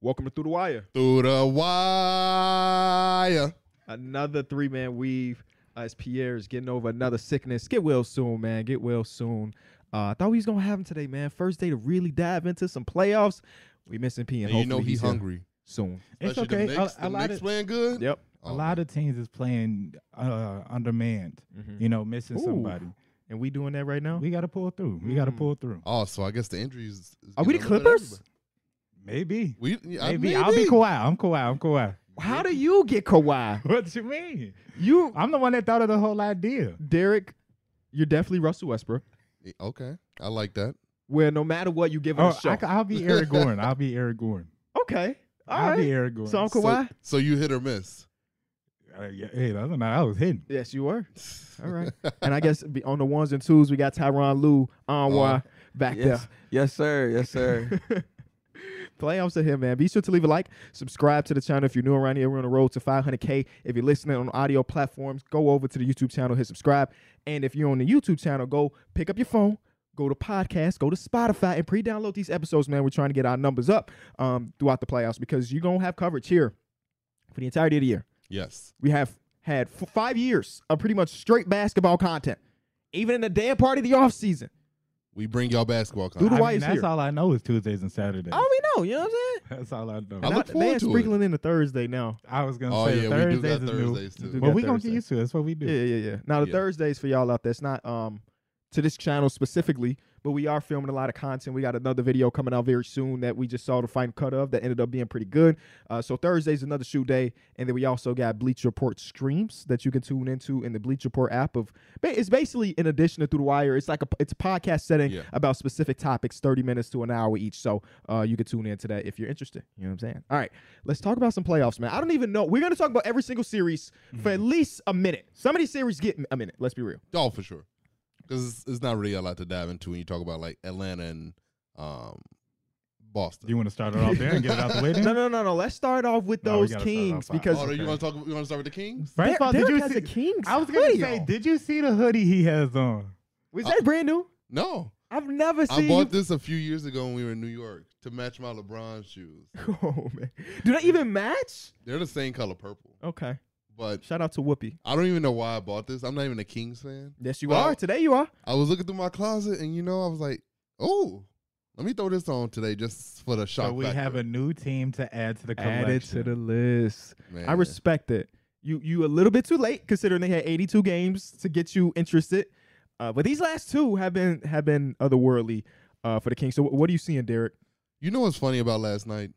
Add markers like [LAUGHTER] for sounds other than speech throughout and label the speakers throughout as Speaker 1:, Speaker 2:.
Speaker 1: Welcome to Through the Wire.
Speaker 2: Through the wire.
Speaker 1: Another three man weave uh, as Pierre is getting over another sickness. Get well soon, man. Get well soon. Uh, I thought we was gonna have him today, man. First day to really dive into some playoffs. We missing P, and
Speaker 2: And you know
Speaker 1: hopefully
Speaker 2: he's
Speaker 1: here
Speaker 2: hungry.
Speaker 1: [LAUGHS] soon.
Speaker 3: It's
Speaker 2: Especially
Speaker 3: okay.
Speaker 2: The Knicks,
Speaker 3: a,
Speaker 2: the
Speaker 3: a lot
Speaker 2: Knicks
Speaker 3: of
Speaker 2: playing good.
Speaker 1: Yep.
Speaker 2: Oh,
Speaker 3: a lot
Speaker 2: man.
Speaker 3: of teams is playing uh, undermanned.
Speaker 1: Mhm.
Speaker 3: You know, missing
Speaker 1: Ooh.
Speaker 3: somebody.
Speaker 1: And we doing that right now.
Speaker 3: We got to pull through. We got to
Speaker 1: Mm.
Speaker 3: pull through.
Speaker 2: Oh, so I guess the injuries. is
Speaker 1: Are we
Speaker 2: getting
Speaker 1: the
Speaker 2: a little bit
Speaker 1: Clippers?
Speaker 3: Maybe.
Speaker 2: everybody. We, yeah,
Speaker 3: Maybe. I'll be
Speaker 2: maybe.
Speaker 3: Kawhi. I'm Kawhi. I'm Kawhi.
Speaker 1: How do you get Kawhi?
Speaker 3: [LAUGHS] What you mean?
Speaker 1: You,
Speaker 3: I'm the one that thought of the whole idea.
Speaker 1: Derek, you're definitely Russell Westbrook.
Speaker 2: Yeah, Okay, I like that.
Speaker 1: Where no matter what, you give it
Speaker 3: Oh,
Speaker 1: a
Speaker 3: I,
Speaker 1: shot.
Speaker 3: ca- I'll be
Speaker 2: [LAUGHS]
Speaker 3: Eric Gordon. I'll be Eric Gordon.
Speaker 1: okay. All
Speaker 3: I'll be
Speaker 1: right.
Speaker 3: Eric Gordon.
Speaker 1: So I'm
Speaker 2: So-
Speaker 1: Kawhi.
Speaker 2: So, you hit or miss.
Speaker 3: Uh, yeah, hey, the other night I was hitting.
Speaker 1: yes, you were. All right. and I guess be- on the ones and twos, we got Tyron Lou, Anwar back
Speaker 4: Uh, Yes, yes, sir, yes, sir.
Speaker 1: [LAUGHS] there. Playoffs are here, man. Be sure to leave a like, subscribe to the channel if you're new around here. We're on the road to 500K. If you're listening on audio platforms, go over to the YouTube channel, hit subscribe. And if you're on the YouTube channel, go pick up your phone, go to podcast, go to Spotify, and pre download these episodes, man. We're trying to get our numbers up um, throughout the playoffs because you're going to have coverage here for the entirety of the year.
Speaker 2: [LAUGHS] yes.
Speaker 1: We have had f- five years of pretty much straight basketball content, even in the damn part of the offseason.
Speaker 2: We bring y'all basketball.
Speaker 1: Who do
Speaker 3: I
Speaker 2: Content.
Speaker 1: I
Speaker 3: mean,
Speaker 1: is
Speaker 3: that's
Speaker 1: here?
Speaker 3: all I know is Tuesdays and Saturdays.
Speaker 1: I only Oh, know, you know what I'm
Speaker 3: That's all I know.
Speaker 2: I
Speaker 1: saying?
Speaker 2: look
Speaker 1: Now,
Speaker 2: forward
Speaker 1: they are
Speaker 2: to it.
Speaker 1: sprinkling in the Thursday now.
Speaker 3: I was gonna
Speaker 2: Oh,
Speaker 3: say
Speaker 2: yeah, we do
Speaker 3: Thursdays
Speaker 2: got
Speaker 3: is
Speaker 2: Thursdays,
Speaker 3: new.
Speaker 2: too.
Speaker 1: We
Speaker 3: But
Speaker 1: got
Speaker 3: we gonna
Speaker 1: Thursday.
Speaker 3: get used to it. That's what we do.
Speaker 1: Yeah, yeah, yeah. Now the
Speaker 2: Yeah.
Speaker 1: Thursdays for y'all out there, it's not um to this channel specifically, but we are filming a lot of content. We got another video coming out very soon that we just saw the final cut of that ended up being pretty good. Uh, so Thursday's another shoot day, and then we also got Bleach Report streams that you can tune into in the Bleach Report app. Of ba- it's basically in addition to Through the Wire, it's like a it's a podcast setting
Speaker 2: Yeah.
Speaker 1: about specific topics, thirty minutes to an hour each. So uh, you can tune into that if you're interested. You know what I'm saying? All right, let's talk about some playoffs, man. I don't even know. We're gonna talk about every single series
Speaker 3: Mm-hmm.
Speaker 1: for at least a minute. Some of these series get a minute. Let's be real.
Speaker 2: Y'all for sure. Because it's, it's not really a lot to dive into when you talk about like Atlanta and um, Boston.
Speaker 3: You want to start it off there and get it out the way? Then?
Speaker 1: No, no, no, no. Let's start off with
Speaker 3: No, we
Speaker 1: those
Speaker 3: gotta start
Speaker 1: Kings
Speaker 3: off out.
Speaker 1: because
Speaker 2: oh,
Speaker 3: Okay.
Speaker 1: [LAUGHS]
Speaker 2: you want to talk? You want to start with the Kings?
Speaker 3: First
Speaker 1: Der-
Speaker 3: of all,
Speaker 1: Derek
Speaker 3: did you
Speaker 1: has
Speaker 3: see?
Speaker 1: a Kings.
Speaker 3: I was gonna
Speaker 1: hoodie
Speaker 3: say,
Speaker 1: on.
Speaker 3: did you see the hoodie he has on?
Speaker 1: was that brand new?
Speaker 2: No,
Speaker 1: I've never
Speaker 2: I
Speaker 1: seen. [LAUGHS]
Speaker 2: bought this a few years ago when we were in New York to match my LeBron shoes.
Speaker 1: Oh man, do they even match?
Speaker 2: They're the same color purple,
Speaker 1: Okay.
Speaker 2: but
Speaker 1: Shout out to Whoopi.
Speaker 2: I don't even know why I bought this. I'm not even a Kings fan.
Speaker 1: Yes, you
Speaker 2: Well-
Speaker 1: are. Today you are.
Speaker 2: I was looking through my closet, and you know, I was like, "Oh, let me throw this on today just for the shock."
Speaker 3: So we have a
Speaker 2: factor."
Speaker 3: new team to add to the collection.
Speaker 1: Added to the list.
Speaker 2: Man.
Speaker 1: I respect it. You you a little bit too late considering they had 82 games to get you interested. Uh, but these last two have been have been otherworldly uh, for the Kings. So wh- what are you seeing, Derek?
Speaker 2: You know what's funny about last night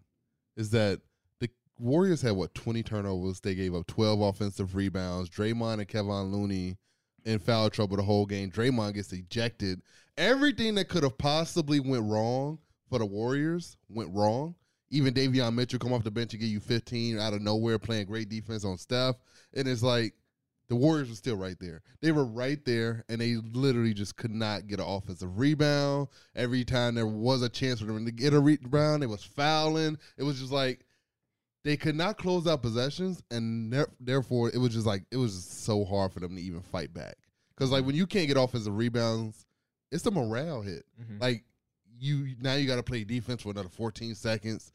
Speaker 2: is that the Warriors had what twenty turnovers. They gave up twelve offensive rebounds. Draymond and Kevin Looney in foul trouble the whole game. Draymond gets ejected. Everything that could have possibly went wrong for the Warriors went wrong. Even Davion Mitchell come off the bench and give you fifteen out of nowhere, playing great defense on Steph, and it's like. The Warriors were still right there. They were right there, and they literally just could not get an offensive rebound every time there was a chance for them to get a rebound, it was fouling. It was just like they could not close out possessions, and there therefore it was just like it was just so hard for them to even fight back. Because like when you can't get offensive rebounds, it's a morale hit. Like you now you got to play defense for another 14 seconds,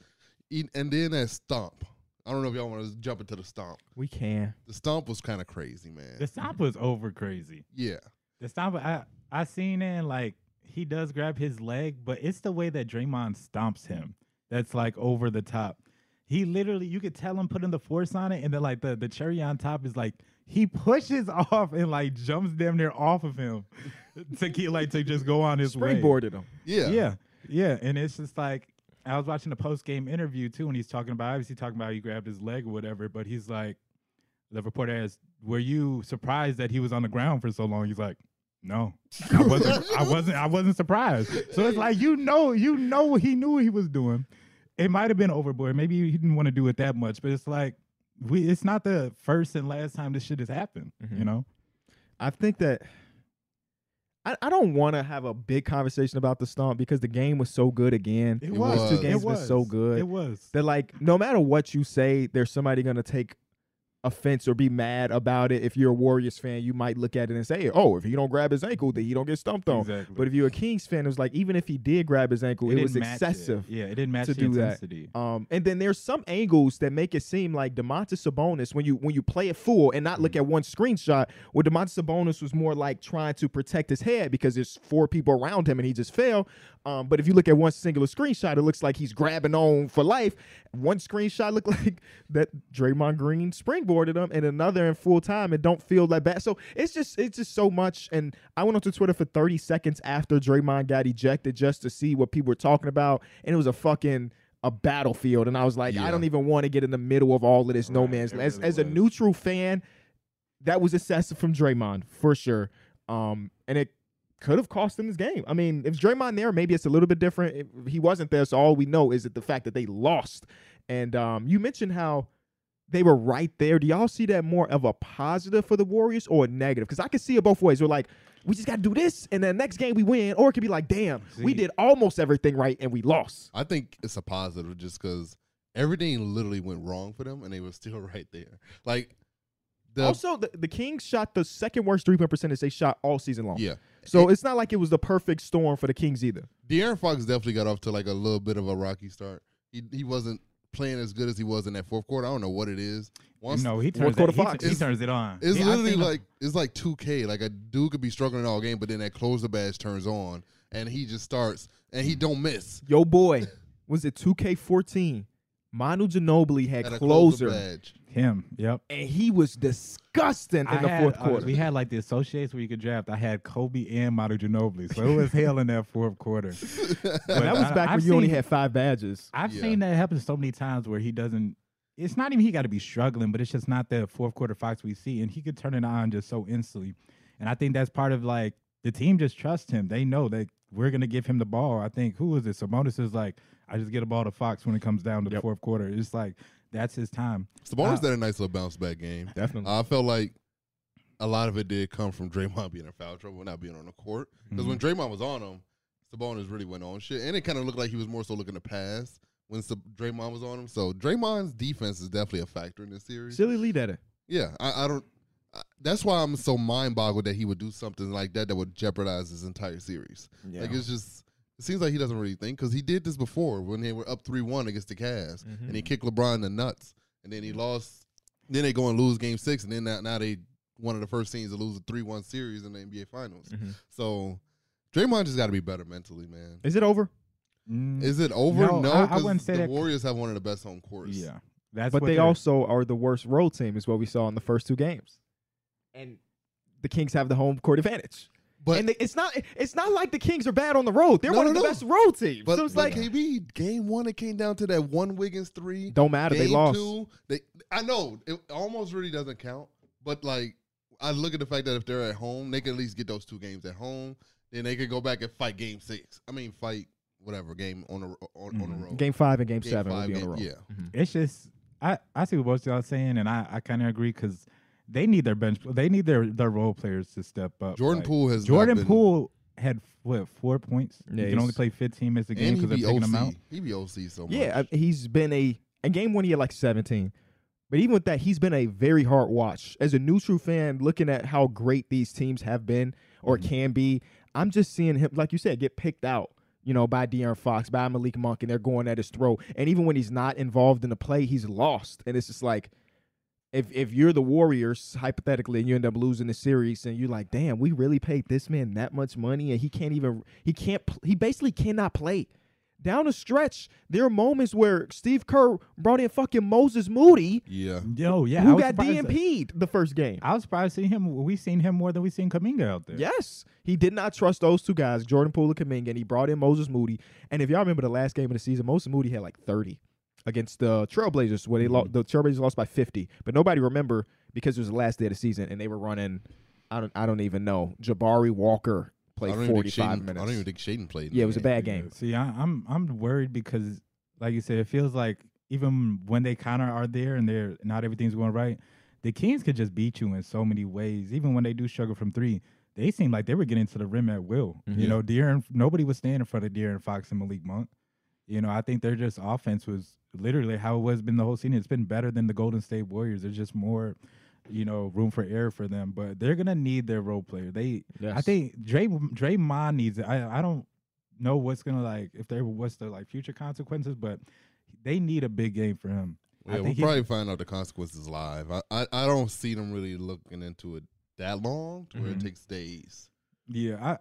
Speaker 2: E- and then that stomp. I don't know if y'all want to jump into the stomp.
Speaker 1: We can.
Speaker 2: The stomp was kind of crazy, man.
Speaker 3: The stomp was over crazy.
Speaker 2: yeah,
Speaker 3: The stomp, I I seen it and, like he does grab his leg, but it's the way that Draymond stomps him that's like over the top. He literally, you could tell him putting the force on it, and then like the the cherry on top is like he pushes [LAUGHS] off and like jumps damn near off of him [LAUGHS] to get like to just go on his way.
Speaker 1: Springboarded them.
Speaker 2: yeah,
Speaker 3: yeah, yeah. And it's just like I was watching a post game interview too, and he's talking about obviously talking about he grabbed his leg or whatever, but he's like, the reporter asked, "Were you surprised that he was on the ground for so long?" He's like, "No, I wasn't. I wasn't. I wasn't surprised." So it's like you know, you know, he knew what he was doing. It might have been overboard. Maybe he didn't want to do it that much, but it's like we. It's not the first and last time this shit has happened.
Speaker 1: Mhm.
Speaker 2: Mm-hmm.
Speaker 3: You know.
Speaker 1: I think that I, I don't want to have a big conversation about the stomp because the game was so good again.
Speaker 2: It was. was.
Speaker 1: These two games
Speaker 3: It
Speaker 1: been so good.
Speaker 3: It was.
Speaker 1: That like no matter what you say, there's somebody gonna take offense or be mad about it. If you're a Warriors fan, you might look at it and say, "Oh, if he don't grab his ankle, then he don't get stumped on."
Speaker 3: Exactly.
Speaker 1: But if you're a Kings fan, it was like even if he did grab his ankle, it,
Speaker 3: didn't
Speaker 1: was
Speaker 3: match
Speaker 1: excessive.
Speaker 3: Yeah, it didn't match
Speaker 1: to
Speaker 3: the
Speaker 1: do that.
Speaker 3: intensity.
Speaker 1: Um, and then there's some angles that make it seem like Demontis Sabonis when you when you play it full and not
Speaker 3: Mm-hmm.
Speaker 1: look at one screenshot. Where Demontis Sabonis was more like trying to protect his head because there's four people around him and he just fell. Um, but if you look at one singular screenshot, it looks like he's grabbing on for life. One screenshot looked [LAUGHS] like that Draymond Green springboarded him, and another in full time and don't feel that bad. So it's just it's just so much. And I went onto Twitter for 30 seconds after Draymond got ejected just to see what people were talking about, and it was a fucking a battlefield, and I was like, I
Speaker 2: Yeah.
Speaker 1: don't even want to get in the middle of all of this no
Speaker 3: Right,
Speaker 1: man's
Speaker 3: it
Speaker 1: land. As,
Speaker 3: really
Speaker 1: as a
Speaker 3: was.
Speaker 1: neutral fan, that was excessive from Draymond for sure, um, and it could have cost him this game. I mean, if Draymond there, maybe it's a little bit different. If he wasn't there, so all we know is that the fact that they lost. And um, you mentioned how they were right there. Do y'all see that more of a positive for the Warriors or a negative? Because I can see it both ways. We're like, we just got to do this, and the next game we win, or it could be like, damn, we
Speaker 3: See.
Speaker 1: did almost everything right and we lost.
Speaker 2: I think it's a positive just because everything literally went wrong for them and they were still [LAUGHS] right there. Like the
Speaker 1: also, the, the Kings shot the second worst three point percentage they shot all season long.
Speaker 2: yeah,
Speaker 1: So it's not like it was the perfect storm for the Kings either.
Speaker 2: De'Aaron Fox definitely got off to like a little bit of a rocky start. He he wasn't playing as good as he was in that fourth quarter. I don't know what it is. Once
Speaker 3: no, he
Speaker 1: one
Speaker 3: turns,
Speaker 1: quarter
Speaker 3: it, he,
Speaker 1: Fox.
Speaker 3: he
Speaker 2: It's-
Speaker 3: turns it on.
Speaker 2: It's
Speaker 3: Yeah, I
Speaker 2: literally
Speaker 3: seen him-
Speaker 2: like it's like 2K. Like a dude could be struggling all game, but then that closer badge turns on and he just starts and he don't miss.
Speaker 1: Yo, boy, was it 2K14? Manu Ginobili had
Speaker 2: At a
Speaker 1: closer,
Speaker 2: badge.
Speaker 3: him. Yep.
Speaker 1: and he was disgusting in
Speaker 3: I
Speaker 1: the
Speaker 3: had,
Speaker 1: fourth
Speaker 3: uh,
Speaker 1: quarter.
Speaker 3: we had like the associates where you could draft. I had Kobe and Manu Ginobili, so it was hell in that fourth quarter. But
Speaker 2: [LAUGHS]
Speaker 1: that was
Speaker 3: I-
Speaker 1: back
Speaker 3: I've
Speaker 1: when you only
Speaker 3: seen-
Speaker 1: had five badges.
Speaker 3: I've
Speaker 2: Yeah.
Speaker 3: seen that happen so many times where he doesn't. It's not even he got to be struggling, but it's just not the fourth quarter Fox we see, and he could turn it on just so instantly. And I think that's part of like the team just trusts him. They know that we're gonna give him the ball. I think who is it? Sabonis is like, I just get a ball to Fox when it comes down to the
Speaker 1: Yep.
Speaker 3: fourth quarter. It's like that's his time.
Speaker 2: Sabonis
Speaker 3: Wow.
Speaker 2: had a nice little bounce back game.
Speaker 1: Definitely.
Speaker 2: I felt like a lot of it did come from [LAUGHS] Draymond being in foul trouble, not being on the court. Because when Draymond was on him, Sabonis really went on shit, and it kind of looked like he was more so looking to pass when Sab- Draymond was on him. So Draymond's defense is definitely a factor in this series.
Speaker 1: Silly lead at it.
Speaker 2: Yeah, I, I don't. I, that's why I'm so mind boggled that he would do something like that that would jeopardize his entire series.
Speaker 4: Yeah.
Speaker 2: Like it's just. It seems like he doesn't really think because he did this before when they were up three one against the Cavs
Speaker 1: Mm-hmm.
Speaker 2: and
Speaker 3: Mm.
Speaker 2: he kicked LeBron in the nuts, and then he lost. Then they go and lose Game Six, and then now, now they one of the first teams to lose a three-one series in the NBA Finals.
Speaker 3: Mm-hmm.
Speaker 1: Mhm.
Speaker 2: So Draymond just got to be better mentally, man.
Speaker 1: Is it over?
Speaker 3: Mm,
Speaker 2: Is it over?
Speaker 3: No,
Speaker 2: No,
Speaker 3: I- I
Speaker 2: 'cause
Speaker 3: wouldn't say
Speaker 2: the
Speaker 3: that-
Speaker 2: Warriors have one of the best home courts.
Speaker 3: yeah, that's
Speaker 1: But
Speaker 3: what
Speaker 1: they
Speaker 3: they're-
Speaker 1: also are the worst road team, is what we saw in the first two games. And the Kings have the home court advantage.
Speaker 2: but
Speaker 1: and they, it's not it's not like the Kings are bad on the road. They're
Speaker 2: No,
Speaker 1: one of
Speaker 2: no,
Speaker 1: the
Speaker 2: no.
Speaker 1: best road teams.
Speaker 2: but
Speaker 1: so it's
Speaker 2: like
Speaker 1: like
Speaker 2: KB game one, it came down to that one Wiggins three.
Speaker 1: don't matter. They
Speaker 2: Game
Speaker 1: lost.
Speaker 2: Two, they, I know it almost really doesn't count, but like I look at the fact that if they're at home, they can at least get those two games at home. Then they could go back and fight Game Six. I mean, fight whatever game on the ro- on, on
Speaker 3: Mhm.
Speaker 2: the road.
Speaker 1: Mm-hmm. Game five and game,
Speaker 2: Game
Speaker 1: seven will
Speaker 2: five,
Speaker 1: be
Speaker 2: game-
Speaker 1: on the road. Mm-hmm.
Speaker 2: Yeah,
Speaker 3: it's just I, I see what both y'all saying, and I, I kind of agree because they need their bench, they need their their role players to step up.
Speaker 2: Jordan
Speaker 3: Like,
Speaker 2: Poole has not
Speaker 3: Jordan
Speaker 2: been-
Speaker 3: Pool had what four points?
Speaker 1: Yeah,
Speaker 3: you can only
Speaker 1: he's-
Speaker 3: play 15 minutes a game
Speaker 2: and he
Speaker 3: because they're
Speaker 2: be
Speaker 3: taking him
Speaker 2: OC.
Speaker 3: out.
Speaker 2: He be OC so much.
Speaker 1: Yeah, I- he's been a in game one he had like 17. But even with that, he's been a very hard watch. As a neutral fan, looking at how great these teams have been or
Speaker 2: Mm-hmm.
Speaker 1: can be, I'm just seeing him, like you said, get picked out, you know, by De'Aaron Fox, by Malik Monk, and they're going at his throat. And even when he's not involved in the play, he's lost. And it's just like, if if you're the Warriors, hypothetically, and you end up losing the series, and you're like, damn, we really paid this man that much money, and he can't even he can't pl- he basically cannot play. Down the stretch, there are moments where Steve Kerr brought in fucking Moses Moody,
Speaker 2: yeah.
Speaker 3: Yo, yeah, I
Speaker 1: who
Speaker 3: was
Speaker 1: got
Speaker 3: surprised-
Speaker 1: DMP'd the first game.
Speaker 3: I was surprised seeing him. We seen him more than we seen Kaminga out there.
Speaker 1: Yes, he did not trust those two guys, Jordan Poole and Kaminga, and he brought in Moses Moody. And if y'all remember the last game of the season, Moses Moody had like 30 against the Trailblazers,
Speaker 2: Mm-hmm.
Speaker 1: where they lost. The Trailblazers lost by 50, but nobody remember because it was the last day of the season, and they were running. I don't. I don't even know. Jabari Walker
Speaker 2: I
Speaker 1: played
Speaker 2: don't, even think
Speaker 1: 45
Speaker 2: Shaden, I
Speaker 1: minutes.
Speaker 2: don't even think Shaden played. in
Speaker 1: yeah,
Speaker 2: that
Speaker 1: it was a
Speaker 2: game.
Speaker 1: [LAUGHS] bad game.
Speaker 3: See, I, I'm I'm worried because, like you said, it feels like even when they kind of are there and they're not everything's going right, the Kings could just beat you in so many ways. Even when they do struggle from three, they seem
Speaker 1: Mm-hmm.
Speaker 3: like they were getting to the rim at will. You know, De'Aaron, nobody was standing in front of De'Aaron Fox and Malik Monk. You know, I think their just offense was literally how it was been the whole season. It's been better than the Golden State Warriors. There's just more, you know, room for error for them. But they're gonna need their role player. They, I think Dray Draymond needs it. I I don't know what's gonna like if there what's the like future consequences, but they need a big game for him. I
Speaker 2: Yeah, we'll
Speaker 3: think he-
Speaker 2: probably find out the consequences live. I, I, I don't see them really looking into it that long to where
Speaker 1: Mm-hmm.
Speaker 3: Mhm.
Speaker 2: it takes days.
Speaker 3: Yeah, I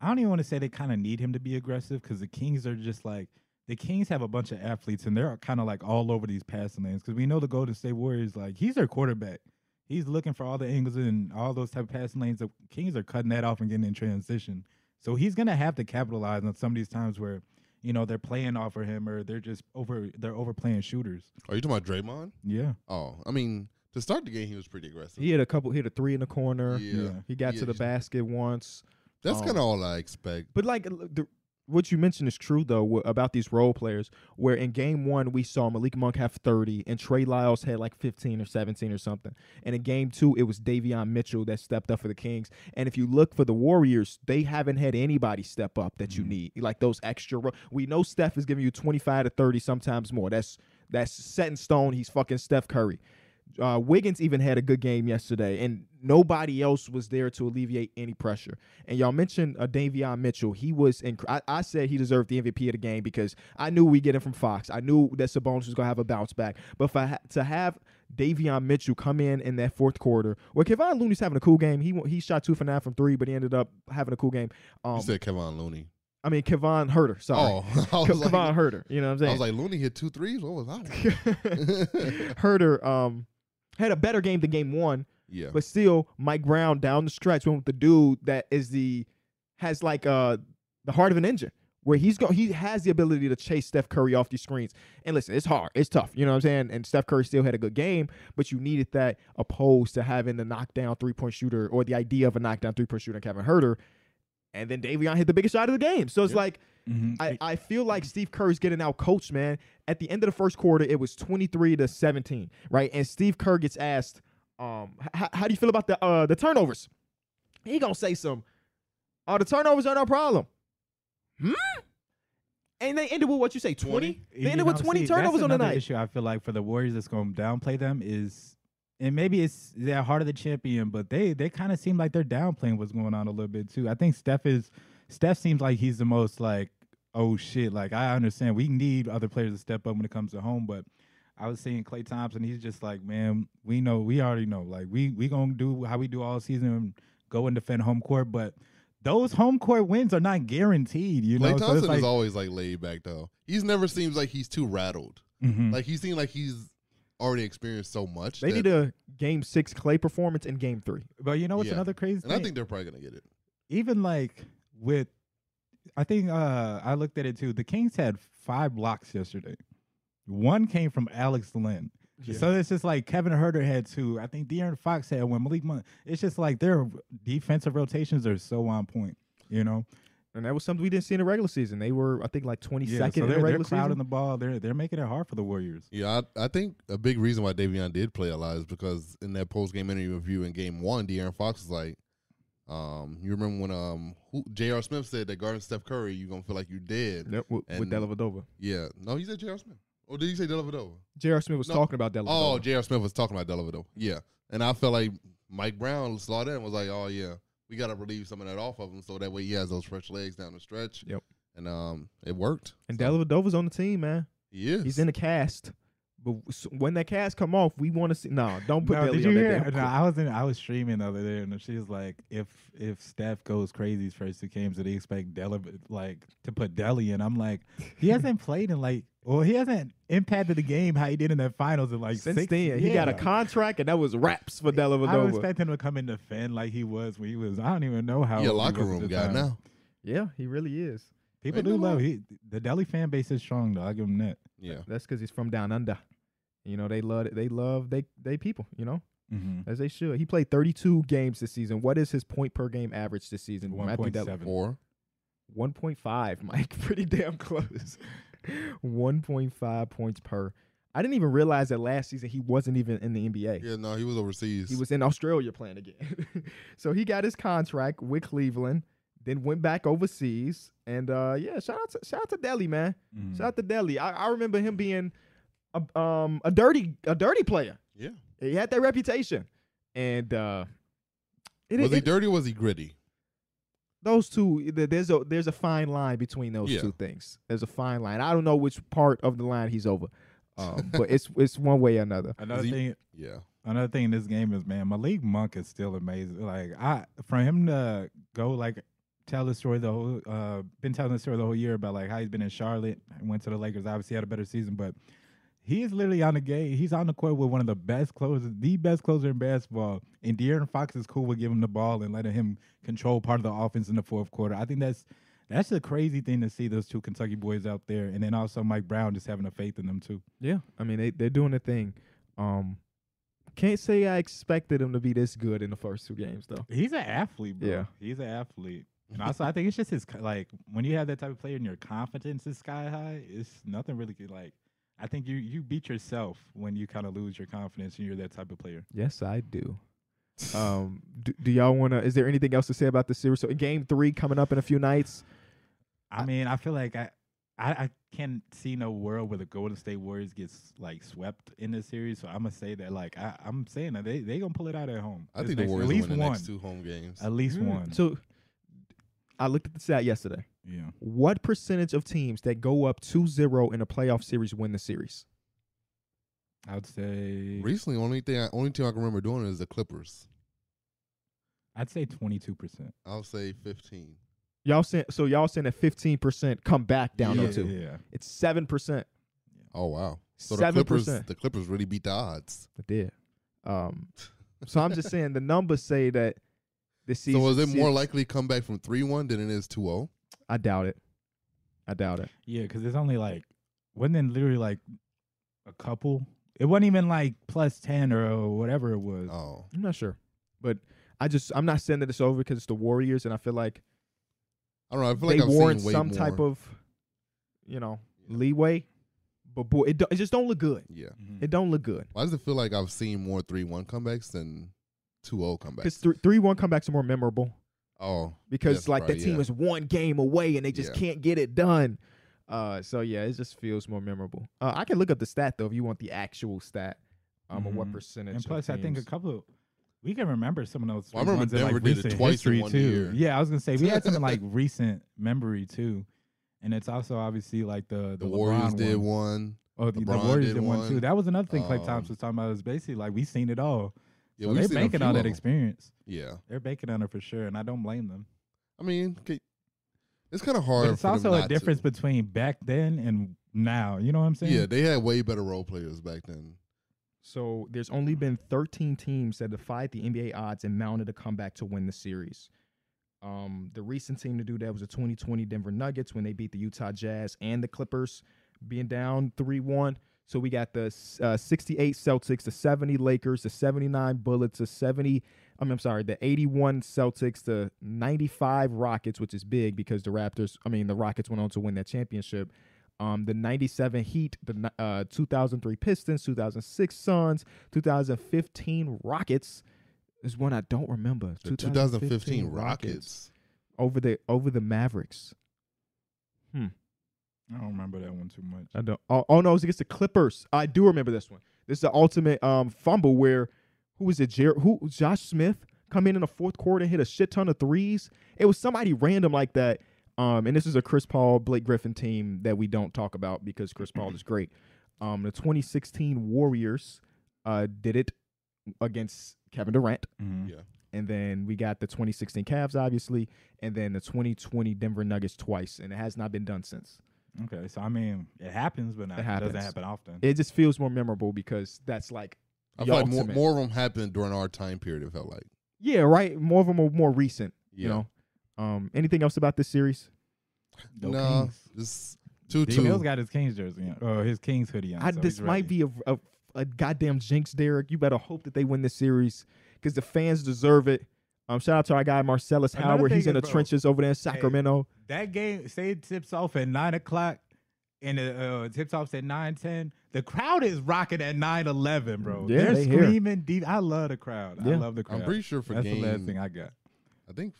Speaker 3: I don't even want to say they kind of need him to be aggressive because the Kings are just like the Kings have a bunch of athletes and they're kind of like all over these passing lanes because we know the Golden State Warriors like he's their quarterback. He's looking for all the angles and all those type of passing lanes. The Kings are cutting that off and getting in transition, so he's gonna have to capitalize on some of these times where you know they're playing off of him or they're just over they're overplaying shooters.
Speaker 2: Are you talking about Draymond?
Speaker 3: Yeah,
Speaker 2: Oh, I mean, to start the game, he was pretty aggressive.
Speaker 1: He had a couple. He had a three in the corner.
Speaker 2: Yeah.
Speaker 3: Yeah. Oh.
Speaker 1: He got
Speaker 2: Yeah,
Speaker 1: to the
Speaker 2: he's-
Speaker 1: basket once.
Speaker 2: That's
Speaker 1: Um,
Speaker 2: kind of all I expect.
Speaker 1: But like l- the, what you mentioned is true though wh- about these role players. Where in game one we saw Malik Monk have thirty and Trey Lyles had like fifteen or seventeen or something. And in game two it was Davion Mitchell that stepped up for the Kings. And if you look for the Warriors, they haven't had anybody step up that you need like those extra. ro- We know Steph is giving you twenty five to thirty sometimes more. That's that's set in stone. He's fucking Steph Curry. Uh, Wiggins even had a good game yesterday, and nobody else was there to alleviate any pressure. And y'all mentioned uh, Davion Mitchell. He was in. I, I said he deserved the MVP of the game because I knew we get him from Fox. I knew that Sabonis was gonna have a bounce back. But for ha- to have Davion Mitchell come in in that fourth quarter, well, Kevon Looney's having a cool game. He wa- he shot two for nine from three, but he ended up having a cool game. Um,
Speaker 2: you said Kevon Looney.
Speaker 1: I mean Kevon Herter. Sorry,
Speaker 2: Oh, [LAUGHS] I was,
Speaker 1: Ke-
Speaker 2: like,
Speaker 1: Kevon Herter. You know what I'm
Speaker 2: I
Speaker 1: saying?
Speaker 2: was like, Looney hit two threes? What was
Speaker 3: [LAUGHS]
Speaker 2: I?
Speaker 1: [LAUGHS] Herter um, had a better game than game one.
Speaker 2: [LAUGHS] yeah.
Speaker 1: But still, Mike Brown down the stretch went with the dude that is the has like uh the heart of an engine where he's go he has the ability to chase Steph Curry off these screens. And listen, it's hard, it's tough, you know what I'm saying? And Steph Curry still had a good game, but you needed that opposed to having the knockdown three point shooter or the idea of a knockdown three point shooter in Kevin Herter. And then Davion hit the biggest shot of the game. So it's like I, I feel like Steve Kerr's getting out coached, man. At the end of the first quarter, it was 23 to 17, right? And Steve Kerr gets asked, um, h- how do you feel about the uh, the turnovers? He gonna say some, oh, the turnovers are no problem. Hmm? And they ended with what you say, 20? They
Speaker 3: You
Speaker 1: ended with
Speaker 3: know,
Speaker 1: 20
Speaker 3: see,
Speaker 1: turnovers
Speaker 3: that's
Speaker 1: on the
Speaker 3: another
Speaker 1: night.
Speaker 3: Issue I feel like for the Warriors that's going to downplay them is, and maybe it's their heart of the champion, but they they kind of seem like they're downplaying what's going on a little bit too. I think Steph is Steph seems like he's the most like oh shit like I understand we need other players to step up when it comes to home, but. I was seeing Clay Thompson. He's just like, man, we know, we already know. Like, we we gonna do how we do all season, and go and defend home court. But those home court wins are not guaranteed. You
Speaker 2: Clay
Speaker 3: know,
Speaker 2: Thompson
Speaker 3: like,
Speaker 2: is always like laid back, though. He's never seems like he's too rattled.
Speaker 3: Mhm.
Speaker 2: Like, he seems like he's already experienced so much.
Speaker 1: They
Speaker 2: that-
Speaker 1: need a game six clay performance in game three.
Speaker 3: But you know what's
Speaker 2: Yeah.
Speaker 3: another crazy
Speaker 2: and
Speaker 3: thing?
Speaker 2: I think they're probably going to get it.
Speaker 3: even like with I think uh I looked at it too. The Kings had five blocks yesterday. One came from Alex Lynn. So it's just like Kevin Herter had two. I think De'Aaron Fox had one. Malik Monk. It's just like their defensive rotations are so on point. You know,
Speaker 1: And that was something we didn't see in the regular season. They were, I think, like 22nd
Speaker 3: yeah. So
Speaker 1: in the
Speaker 3: they're, they're
Speaker 1: regular
Speaker 3: crowding
Speaker 1: season.
Speaker 3: the ball. They're they're making it hard for the Warriors.
Speaker 2: Yeah, I, I think a big reason why Davion did play a lot is because in that post game interview in game one, De'Aaron Fox was like, um, you remember when um who, J.R. Smith said that guarding Steph Curry, you're gonna feel like you did.
Speaker 1: Yep, with, with
Speaker 2: And-
Speaker 1: Dellavedova.
Speaker 2: Yeah. No, he said J.R. Smith. Or did he say Dellavedova?
Speaker 1: J.R. Smith was
Speaker 2: No.
Speaker 1: talking about Dellavedova.
Speaker 2: Oh, J.R. Smith was talking about Dellavedova. Yeah. And I felt like Mike Brown slotted in and was like, Oh yeah, we gotta relieve some of that off of him so that way he has those fresh legs down the stretch.
Speaker 1: Yep.
Speaker 2: And um it worked.
Speaker 1: and
Speaker 2: So,
Speaker 1: Dellavedova's on the team, man.
Speaker 2: he is.
Speaker 1: He's in the cast. But s- when that cast come off, we want to see. No, don't put
Speaker 3: No,
Speaker 1: Bailey
Speaker 3: did
Speaker 1: on
Speaker 3: you
Speaker 1: that
Speaker 3: hear?
Speaker 1: damn
Speaker 3: No,
Speaker 1: court.
Speaker 3: I was in, I was streaming the other day, and she was like, "If if Steph goes crazy his first two games, do they expect Deli like to put Deli in?" I'm like,
Speaker 1: [LAUGHS]
Speaker 3: he hasn't played in like, well, he hasn't impacted the game how he did in the finals in like
Speaker 1: Since
Speaker 3: six.
Speaker 1: then, he got a
Speaker 3: yeah.
Speaker 1: contract, and that was raps for
Speaker 3: I would
Speaker 1: Dellavedova.
Speaker 3: expect him to come in defend like he was when he was. I don't even know how.
Speaker 2: He a
Speaker 3: old he
Speaker 2: locker
Speaker 3: was at
Speaker 2: room
Speaker 3: the
Speaker 2: guy
Speaker 3: time.
Speaker 2: now.
Speaker 1: Yeah, he really is.
Speaker 3: People
Speaker 2: Ain't
Speaker 3: do
Speaker 2: no
Speaker 3: love
Speaker 2: lie.
Speaker 3: he, the Deli fan base is strong though. I give him that.
Speaker 2: Yeah.
Speaker 1: That's because he's from down under. You know, they love they love they they people. You know,
Speaker 3: Mm-hmm.
Speaker 1: as they should. He played 32 games this season. What is his point per game average this season?
Speaker 3: One
Speaker 1: Matthew
Speaker 3: point
Speaker 1: Della-
Speaker 3: seven.
Speaker 2: Or
Speaker 1: 1.5, [LAUGHS] Mike. Pretty damn close. [LAUGHS] 1.5 points per. I didn't even realize that last season he wasn't even in the NBA.
Speaker 2: Yeah, no, he was overseas.
Speaker 1: [LAUGHS] He was in Australia playing again. so he got his contract with Cleveland. Then went back overseas, and uh, yeah, shout out to shout out to Delhi, man.
Speaker 3: Mhm.
Speaker 2: Mm.
Speaker 1: Shout out to Delhi. I, I remember him being a, um, a dirty a dirty player.
Speaker 2: Yeah.
Speaker 1: He had that reputation, and uh, it,
Speaker 2: was
Speaker 1: it,
Speaker 2: he dirty? or Was he gritty?
Speaker 1: those two th- there's a there's a fine line between those
Speaker 2: Yeah.
Speaker 1: two things. There's a fine line. I don't know which part of the line he's over, um, but it's it's one way or another.
Speaker 3: Another
Speaker 2: he-
Speaker 3: thing,
Speaker 2: Yeah.
Speaker 3: another thing in this game is man, Malik Monk is still amazing. Like I, for him to go like tell the story the whole, uh, been telling the story the whole year about like how he's been in Charlotte, went to the Lakers, obviously had a better season, but he is literally on the game. He's on the court with one of the best closers, the best closer in basketball. And De'Aaron Fox is cool with giving him the ball and letting him control part of the offense in the fourth quarter. I think that's that's a crazy thing to see those two Kentucky boys out there, and then also Mike Brown just having a faith in them too.
Speaker 1: Yeah, I mean they they're doing their thing. Um, can't say I expected him to be this good in the first two games though.
Speaker 3: He's an athlete, bro.
Speaker 1: Yeah.
Speaker 3: He's an athlete. And also, I think it's just his, co- like, when you have that type of player and your confidence is sky high, it's nothing really good. Like, I think you, you beat yourself when you kind of lose your confidence and you're that type of player.
Speaker 1: Yes, I do. [LAUGHS] Um, do, do y'all want to? Is there anything else to say about this series? So game three coming up in a few nights.
Speaker 3: I mean, I feel like I, I, I can't see no world where the Golden State Warriors gets, like, swept in this series. So I'm going to say that, like, I, I'm saying that they they going to pull it out at home.
Speaker 2: I
Speaker 3: This
Speaker 2: think the
Speaker 3: next-
Speaker 2: Warriors
Speaker 3: At least
Speaker 2: will win the
Speaker 3: one.
Speaker 2: next two home games.
Speaker 3: At least one.
Speaker 1: So I looked at the stat yesterday.
Speaker 3: yeah.
Speaker 1: What percentage of teams that go up 2-0 in a playoff series win the series?
Speaker 3: I would say,
Speaker 2: Recently, only thing I, only team I can remember doing is the Clippers.
Speaker 3: I'd say 22%.
Speaker 2: I'll say fifteen.
Speaker 1: Y'all sent so y'all sent a fifteen percent come back down
Speaker 2: Yeah.
Speaker 1: though too.
Speaker 3: Yeah.
Speaker 1: It's seven percent.
Speaker 2: Oh wow! So the
Speaker 1: Seven
Speaker 2: Clippers,
Speaker 1: percent.
Speaker 2: the Clippers really beat the odds.
Speaker 1: It did. Um, so I'm just saying the numbers say that this season.
Speaker 2: so is it more
Speaker 1: se-
Speaker 2: likely to come back from three one than it is two oh? zero?
Speaker 1: I doubt it. I doubt it.
Speaker 3: Yeah, because it's only like wasn't it literally like a couple? It wasn't even like plus ten or uh, whatever it was.
Speaker 2: Oh,
Speaker 1: I'm not sure, but I just I'm not saying that it's over because it's the Warriors, and I feel like
Speaker 2: I don't know. I feel
Speaker 1: they
Speaker 2: like I've
Speaker 1: warrant
Speaker 2: seen way
Speaker 1: some
Speaker 2: more.
Speaker 1: type of, you know, leeway. But boy, it, do, it just don't look good.
Speaker 2: yeah.
Speaker 1: It don't look good
Speaker 2: Why does it feel like I've seen more three one comebacks than two zero comebacks?
Speaker 1: because three one comebacks are more memorable.
Speaker 2: oh,
Speaker 1: because
Speaker 2: That's
Speaker 1: like
Speaker 2: right,
Speaker 1: the team
Speaker 2: yeah.
Speaker 1: is one game away and they just
Speaker 2: Yeah.
Speaker 1: can't get it done. Uh, so yeah, it just feels more memorable. Uh, I can look up the stat though if you want the actual stat. Um, of what
Speaker 3: Mhm.
Speaker 1: percentage?
Speaker 3: and
Speaker 1: of
Speaker 3: plus, I think a
Speaker 1: teams-
Speaker 3: couple. Of, we can remember some of those.
Speaker 2: Well, I remember
Speaker 3: ones in,
Speaker 2: Denver
Speaker 3: like,
Speaker 2: did it
Speaker 3: recent
Speaker 2: twice in
Speaker 3: history
Speaker 2: one
Speaker 3: too.
Speaker 2: year.
Speaker 3: Yeah, I was gonna say we
Speaker 2: [LAUGHS]
Speaker 3: had some in, like recent memory too, and it's also obviously like the the,
Speaker 2: the, Warriors
Speaker 3: LeBron
Speaker 2: did
Speaker 3: one.
Speaker 2: one.
Speaker 3: Oh, the, the
Speaker 2: LeBron
Speaker 3: Warriors
Speaker 2: did
Speaker 3: did one too.
Speaker 2: one.
Speaker 3: That was another thing Clay
Speaker 2: Um,
Speaker 3: Thompson was talking about. Is basically like we seen it all.
Speaker 2: Yeah,
Speaker 3: so
Speaker 2: we've
Speaker 3: they're
Speaker 2: seen a
Speaker 3: banking
Speaker 2: few
Speaker 3: on
Speaker 2: of
Speaker 3: that
Speaker 2: 'em.
Speaker 3: experience.
Speaker 2: Yeah,
Speaker 3: They're banking on it for sure, and I don't blame them.
Speaker 2: I mean, c- it's kind of
Speaker 3: But
Speaker 2: hard.
Speaker 3: it's
Speaker 2: for them
Speaker 3: also a
Speaker 2: not to.
Speaker 3: difference between back then and now. You know what I'm saying?
Speaker 2: Yeah, they had way better role players back then.
Speaker 1: So there's only been 13 teams that defied the NBA odds and mounted a comeback to win the series. Um, the recent team to do that was the 2020 Denver Nuggets when they beat the Utah Jazz and the Clippers, being down 3-1. So we got the uh, 68 Celtics, the 70 Lakers, the 79 Bullets, the 70. I mean, I'm sorry, the 81 Celtics, the 95 Rockets, which is big because the Raptors. I mean, the Rockets went on to win that championship um, the 97 Heat, the ni- uh, 2003 Pistons, 2006 Suns, 2015 Rockets is one I don't remember.
Speaker 2: The 2015 Rockets.
Speaker 1: over the over the Mavericks.
Speaker 3: I don't remember that one too much.
Speaker 1: I don't. Oh, oh, no, it was against the Clippers. I do remember this one. This is the ultimate um, fumble where who was it? Jer- who Josh Smith come in in the fourth quarter and hit a shit ton of threes. It was somebody random like that. Um, and this is a Chris Paul Blake Griffin team that we don't talk about because Chris Paul is great. Um, the 2016 Warriors uh, did it against Kevin Durant.
Speaker 3: Mhm.
Speaker 2: Yeah.
Speaker 1: And then we got the 2016 Cavs, obviously, and then the 2020 Denver Nuggets twice, and it has not been done since.
Speaker 3: Okay, so I mean, it happens, but not,
Speaker 1: It
Speaker 3: it, doesn't
Speaker 1: happens.
Speaker 3: happen often.
Speaker 1: It just feels more memorable because that's like
Speaker 2: I
Speaker 1: Your
Speaker 2: feel like more,
Speaker 1: ultimate.
Speaker 2: more of them happened during our time period. It felt like.
Speaker 1: Yeah, right. More of them are more recent. You
Speaker 2: Yeah.
Speaker 1: know. Um, anything else about this series?
Speaker 3: No
Speaker 2: nah,
Speaker 3: Kings.
Speaker 2: it's two
Speaker 3: D. Mills
Speaker 2: two.
Speaker 3: got his Kings jersey, on, or his Kings hoodie on.
Speaker 1: I,
Speaker 3: so
Speaker 1: this
Speaker 3: he's
Speaker 1: might
Speaker 3: ready.
Speaker 1: be a, a a goddamn jinx, Derek. You better hope that they win this series because the fans deserve it. Um, shout out to our guy Marcellus
Speaker 3: Another
Speaker 1: Howard. He's
Speaker 3: thing
Speaker 1: in the
Speaker 3: is, bro,
Speaker 1: trenches over there in Sacramento.
Speaker 3: that game. Say it tips off at nine o'clock, and it uh, tips off at nine ten. The crowd is rocking at nine eleven, bro.
Speaker 1: Yeah,
Speaker 3: They're
Speaker 1: they here.
Speaker 3: screaming deep. I love the crowd.
Speaker 1: Yeah.
Speaker 3: I love the crowd.
Speaker 2: I'm pretty sure for
Speaker 3: That's
Speaker 2: game.
Speaker 3: the last thing I got.
Speaker 2: I think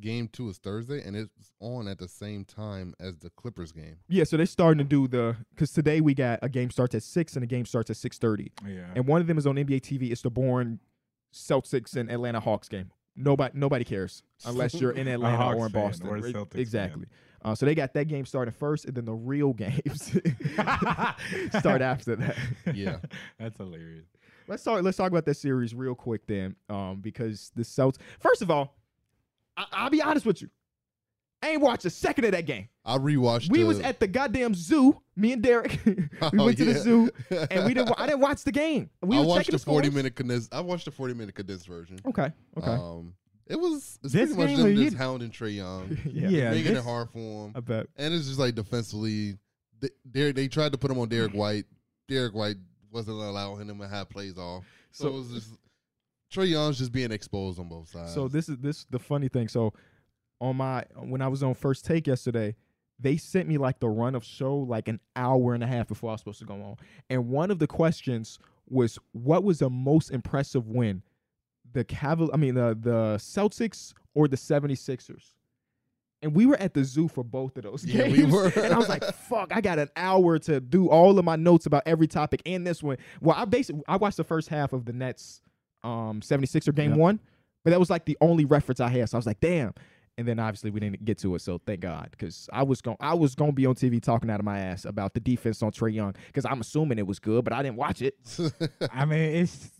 Speaker 2: game two is Thursday, and it's on at the same time as the Clippers game.
Speaker 1: Yeah, so they're starting to do the because today we got a game starts at six and a game starts at six thirty,
Speaker 3: Yeah.
Speaker 1: and one of them is on NBA TV. It's the Bourne Celtics and Atlanta Hawks game. Nobody nobody
Speaker 2: [LAUGHS]
Speaker 1: cares unless you're in Atlanta
Speaker 3: Hawks
Speaker 1: or in
Speaker 3: fan
Speaker 1: Boston.
Speaker 3: or a
Speaker 1: Right,
Speaker 3: Celtics fan.
Speaker 1: exactly. Uh, so they got that game starting first, and then the real games [LAUGHS]
Speaker 3: [LAUGHS]
Speaker 1: start after that.
Speaker 2: Yeah.
Speaker 3: That's hilarious.
Speaker 1: Let's talk. Let's talk about that series real quick then, um, because the Celtics. First of all, I, I'll be honest with you. I ain't watched a second of that game.
Speaker 2: I rewatched.
Speaker 1: We
Speaker 2: the,
Speaker 1: was at the goddamn zoo. Me and Derek, [LAUGHS] we
Speaker 2: Oh,
Speaker 1: went to the
Speaker 2: yeah.
Speaker 1: zoo, and we didn't.
Speaker 2: [LAUGHS]
Speaker 1: wa- I didn't watch the game. We
Speaker 2: I
Speaker 1: were
Speaker 2: watched
Speaker 1: checking
Speaker 2: the forty
Speaker 1: scores.
Speaker 2: minute condensed. I watched the forty minute condensed version.
Speaker 1: Okay. Okay.
Speaker 2: Um, it was it's pretty
Speaker 3: This
Speaker 2: much
Speaker 3: game
Speaker 2: them
Speaker 3: where
Speaker 2: just
Speaker 3: you-
Speaker 2: hounding Trey Young,
Speaker 1: [LAUGHS] yeah.
Speaker 2: making it
Speaker 3: this-
Speaker 2: hard for him,
Speaker 1: I bet.
Speaker 2: and it's just like defensively, they they, they tried to put him on
Speaker 3: Mm-hmm.
Speaker 2: Derek White. Derek White wasn't allowing him to have plays off, so,
Speaker 1: So-
Speaker 2: it was just uh, Trey Young's just being exposed on both sides.
Speaker 1: So this is this the funny thing. So on my when I was on first take yesterday, they sent me like the run of show like an hour and a half before I was supposed to go on. And one of the questions was what was the most impressive win? The Caval I mean the the Celtics or the 76ers? And we were at the zoo for both of those
Speaker 2: Yeah, we
Speaker 1: games.
Speaker 2: were.
Speaker 1: [LAUGHS] and I was like, fuck, I got an hour to do all of my notes about every topic and this one. Well, I basically I watched the first half of the Nets um 76er game
Speaker 3: Yeah.
Speaker 1: one, but that was like the only reference I had. So I was like, damn. And then obviously we didn't get to it, so thank God, because I was going, I was going to be on TV talking out of my ass about the defense on Trey Young, because I'm assuming it was good, but I didn't watch it.
Speaker 3: I mean, it's.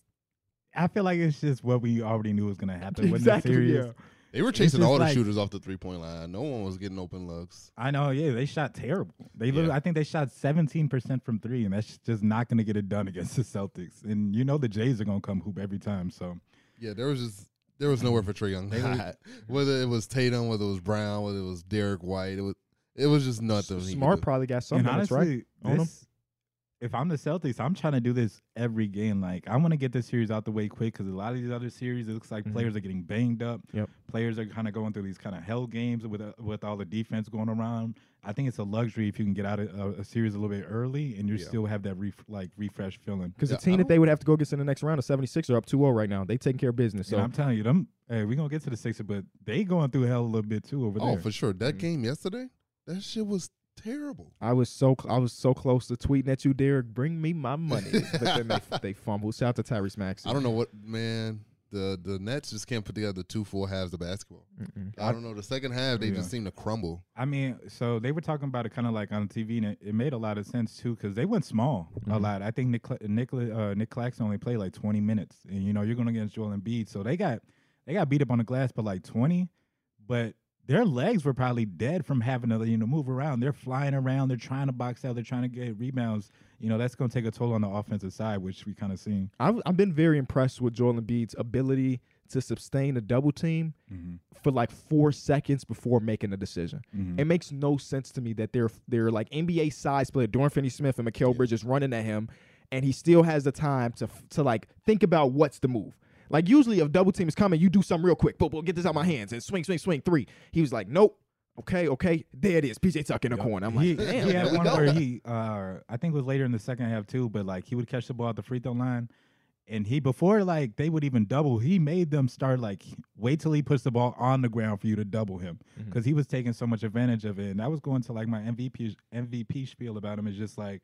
Speaker 3: I feel like it's just what we already knew was gonna happen. with the
Speaker 1: Exactly,
Speaker 3: series.
Speaker 1: yeah.
Speaker 2: [LAUGHS] they were chasing
Speaker 3: just
Speaker 2: all the
Speaker 3: like-
Speaker 2: shooters off the three point line. No one was getting open looks.
Speaker 3: I know. Yeah, they shot terrible. They literally,
Speaker 2: Yeah.
Speaker 3: I think they shot seventeen percent from three, and that's just not gonna get it done against the Celtics. And you know the Jays are gonna come hoop every time. So
Speaker 2: Yeah, there was just there was nowhere for Trey Young. [LAUGHS]
Speaker 3: They [LAUGHS] were-
Speaker 2: to hide. whether it was Tatum, whether it was Brown, whether it was Derek White, it was it was just nothing. he could
Speaker 1: Smart
Speaker 2: do.
Speaker 1: probably got something,
Speaker 3: and
Speaker 1: that's
Speaker 3: honestly,
Speaker 1: right? Own 'em.
Speaker 3: this- if I'm the Celtics, I'm trying to do this every game. Like I want to get this series out the way quick because a lot of these other series, it looks like
Speaker 1: Mhm.
Speaker 3: players are getting banged up.
Speaker 1: Yep.
Speaker 3: Players are kind of going through these kind of hell games with uh, with all the defense going around. I think it's a luxury if you can get out of uh, a, a series a little bit early and you
Speaker 2: Yeah.
Speaker 3: still have that ref- like refresh feeling.
Speaker 1: Because
Speaker 2: Yeah,
Speaker 1: the
Speaker 2: I
Speaker 1: team that
Speaker 2: don't-
Speaker 1: they would have to go against in the next round, the 76 are up 2-0 right now. They taking care of business.
Speaker 3: So
Speaker 1: So
Speaker 3: I'm telling you, them. Hey, we're gonna get to the Sixers, but they going through hell a little bit too over
Speaker 2: Oh,
Speaker 3: there. Mm-hmm.
Speaker 2: for sure. That
Speaker 1: Mhm.
Speaker 2: game yesterday, that shit was terrible.
Speaker 1: I was so cl- I was so close to tweeting at you, Derek. Bring me my
Speaker 2: [LAUGHS]
Speaker 1: money, but then they, they fumbled. Shout out to Tyrese Maxey.
Speaker 2: I don't know what man. The the Nets just can't put together two full halves of basketball.
Speaker 1: Mm-mm.
Speaker 2: I don't know. The second half, they
Speaker 3: Yeah.
Speaker 2: just seem to crumble.
Speaker 3: I mean, so they were talking about it kind of like on TV, and it, it made a lot of sense too because they went small a
Speaker 1: Mhm.
Speaker 3: lot. I think Nick Cla- Nicola, uh, Nick Claxton only played like 20 minutes, and you know you're going against Joel Embiid, so they got they got beat up on the glass by like 20, but their legs were probably dead from having to you know move around. They're flying around, they're trying to box out, they're trying to get rebounds. You know that's going to take a toll on the offensive side, which we kind of seen.
Speaker 1: I've I've been very impressed with Joel Embiid's ability to sustain a double team for like four seconds before making a decision.
Speaker 3: Mhm.
Speaker 1: It makes no sense to me that they're they're like NBA size player Dorian Finney-Smith and Mikael Bridges running at him, and he still has the time to f- to like think about what's the move. Like usually, if double team is coming, you do something real quick. Boom, boom, get this out of my hands and swing, swing, swing three. He was like, nope. Okay, okay, there it is. PJ Tuck in the corner. I'm like,
Speaker 3: he,
Speaker 1: damn.
Speaker 3: he had
Speaker 1: there we
Speaker 3: one
Speaker 1: go."
Speaker 3: where he, uh, I think it was later in the second half too, but like he would catch the ball at the free throw line, and he before like they would even double, he made them start like wait till he puts the ball on the ground for you to double him
Speaker 1: Mhm.
Speaker 3: because he was taking so much advantage of it, and I was going to like my MVP MVP spiel about him is just like.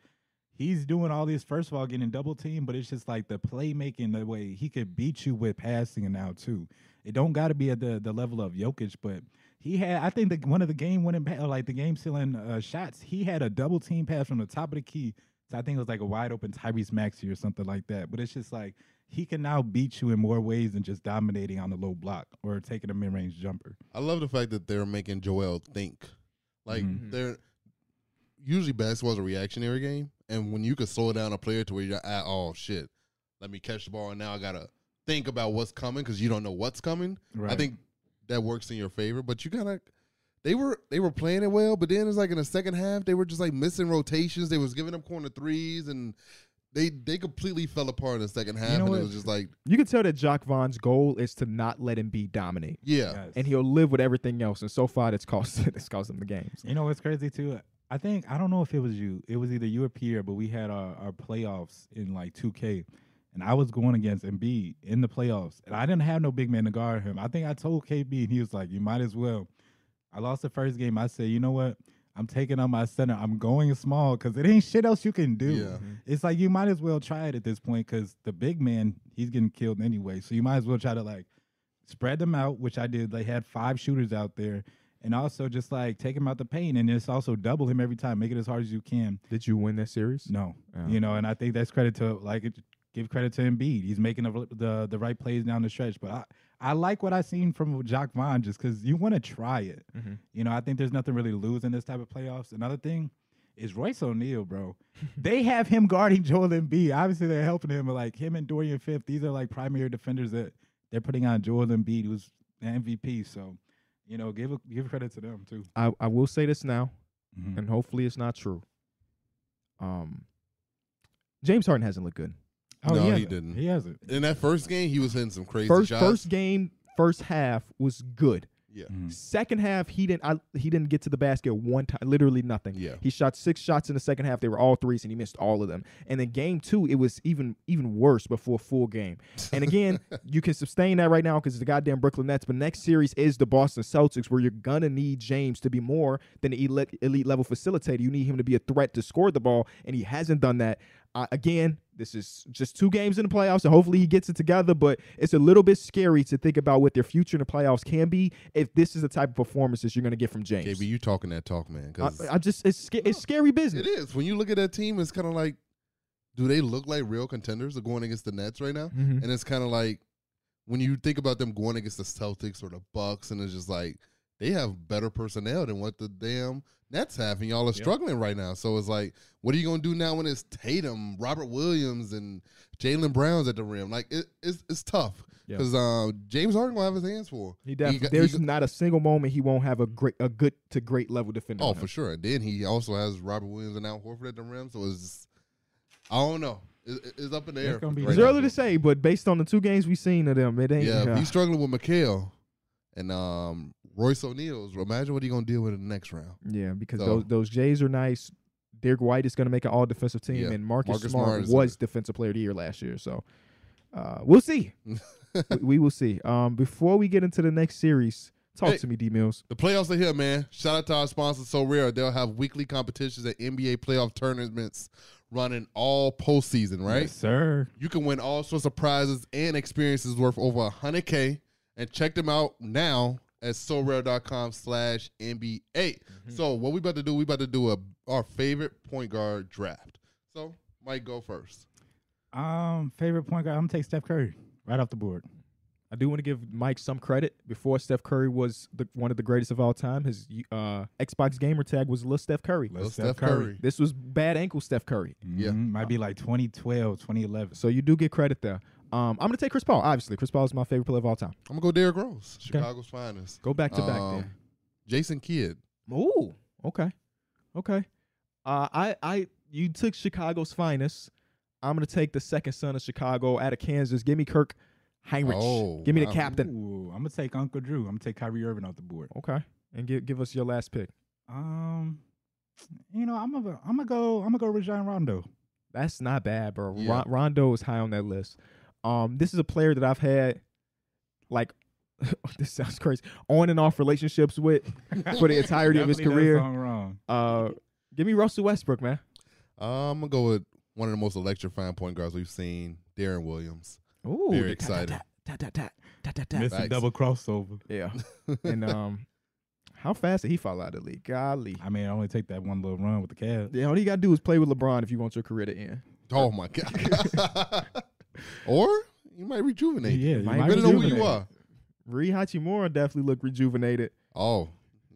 Speaker 3: He's doing all this, first of all, getting double team, but it's just like the playmaking, the way he could beat you with passing now, too. It don't got to be at the, the level of Jokic, but he had, I think, the, one of the game winning, pa- like the game sealing uh, shots, he had a double team pass from the top of the key. So I think it was like a wide open Tyrese Maxey or something like that. But it's just like he can now beat you in more ways than just dominating on the low block or taking a mid range jumper.
Speaker 2: I love the fact that they're making Joel think. Like
Speaker 3: Mhm.
Speaker 2: they're usually basketball's a reactionary game, and when you can slow down a player to where you're at, oh shit, let me catch the ball, and now I gotta think about what's coming because you don't know what's coming.
Speaker 3: Right.
Speaker 2: I think that works in your favor. But you gotta they were they were playing it well, but then it's like in the second half they were just like missing rotations. They was giving up corner threes and they they completely fell apart in the second half.
Speaker 3: know
Speaker 2: and
Speaker 3: what?
Speaker 2: it was just like
Speaker 1: You can tell that Jock Vaughn's goal is to not let him be dominate,
Speaker 2: yeah.
Speaker 3: Yes.
Speaker 1: and he'll live with everything else. And so far, that's cost [LAUGHS] it's cost him the games.
Speaker 3: You know what's crazy too? I think I don't know if it was you. It was either you or Pierre, but we had our, our playoffs in like 2K, and I was going against Embiid in the playoffs, and I didn't have no big man to guard him. I think I told KB, and he was like, "You might as well." I lost the first game. I said, "You know what? I'm taking on my center. I'm going small because it ain't shit else you can do."
Speaker 2: Yeah.
Speaker 3: It's like you might as well try it at this point because the big man he's getting killed anyway. So you might as well try to like spread them out, which I did. They had five shooters out there, and also just like take him out the paint and just also double him every time, make it as hard as you can.
Speaker 1: Did you win that series?
Speaker 3: No,
Speaker 1: Oh.
Speaker 3: you know, and I think that's credit to like it- give credit to Embiid. He's making the the, the right plays down the stretch, but I. I like what I seen from Jock Vaughn just because you want to try it.
Speaker 1: Mhm.
Speaker 3: You know, I think there's nothing really to lose in this type of playoffs. Another thing is Royce O'Neal, bro. they have him guarding Joel Embiid. Obviously, they're helping him, but like him and Dorian Fifth, these are like primary defenders that they're putting on Joel Embiid, who's the MVP. So, you know, give give credit to them too.
Speaker 1: I, I will say this now, and hopefully it's not true. Um, James Harden hasn't looked good.
Speaker 2: No,
Speaker 3: has
Speaker 2: he
Speaker 3: it.
Speaker 2: didn't.
Speaker 3: Oh, He has it.
Speaker 2: In that first game, he was hitting some crazy
Speaker 1: First
Speaker 2: shots.
Speaker 1: first game, first half was good.
Speaker 2: yeah,
Speaker 3: Hmm.
Speaker 1: Mm. Second half, he didn't. I, he didn't get to the basket one time. Literally nothing.
Speaker 2: Yeah.
Speaker 1: He shot six shots in the second half. They were all threes, and he missed all of them. And then game two, it was even even worse before a full game. And again, you can sustain that right now because it's the goddamn Brooklyn Nets. But next series is the Boston Celtics, where you're gonna need James to be more than an elite, elite level facilitator. You need him to be a threat to score the ball, and he hasn't done that. Uh, again, this is just two games in the playoffs, and hopefully he gets it together. But it's a little bit scary to think about what their future in the playoffs can be if this is the type of performances you're going to get from James.
Speaker 2: KB, you talking that talk, man?
Speaker 1: I,
Speaker 2: Because
Speaker 1: I just it's sca- it's scary business.
Speaker 2: it is. When you look at that team, it's kind of like, do they look like real contenders? They're going against the Nets right now,
Speaker 3: Mm-hmm.
Speaker 1: Mhm.
Speaker 2: and it's kind of like when you think about them going against the Celtics or the Bucks, and it's just like they have better personnel than what the damn Nets have, and y'all are struggling right now. So it's like, what are you gonna do now when it's Tatum, Robert Williams, and Jalen Brown's at the rim? Like it, it's it's tough
Speaker 1: Yeah.
Speaker 2: because James Harden gonna have his hands full.
Speaker 1: He definitely,
Speaker 2: got- he
Speaker 1: there's
Speaker 2: got-
Speaker 1: not a single moment he won't have a great a good to great level defender.
Speaker 2: Oh,
Speaker 1: on him.
Speaker 2: for sure. And then he also has Robert Williams and Al Horford at the rim, so it's just, I don't know. It- it- it's up in the
Speaker 3: It's
Speaker 2: air.
Speaker 3: gonna be-
Speaker 1: It's
Speaker 3: Right
Speaker 1: early to say, but based on the two games we've seen of them, it ain't.
Speaker 2: Yeah, if
Speaker 1: uh,
Speaker 2: he's struggling with Mikhail and um, Royce O'Neal's. Imagine what he's gonna deal with in the next round.
Speaker 1: yeah, because
Speaker 2: So-
Speaker 1: those those Jays are nice. Derek White is going to make an All Defensive Team,
Speaker 2: Yeah.
Speaker 1: and Marcus,
Speaker 2: Marcus
Speaker 1: Smart,
Speaker 2: Smart is-
Speaker 1: was Defensive Player of the Year last year. So uh, we'll
Speaker 2: [LAUGHS]
Speaker 1: see. we, we will see. Um, before we get into the next series, talk
Speaker 2: Hey.
Speaker 1: to me, D Mills.
Speaker 2: The playoffs are here, man. Shout out to our sponsor, So Rare. They'll have weekly competitions at NBA playoff tournaments running all postseason, right?
Speaker 3: Yes, sir.
Speaker 2: You can win all sorts of prizes and experiences worth over 100K. And check them out now at sorare.com slash NBA. So what we about to do, we about to do a our favorite point guard draft. So Mike, go first.
Speaker 3: Um, favorite point guard. I'm gonna take Steph Curry right off the board.
Speaker 1: I do want to give Mike some credit. Before Steph Curry was the, one of the greatest of all time, his uh, Xbox gamer tag was Lil Steph Curry.
Speaker 3: Lil'
Speaker 2: Steph Curry.
Speaker 1: This was bad ankle Steph Curry.
Speaker 2: Yeah.
Speaker 3: Mhm. might be like 2012, 2011.
Speaker 1: So you do get credit there. Um, I'm gonna take Chris Paul. Obviously, Chris Paul is my favorite player of all time.
Speaker 2: I'm gonna go Derrick Rose, Chicago's finest.
Speaker 1: Go back to back
Speaker 2: Um,
Speaker 1: there.
Speaker 2: Jason Kidd.
Speaker 1: Ooh, okay, okay. Uh, I, I, you took Chicago's finest. I'm gonna take the second son of Chicago out of Kansas. Give me Kirk Heinrich.
Speaker 2: Oh,
Speaker 1: give me the
Speaker 2: wow.
Speaker 1: captain.
Speaker 3: Ooh, I'm gonna take Uncle Drew. I'm gonna take Kyrie Irving off the board.
Speaker 1: Okay, and give give us your last pick.
Speaker 3: Um, you know, I'm gonna I'm gonna go I'm gonna go Rajon Rondo.
Speaker 1: That's not bad, bro.
Speaker 2: Yeah.
Speaker 1: Ron- Rondo is high on that list. Um, this is a player that I've had, like, [LAUGHS] this sounds crazy, on and off relationships with [LAUGHS] for the entirety of his
Speaker 3: Definitely done
Speaker 1: career.
Speaker 3: something wrong.
Speaker 1: Uh, give me Russell Westbrook, man.
Speaker 2: Uh, I'm gonna go with one of the most electrifying point guards we've seen, Darren Williams.
Speaker 1: Ooh,
Speaker 2: Very excited.
Speaker 3: Missed a
Speaker 2: Facts.
Speaker 3: double crossover.
Speaker 2: [LAUGHS]
Speaker 1: Yeah. and um, how fast did he fall out of the league? Golly.
Speaker 3: I mean, I only take that one little run with the Cavs.
Speaker 1: Yeah, all you gotta do is play with LeBron if you want your career to end.
Speaker 2: Oh
Speaker 1: [LAUGHS]
Speaker 2: my god. or you might rejuvenate.
Speaker 3: Yeah, you
Speaker 1: might
Speaker 3: might
Speaker 1: be
Speaker 2: Better know who
Speaker 1: rejuvenate.
Speaker 2: you are.
Speaker 1: Rui Hachimura definitely looked rejuvenated.
Speaker 2: Oh,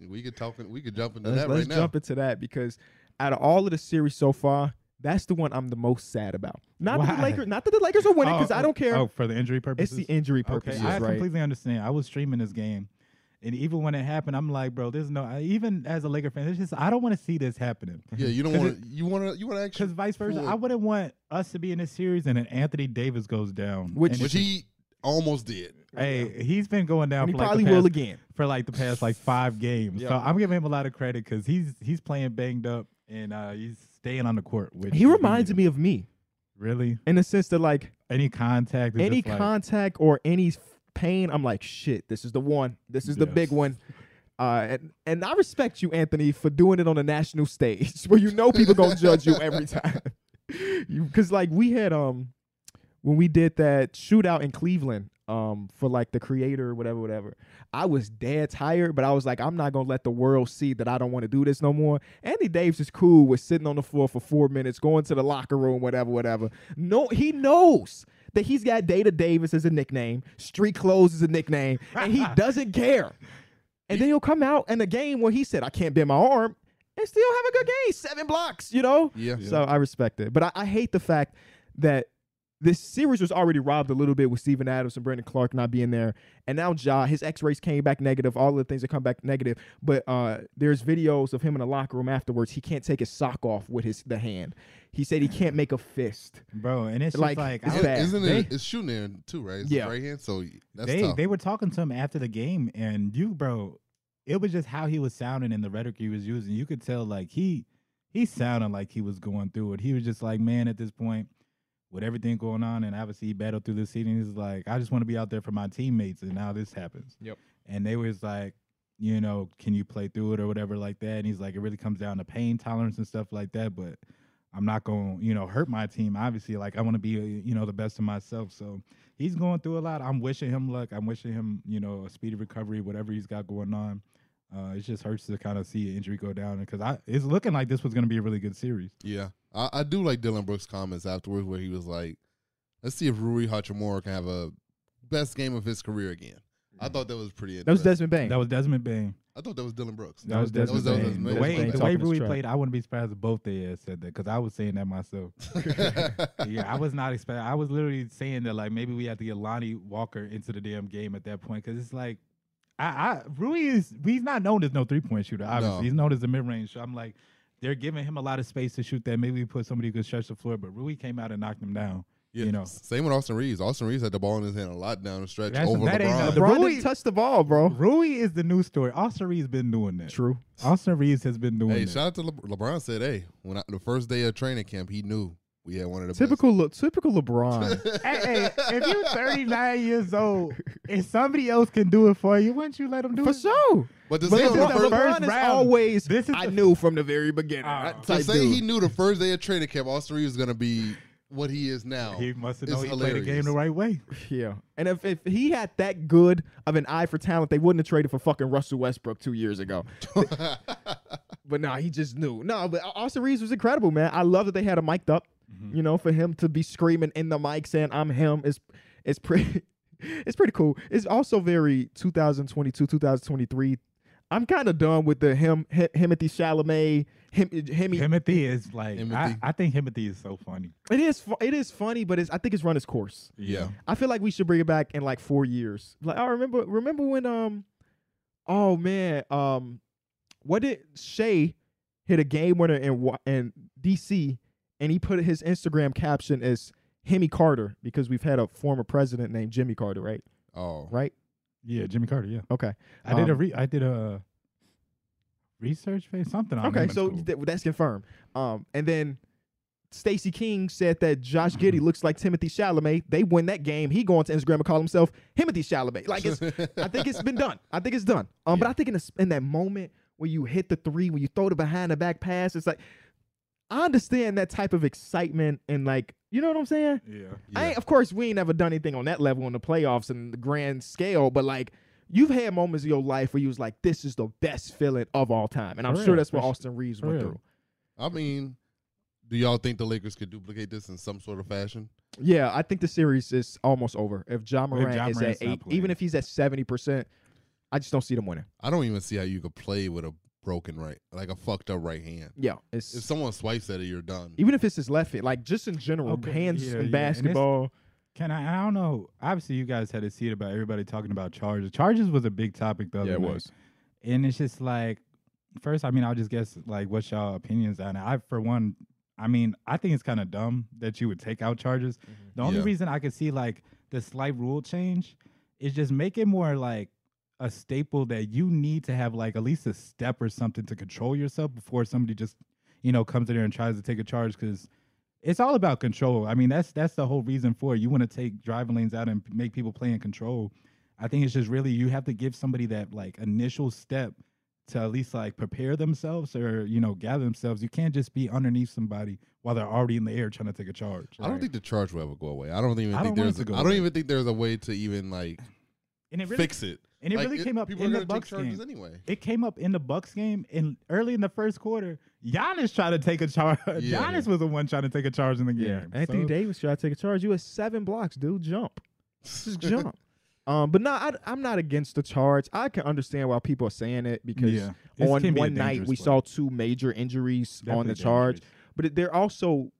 Speaker 2: we could talk. We could jump into
Speaker 1: Let's,
Speaker 2: that
Speaker 1: let's
Speaker 2: right now.
Speaker 1: jump into that because out of all of the series so far, that's the one I'm the most sad about. Not that the
Speaker 3: Why?
Speaker 1: Lakers, not that the Lakers are winning,
Speaker 3: Oh,
Speaker 1: because I don't care.
Speaker 3: Oh, for the injury
Speaker 1: it's
Speaker 3: purposes.
Speaker 1: the injury
Speaker 3: okay,
Speaker 1: purposes,
Speaker 3: I
Speaker 1: right?
Speaker 3: completely understand. I was streaming this game, and even when it happened, I'm like, bro, there's no. I, even as a Laker fan, it's just I don't want to see this happening.
Speaker 2: Yeah, you don't
Speaker 3: 'Cause
Speaker 2: want to. You want to. You want to actually.
Speaker 3: Because vice versa,
Speaker 2: Full-
Speaker 3: I wouldn't want us to be in this series and then Anthony Davis goes down.
Speaker 1: Which-
Speaker 3: And
Speaker 2: Which he almost did.
Speaker 3: hey, he's been going down
Speaker 1: and he
Speaker 3: for like,
Speaker 1: probably
Speaker 3: the past,
Speaker 1: will again.
Speaker 3: for like the past like five games. So
Speaker 1: Yeah.
Speaker 3: I'm giving him a lot of credit because he's he's playing banged up and uh, he's staying on the court. Which
Speaker 1: He reminds me of me.
Speaker 3: Really?
Speaker 1: in the sense that like
Speaker 3: Any contact? Is
Speaker 1: any
Speaker 3: just like,
Speaker 1: contact or any f- pain, I'm like, shit, this is the one. This is the big
Speaker 3: Yes.
Speaker 1: one. Uh, and, and I respect you, Anthony, for doing it on a national stage [LAUGHS] where you know people gonna judge you every time. [LAUGHS] you because like we had um when we did that shootout in Cleveland um for like the creator or whatever whatever I was dead tired but I was like I'm not gonna let the world see that I don't want to do this no more Andy Davis is cool with sitting on the floor for four minutes going to the locker room whatever whatever no he knows that he's got Data Davis as a nickname street clothes as a nickname and he doesn't care and then he'll come out in a game where he said I can't bend my arm and still have a good game seven blocks you know
Speaker 2: Yeah.
Speaker 3: Yeah.
Speaker 1: so I respect it. But I, I hate the fact that this series was already robbed a little bit with Steven Adams and Brandon Clark not being there. And now Ja, his x rays came back negative, all of the things that come back negative. But uh, there's videos of him in the locker room afterwards. He can't take his sock off with his the hand. He said he can't make a fist.
Speaker 3: bro, and it's
Speaker 1: Like,
Speaker 3: just like
Speaker 1: it's
Speaker 3: I-
Speaker 1: How bad?
Speaker 2: Isn't it?
Speaker 1: They-
Speaker 2: it's shooting there too, right? It's
Speaker 1: Yeah.
Speaker 2: Right hand. So that's
Speaker 3: they
Speaker 2: tough.
Speaker 3: they were talking to him after the game, and you, bro, it was just how he was sounding and the rhetoric he was using. You could tell like he he sounded like he was going through it. He was just like, man, at this point, with everything going on, and obviously he battled through this season. He's like, I just want to be out there for my teammates, and now this happens.
Speaker 1: Yep.
Speaker 3: And they was like, you know, can you play through it or whatever like that? And he's like, it really comes down to pain tolerance and stuff like that, but. I'm not going, to you know, hurt my team. Obviously, like I want to be, you know, the best of myself. So, he's going through a lot. I'm wishing him luck. I'm wishing him, you know, a speedy recovery, whatever he's got going on. Uh, it just hurts to kind of see an injury go down because I it's looking like this was going to be a really good series.
Speaker 2: yeah. I, I do like Dylan Brooks' comments afterwards where he was like, let's see if Rui Hachimura can have a best game of his career again. I thought that was pretty
Speaker 1: Mm. That was
Speaker 2: interesting.
Speaker 1: Desmond Bain.
Speaker 3: That was Desmond Bain.
Speaker 2: I thought that was Dylan Brooks. [LAUGHS]
Speaker 1: [LAUGHS]
Speaker 3: That was Desmond
Speaker 2: that was
Speaker 3: Bain.
Speaker 2: Desmond
Speaker 3: The
Speaker 2: Bain.
Speaker 3: way
Speaker 2: Desmond
Speaker 3: the
Speaker 2: Bain
Speaker 3: way
Speaker 1: talking his
Speaker 3: Rui
Speaker 1: trash.
Speaker 3: played, I wouldn't be surprised if both they had said that because I was saying that myself. yeah, I was not expecting. I was literally saying that like maybe we have to get Lonnie Walker into the damn game at that point because it's like, I, I Rui is he's not known as no three point shooter. Obviously,
Speaker 2: No.
Speaker 3: he's known as a mid range. So I'm like, they're giving him a lot of space to shoot that. Maybe we put somebody who could stretch the floor, but Rui came out and knocked him down.
Speaker 2: Yeah,
Speaker 3: you know.
Speaker 2: Same with Austin Reeves. Austin Reeves had the ball in his hand a lot down the stretch
Speaker 3: That's-
Speaker 2: over
Speaker 3: that ain't
Speaker 2: LeBron.
Speaker 3: the
Speaker 1: LeBron
Speaker 3: Rui-
Speaker 1: didn't touch the ball, bro.
Speaker 3: Rui is the new story. Austin Reeves been doing that.
Speaker 1: True.
Speaker 3: Austin Reeves has been doing
Speaker 2: hey,
Speaker 3: that.
Speaker 2: shout out to Le- LeBron. Said, "Hey, when I, the first day of training camp, he knew we had one of the
Speaker 1: Typical, Le- typical
Speaker 3: [LAUGHS]
Speaker 1: LeBron.
Speaker 2: Best.
Speaker 3: Hey, hey, if you're 39 years old and somebody else can do it for you, wouldn't you let them do
Speaker 1: For
Speaker 3: it?
Speaker 1: sure.
Speaker 2: but to
Speaker 1: But
Speaker 2: say,
Speaker 3: this
Speaker 2: on the
Speaker 3: is the
Speaker 1: LeBron,
Speaker 2: first,
Speaker 1: LeBron
Speaker 3: first
Speaker 1: is
Speaker 3: round.
Speaker 1: always,
Speaker 3: This is
Speaker 1: I
Speaker 3: the-
Speaker 1: knew from the very beginning.
Speaker 3: Ah.
Speaker 1: type
Speaker 2: to say
Speaker 1: dude.
Speaker 2: he knew the first day of training camp, Austin Reeves was gonna be what he is now.
Speaker 3: He must have
Speaker 2: It's
Speaker 3: known he played the
Speaker 2: hilarious.
Speaker 3: game the right way.
Speaker 1: Yeah. And if, if he had that good of an eye for talent, they wouldn't have traded for fucking Russell Westbrook two years ago. but nah, he just knew. No, but Austin Reeves was incredible, man. I love that they had him mic'd up. You know, for him to be screaming in the mic saying "I'm him" is is pretty. [LAUGHS] It's pretty cool. It's also very 2022, 2023. I'm kind of done with the him, him, Himothy Chalamet, him, him,
Speaker 3: Timothy is like, I,
Speaker 2: Timothy.
Speaker 3: I think Timothy is so funny.
Speaker 1: It is, fu- it is funny, but it's, I think it's run its course.
Speaker 2: yeah,
Speaker 1: I feel like we should bring it back in like four years. Like I remember, remember when um, oh man, um, what did Shay hit a game winner in Wa- in DC, and he put his Instagram caption as Hemi Carter because we've had a former president named Jimmy Carter, right?
Speaker 2: oh,
Speaker 1: Right?
Speaker 3: Yeah, Jimmy Carter. Yeah,
Speaker 1: Okay.
Speaker 3: I did a
Speaker 1: Um,
Speaker 3: re- I did a research phase something. On him
Speaker 1: Okay,
Speaker 3: in
Speaker 1: so
Speaker 3: school.
Speaker 1: th- that's confirmed. Um, and then Stacey King said that Josh Giddy looks like Timothy Chalamet. They win that game. He go on to Instagram and call himself Timothy Chalamet. Like it's, I think
Speaker 2: [LAUGHS]
Speaker 1: it's been done. I think it's done. Um, but I think in the, in that moment when you hit the three, when you throw the behind the back pass, it's like I understand that type of excitement and like you know what I'm saying.
Speaker 3: yeah,
Speaker 1: I ain't, of course, we ain't never done anything on that level in the playoffs and the grand scale, but like you've had moments in your life where you was like, "This is the best feeling of all time," and I'm
Speaker 3: For
Speaker 1: sure
Speaker 3: real,
Speaker 1: that's what
Speaker 3: for su-
Speaker 1: Austin Reeves
Speaker 3: for
Speaker 1: went
Speaker 3: real.
Speaker 1: through.
Speaker 2: I mean, do y'all think the Lakers could duplicate this in some sort of fashion?
Speaker 1: Yeah, I think the series is almost over. If John
Speaker 3: If Ja
Speaker 1: Morant is at
Speaker 3: Morant's not
Speaker 1: eight,
Speaker 3: playing.
Speaker 1: even if he's at seventy percent, I just don't see them winning.
Speaker 2: I don't even see how you could play with a broken right, like a fucked up right hand.
Speaker 1: Yeah, it's,
Speaker 2: If someone swipes at it, you're done.
Speaker 1: even if it's his left foot, like just in general,
Speaker 3: Okay,
Speaker 1: hands
Speaker 3: yeah, yeah,
Speaker 1: in
Speaker 3: and it's-
Speaker 1: basketball.
Speaker 3: can I? I don't know. Obviously, you guys had a seat about everybody talking about charges. Charges was a big topic the other night. and it's just like first i mean i'll just guess like what's y'all opinions on it i for one i mean i think it's kind of dumb that you would take out charges the only
Speaker 2: Yeah.
Speaker 3: reason i could see like the slight rule change is just make it more like a staple that you need to have like at least a step or something to control yourself before somebody just you know comes in there and tries to take a charge because it's all about control. I mean, that's that's the whole reason for it. You want to take driving lanes out and make people play in control. I think it's just really you have to give somebody that like initial step to at least like prepare themselves or you know gather themselves. You can't just be underneath somebody while they're already in the air trying to take a charge.
Speaker 2: I don't
Speaker 3: right?
Speaker 2: think the charge will ever go away. I don't even
Speaker 3: I
Speaker 2: think
Speaker 3: don't want
Speaker 2: there's.
Speaker 3: it to go
Speaker 2: I don't
Speaker 3: away.
Speaker 2: even think there's a way to even like
Speaker 3: and it really
Speaker 2: fix it.
Speaker 3: and it
Speaker 2: Like,
Speaker 3: really came up
Speaker 2: people
Speaker 3: in
Speaker 2: are
Speaker 3: the
Speaker 2: gonna take
Speaker 3: Bucks
Speaker 2: charges
Speaker 3: game.
Speaker 2: anyway.
Speaker 3: it came up in the Bucks game and early in the first quarter, Giannis tried to take a charge.
Speaker 2: Yeah.
Speaker 3: Giannis was the one trying to take a charge in the game.
Speaker 1: Anthony
Speaker 3: So-
Speaker 1: Davis tried to take a charge. You had seven blocks, dude. Jump. [LAUGHS] Just jump. Um, but no, I, I'm not against the charge. I can understand why people are saying it because
Speaker 3: Yeah. This
Speaker 1: on
Speaker 3: can be a
Speaker 1: one night we
Speaker 3: dangerous play.
Speaker 1: saw two major injuries on the
Speaker 3: Definitely
Speaker 1: charge,
Speaker 3: dangerous.
Speaker 1: but they're also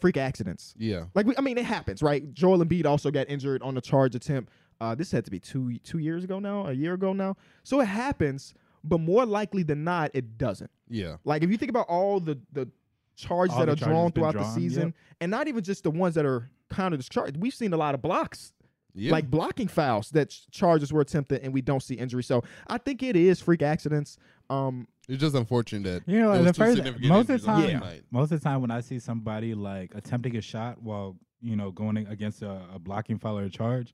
Speaker 1: freak accidents.
Speaker 2: Yeah,
Speaker 1: Like we, I mean, it happens, right? Joel Embiid also got injured on the charge attempt. Uh, this had to be two two years ago now, a year ago now. So it happens, but more likely than not, it doesn't.
Speaker 2: yeah.
Speaker 1: Like if you think about all the the charges
Speaker 3: All
Speaker 1: that
Speaker 3: the
Speaker 1: are
Speaker 3: charges
Speaker 1: drawn
Speaker 3: been
Speaker 1: throughout the
Speaker 3: drawn,
Speaker 1: season,
Speaker 3: yep.
Speaker 1: and not even just the ones that are counted as charged. We've seen a lot of blocks,
Speaker 2: Yeah.
Speaker 1: like blocking fouls that ch- charges were attempted, and we don't see injury. So I think it is freak accidents. Um,
Speaker 2: it's just unfortunate that
Speaker 3: You know,
Speaker 2: there
Speaker 3: the
Speaker 2: was two
Speaker 3: first-
Speaker 2: significant
Speaker 3: most of the
Speaker 2: injuries on
Speaker 3: time-
Speaker 2: night.
Speaker 3: Most of the time when I see somebody like attempting a shot while, you know, going a- against a, a blocking foul or a charge,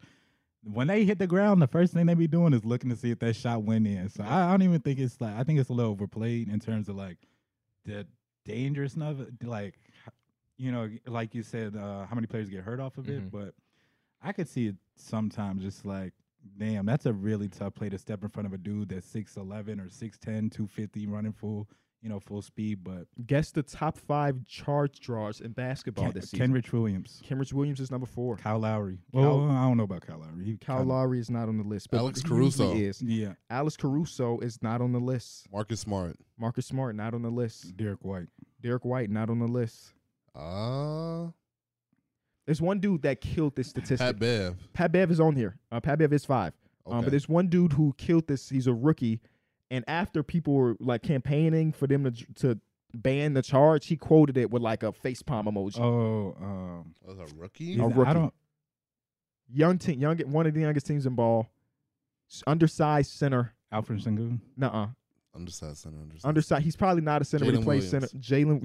Speaker 3: when they hit the ground, the first thing they be doing is looking to see if that shot went in. So I, I don't even think it's like I think it's a little overplayed in terms of like the dangerousness of it. Like you know, like you said, uh, how many players get hurt off of it,
Speaker 1: Mhm.
Speaker 3: but I could see it sometimes just like, damn, that's a really tough play to step in front of a dude that's 6'11 or 6'10, 250 running full, you know, full speed. But
Speaker 1: guess the top five charge draws in basketball
Speaker 3: Ken-
Speaker 1: this season.
Speaker 3: Kenrich Williams,
Speaker 1: Kenrich Williams is number four.
Speaker 3: Kyle Lowry.
Speaker 1: Kyle-
Speaker 3: Well, I don't know about Kyle Lowry. He
Speaker 1: Kyle
Speaker 3: kinda-
Speaker 1: Lowry is not on the list. But
Speaker 2: Alex
Speaker 1: he usually
Speaker 2: Caruso.
Speaker 1: is.
Speaker 3: Yeah,
Speaker 1: Alex Caruso is not on the list.
Speaker 2: Marcus Smart.
Speaker 1: Marcus Smart not on the list.
Speaker 3: Derek White.
Speaker 1: Derek White not on the list.
Speaker 2: Ah,
Speaker 1: There's one dude that killed this statistic.
Speaker 2: Pat
Speaker 3: Um,
Speaker 2: Bev.
Speaker 1: Pat Bev is on here. Uh, Pat Bev is five. Um,
Speaker 2: Okay.
Speaker 1: but there's one dude who killed this. He's a rookie, and after people were like campaigning for them to to ban the charge, he quoted it with like a face palm emoji.
Speaker 3: Oh, um,
Speaker 2: was a rookie.
Speaker 3: he's-
Speaker 1: rookie.
Speaker 3: I don't.
Speaker 1: Young team, young one of the youngest teams in ball, S- undersized center.
Speaker 3: Alfred Sengun.
Speaker 1: Nuh-uh.
Speaker 2: Undersized center. Undersized.
Speaker 1: undersized. He's probably not a center, but he
Speaker 2: Jalen
Speaker 1: plays center.
Speaker 2: Williams.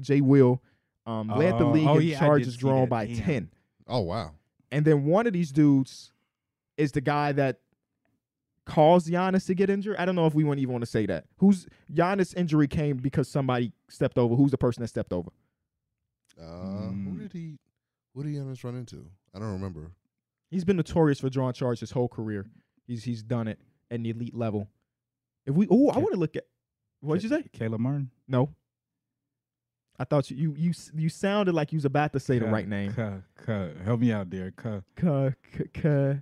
Speaker 1: Jalen Jay Will um, led the
Speaker 3: Oh,
Speaker 1: league
Speaker 3: oh,
Speaker 1: in
Speaker 3: yeah, I did
Speaker 1: charges
Speaker 3: see
Speaker 1: drawn
Speaker 3: that.
Speaker 1: by
Speaker 3: Damn.
Speaker 1: ten.
Speaker 2: oh wow.
Speaker 1: And then one of these dudes is the guy that caused Giannis to get injured. I don't know if we want even want to say that. Who's Giannis injury came because somebody stepped over. Who's the person that stepped over?
Speaker 2: Uh,
Speaker 3: Mm.
Speaker 2: Who did he? Who did Giannis run into? I don't remember.
Speaker 1: He's been notorious for drawing charges his whole career. He's he's done it at an elite level. If we oh, I
Speaker 3: Ca-
Speaker 1: want to look at what'd you say?
Speaker 3: Caleb Martin.
Speaker 1: No. I thought you you you, s- you sounded like you was about to say the
Speaker 3: Ka-
Speaker 1: right name.
Speaker 3: Ka- Ka- Help me out, Derek. Ka-
Speaker 1: Ka- ka- ka-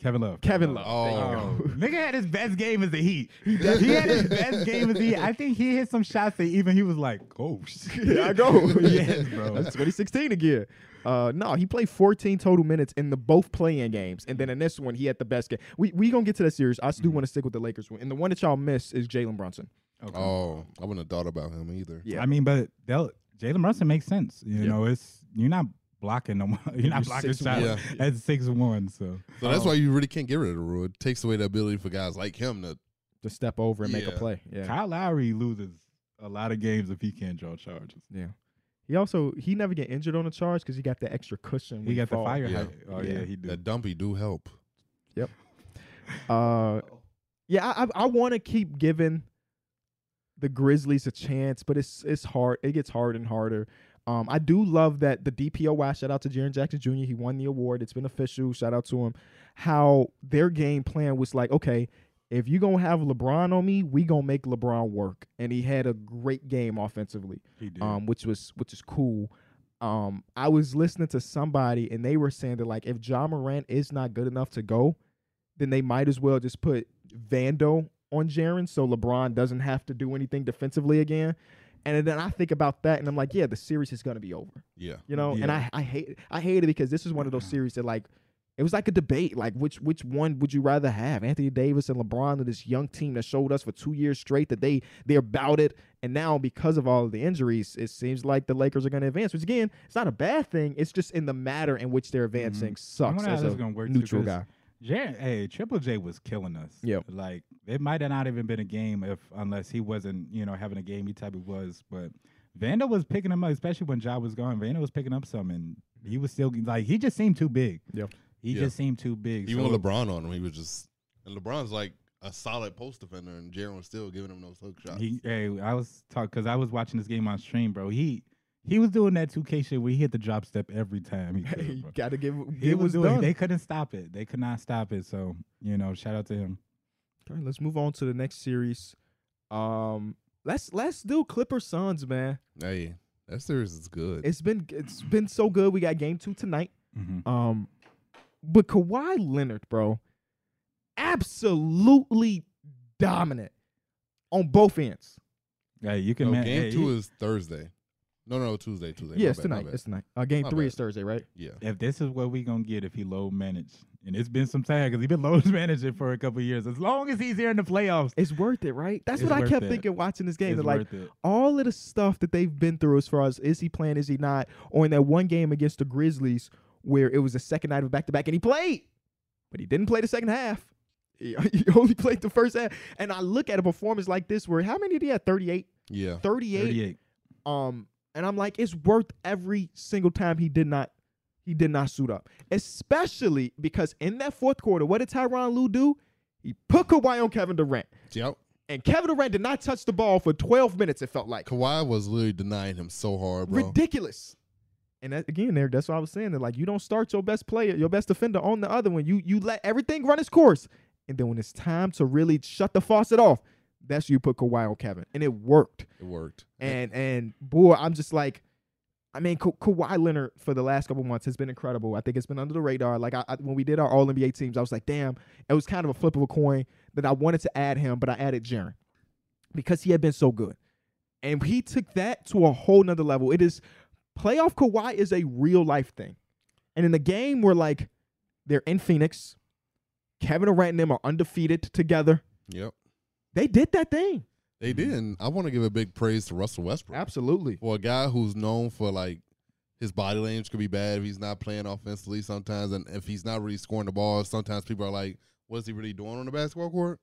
Speaker 3: Kevin Love.
Speaker 1: Kevin Love.
Speaker 2: Love.
Speaker 1: There you
Speaker 2: Oh.
Speaker 1: go.
Speaker 3: [LAUGHS] Nigga had his best game as the Heat. He
Speaker 2: definitely-
Speaker 3: had his best game as the Heat. I think he hit some shots that even he was like, oh,
Speaker 1: [LAUGHS]
Speaker 3: shit.
Speaker 1: There I go.
Speaker 3: [LAUGHS] Yes,
Speaker 1: [LAUGHS]
Speaker 3: bro.
Speaker 1: That's 2016 again. Uh, no, he played 14 total minutes in the both playing games, and then in this one he had the best game. We we gonna get to that series. I
Speaker 3: Mm-hmm.
Speaker 1: still want to stick with the Lakers one, and the one that y'all missed is Jalen Brunson.
Speaker 3: Okay.
Speaker 2: Oh, I wouldn't have thought about him either.
Speaker 1: Yeah.
Speaker 3: I mean, but they'll, Jalen Brunson makes sense. You
Speaker 1: Yeah.
Speaker 3: know, it's you're not blocking no more. [LAUGHS] You're not
Speaker 1: You're
Speaker 3: blocking
Speaker 1: 6'1".
Speaker 3: shots
Speaker 2: Yeah.
Speaker 3: at six one. So
Speaker 2: So that's why you really can't get rid of the rule. It takes away the ability for guys like him to.
Speaker 1: To step over and make a
Speaker 2: Yeah.
Speaker 1: play. Yeah,
Speaker 3: Kyle Lowry loses a lot of games if he can't draw charges.
Speaker 1: yeah. He also he never get injured on the charge because he got the extra cushion.
Speaker 3: He
Speaker 1: when
Speaker 3: got the
Speaker 1: fall.
Speaker 3: fire
Speaker 2: Yeah.
Speaker 3: hype. Oh yeah,
Speaker 1: Yeah.
Speaker 3: he
Speaker 2: That
Speaker 3: did.
Speaker 2: dumpy do help.
Speaker 1: [LAUGHS] Uh, yeah, I I, I want to keep giving the Grizzlies a chance, but it's it's hard. It gets harder and harder. Um, I do love that the DPOY. Shout out to Jaron Jackson Jr. He won the award. It's been official. Shout out to him. How their game plan was like, okay, if you gonna have LeBron on me, we gonna make LeBron work. And he had a great game offensively
Speaker 3: He did.
Speaker 1: um, which was which is cool. Um, I was listening to somebody and they were saying that like if John Morant is not good enough to go, then they might as well just put Vando on Jaron so LeBron doesn't have to do anything defensively again. And then I think about that and I'm like, yeah, the series is gonna be over.
Speaker 2: Yeah.
Speaker 1: You know? And I,
Speaker 3: Yeah.
Speaker 1: I hate I hate it because this is one of
Speaker 3: [CLEARS THROAT]
Speaker 1: those series that like it was like a debate, like which which one would you rather have, Anthony Davis and LeBron, or this young team that showed us for two years straight that they they're about it, and now because of all of the injuries, it seems like the Lakers are going to advance. Which again, it's not a bad thing. It's just in the matter in which they're advancing sucks
Speaker 3: Mm-hmm. wonder how
Speaker 1: as
Speaker 3: this
Speaker 1: a
Speaker 3: gonna work too,
Speaker 1: uh, neutral
Speaker 3: 'cause
Speaker 1: guy. [LAUGHS]
Speaker 3: Jan- hey, Triple J was killing us.
Speaker 1: Yep.
Speaker 3: Like it might have not even been a game if unless he wasn't, you know, having a game he type of was. But Vanda was picking him up, especially when Ja was gone. Vanda was picking up some, and he was still like he just seemed too big.
Speaker 1: Mm-hmm. Yep.
Speaker 3: He
Speaker 2: Yeah.
Speaker 3: just seemed too big.
Speaker 2: Even
Speaker 3: so-
Speaker 2: with LeBron on him, he was just and LeBron's like a solid post defender, and Jaron was still giving him those hook shots.
Speaker 3: He, hey, I was talking because I was watching this game on stream, bro. He he was doing that 2K shit where he hit the drop step every time. He, could, [LAUGHS]
Speaker 1: you
Speaker 2: [LAUGHS]
Speaker 3: bro.
Speaker 1: gotta give.
Speaker 3: he
Speaker 1: it
Speaker 3: was
Speaker 1: was
Speaker 3: doing.
Speaker 1: done.
Speaker 3: They couldn't stop it. They could not stop it. So you know, shout out to him.
Speaker 1: All right, let's move on to the next series. Um, let's let's do Clipper Suns, man.
Speaker 2: hey, that series is good.
Speaker 1: It's been it's been so good. We got game two tonight.
Speaker 3: Mhm.
Speaker 1: Um, but Kawhi Leonard, bro, absolutely dominant on both ends.
Speaker 3: Hey, you can
Speaker 2: no,
Speaker 3: man-
Speaker 2: game
Speaker 3: hey,
Speaker 2: two
Speaker 3: you-
Speaker 2: is Thursday. No, no, Tuesday, Tuesday.
Speaker 1: Yeah,
Speaker 2: My
Speaker 1: it's
Speaker 2: bad, my
Speaker 1: tonight.
Speaker 2: bad.
Speaker 1: It's tonight. Uh, game
Speaker 2: My
Speaker 1: three
Speaker 2: bad.
Speaker 1: is Thursday, right?
Speaker 2: yeah.
Speaker 3: if this is what we gonna get if he low managed, and it's been some time because he been [LAUGHS] low managing for a couple years. As long as he's here in the playoffs,
Speaker 1: It's worth it, right? That's
Speaker 3: It's
Speaker 1: what I
Speaker 3: worth
Speaker 1: kept
Speaker 3: it.
Speaker 1: thinking watching this game.
Speaker 3: it's
Speaker 1: That like
Speaker 3: worth it.
Speaker 1: all of the stuff that they've been through as far as is he playing, is he not, or in that one game against the Grizzlies where it was the second night of back to back and he played, but he didn't play the second half. [LAUGHS] He, he only played the first half. And I look at a performance like this where how many did he have? 38?
Speaker 2: Yeah.
Speaker 1: 38.
Speaker 3: 38.
Speaker 1: Um, and I'm like, it's worth every single time he did not he did not suit up. Especially because in that fourth quarter, what did Tyronn Lue do? He put Kawhi on Kevin Durant.
Speaker 2: Yep.
Speaker 1: And Kevin Durant did not touch the ball for 12 minutes, it felt like.
Speaker 2: Kawhi was literally denying him so hard, bro.
Speaker 1: ridiculous. And that, again, there, that's what I was saying. That like you don't start your best player, your best defender on the other one. You you let everything run its course, and then when it's time to really shut the faucet off, that's when you put Kawhi on Kevin, and it worked.
Speaker 2: it worked.
Speaker 1: And and boy, I'm just like, I mean, Ka- Kawhi Leonard for the last couple months has been incredible. I think it's been under the radar. Like I, I, when we did our All NBA teams, I was like, damn, it was kind of a flip of a coin that I wanted to add him, but I added Jaren because he had been so good, and he took that to a whole nother level. It is playoff Kawhi is a real life thing, and in the game we're like, they're in Phoenix, Kevin Durant and them are undefeated together.
Speaker 2: Yep.
Speaker 1: They did that thing.
Speaker 2: They did. And I want to give a big praise to Russell
Speaker 1: [LAUGHS]
Speaker 2: Westbrook.
Speaker 1: Absolutely.
Speaker 2: For a guy who's known for like his body language could be bad if he's not playing offensively sometimes, and if he's not really scoring the ball, sometimes people are like, "What is he really doing on the basketball court?"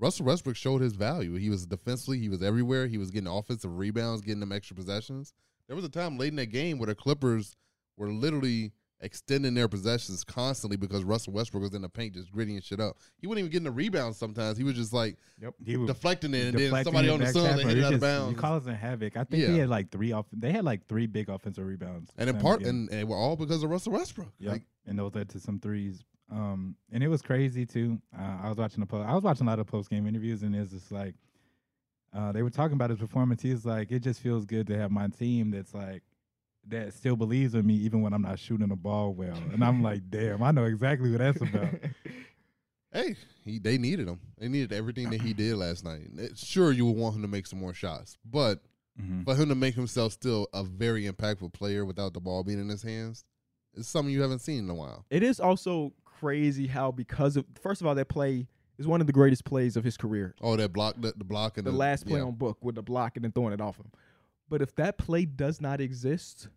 Speaker 2: Russell Westbrook showed his value. He was defensively, he was everywhere. He was getting offensive rebounds, getting them extra possessions. There was a time late in that game where the Clippers were literally extending their possessions constantly because Russell Westbrook was in the paint just gritting shit up. He wasn't even getting the rebounds sometimes. He was just like
Speaker 3: He was
Speaker 2: deflecting it, and then
Speaker 3: deflecting
Speaker 2: somebody
Speaker 3: it
Speaker 2: on the
Speaker 3: back
Speaker 2: Suns
Speaker 3: tap,
Speaker 2: they
Speaker 3: or
Speaker 2: hit it
Speaker 3: he
Speaker 2: out of
Speaker 3: just- He
Speaker 2: bounds.
Speaker 3: causing havoc. I think
Speaker 2: Yeah.
Speaker 3: he had like three off. They had like three big offensive rebounds,
Speaker 2: And in
Speaker 3: that
Speaker 2: part,
Speaker 3: game.
Speaker 2: and, and we're all because of Russell Westbrook.
Speaker 3: Yep.
Speaker 2: Like,
Speaker 3: and those led to some threes. Um, and it was crazy too. Uh, I was watching the post. I was watching a lot of post game interviews, and it's just like uh, they were talking about his performance. He's like, it just feels good to have my team that's like that still believes in me even when I'm not shooting the ball well. And
Speaker 1: [LAUGHS]
Speaker 3: I'm like, damn, I know exactly what that's about.
Speaker 2: hey, he, they needed him. They needed everything
Speaker 3: [CLEARS THROAT]
Speaker 2: that he did last night. And it- Sure, you would want him to make some more shots, but
Speaker 3: Mhm.
Speaker 2: for him to make himself still a very impactful player without the ball being in his hands, it's something you haven't seen in a while.
Speaker 1: It is also crazy how because of first of all that play is one of the greatest plays of his career.
Speaker 2: Oh, that block, the, the block, and
Speaker 1: The last play
Speaker 2: yeah.
Speaker 1: on Book with the block and then throwing it off him. But if that play does not exist,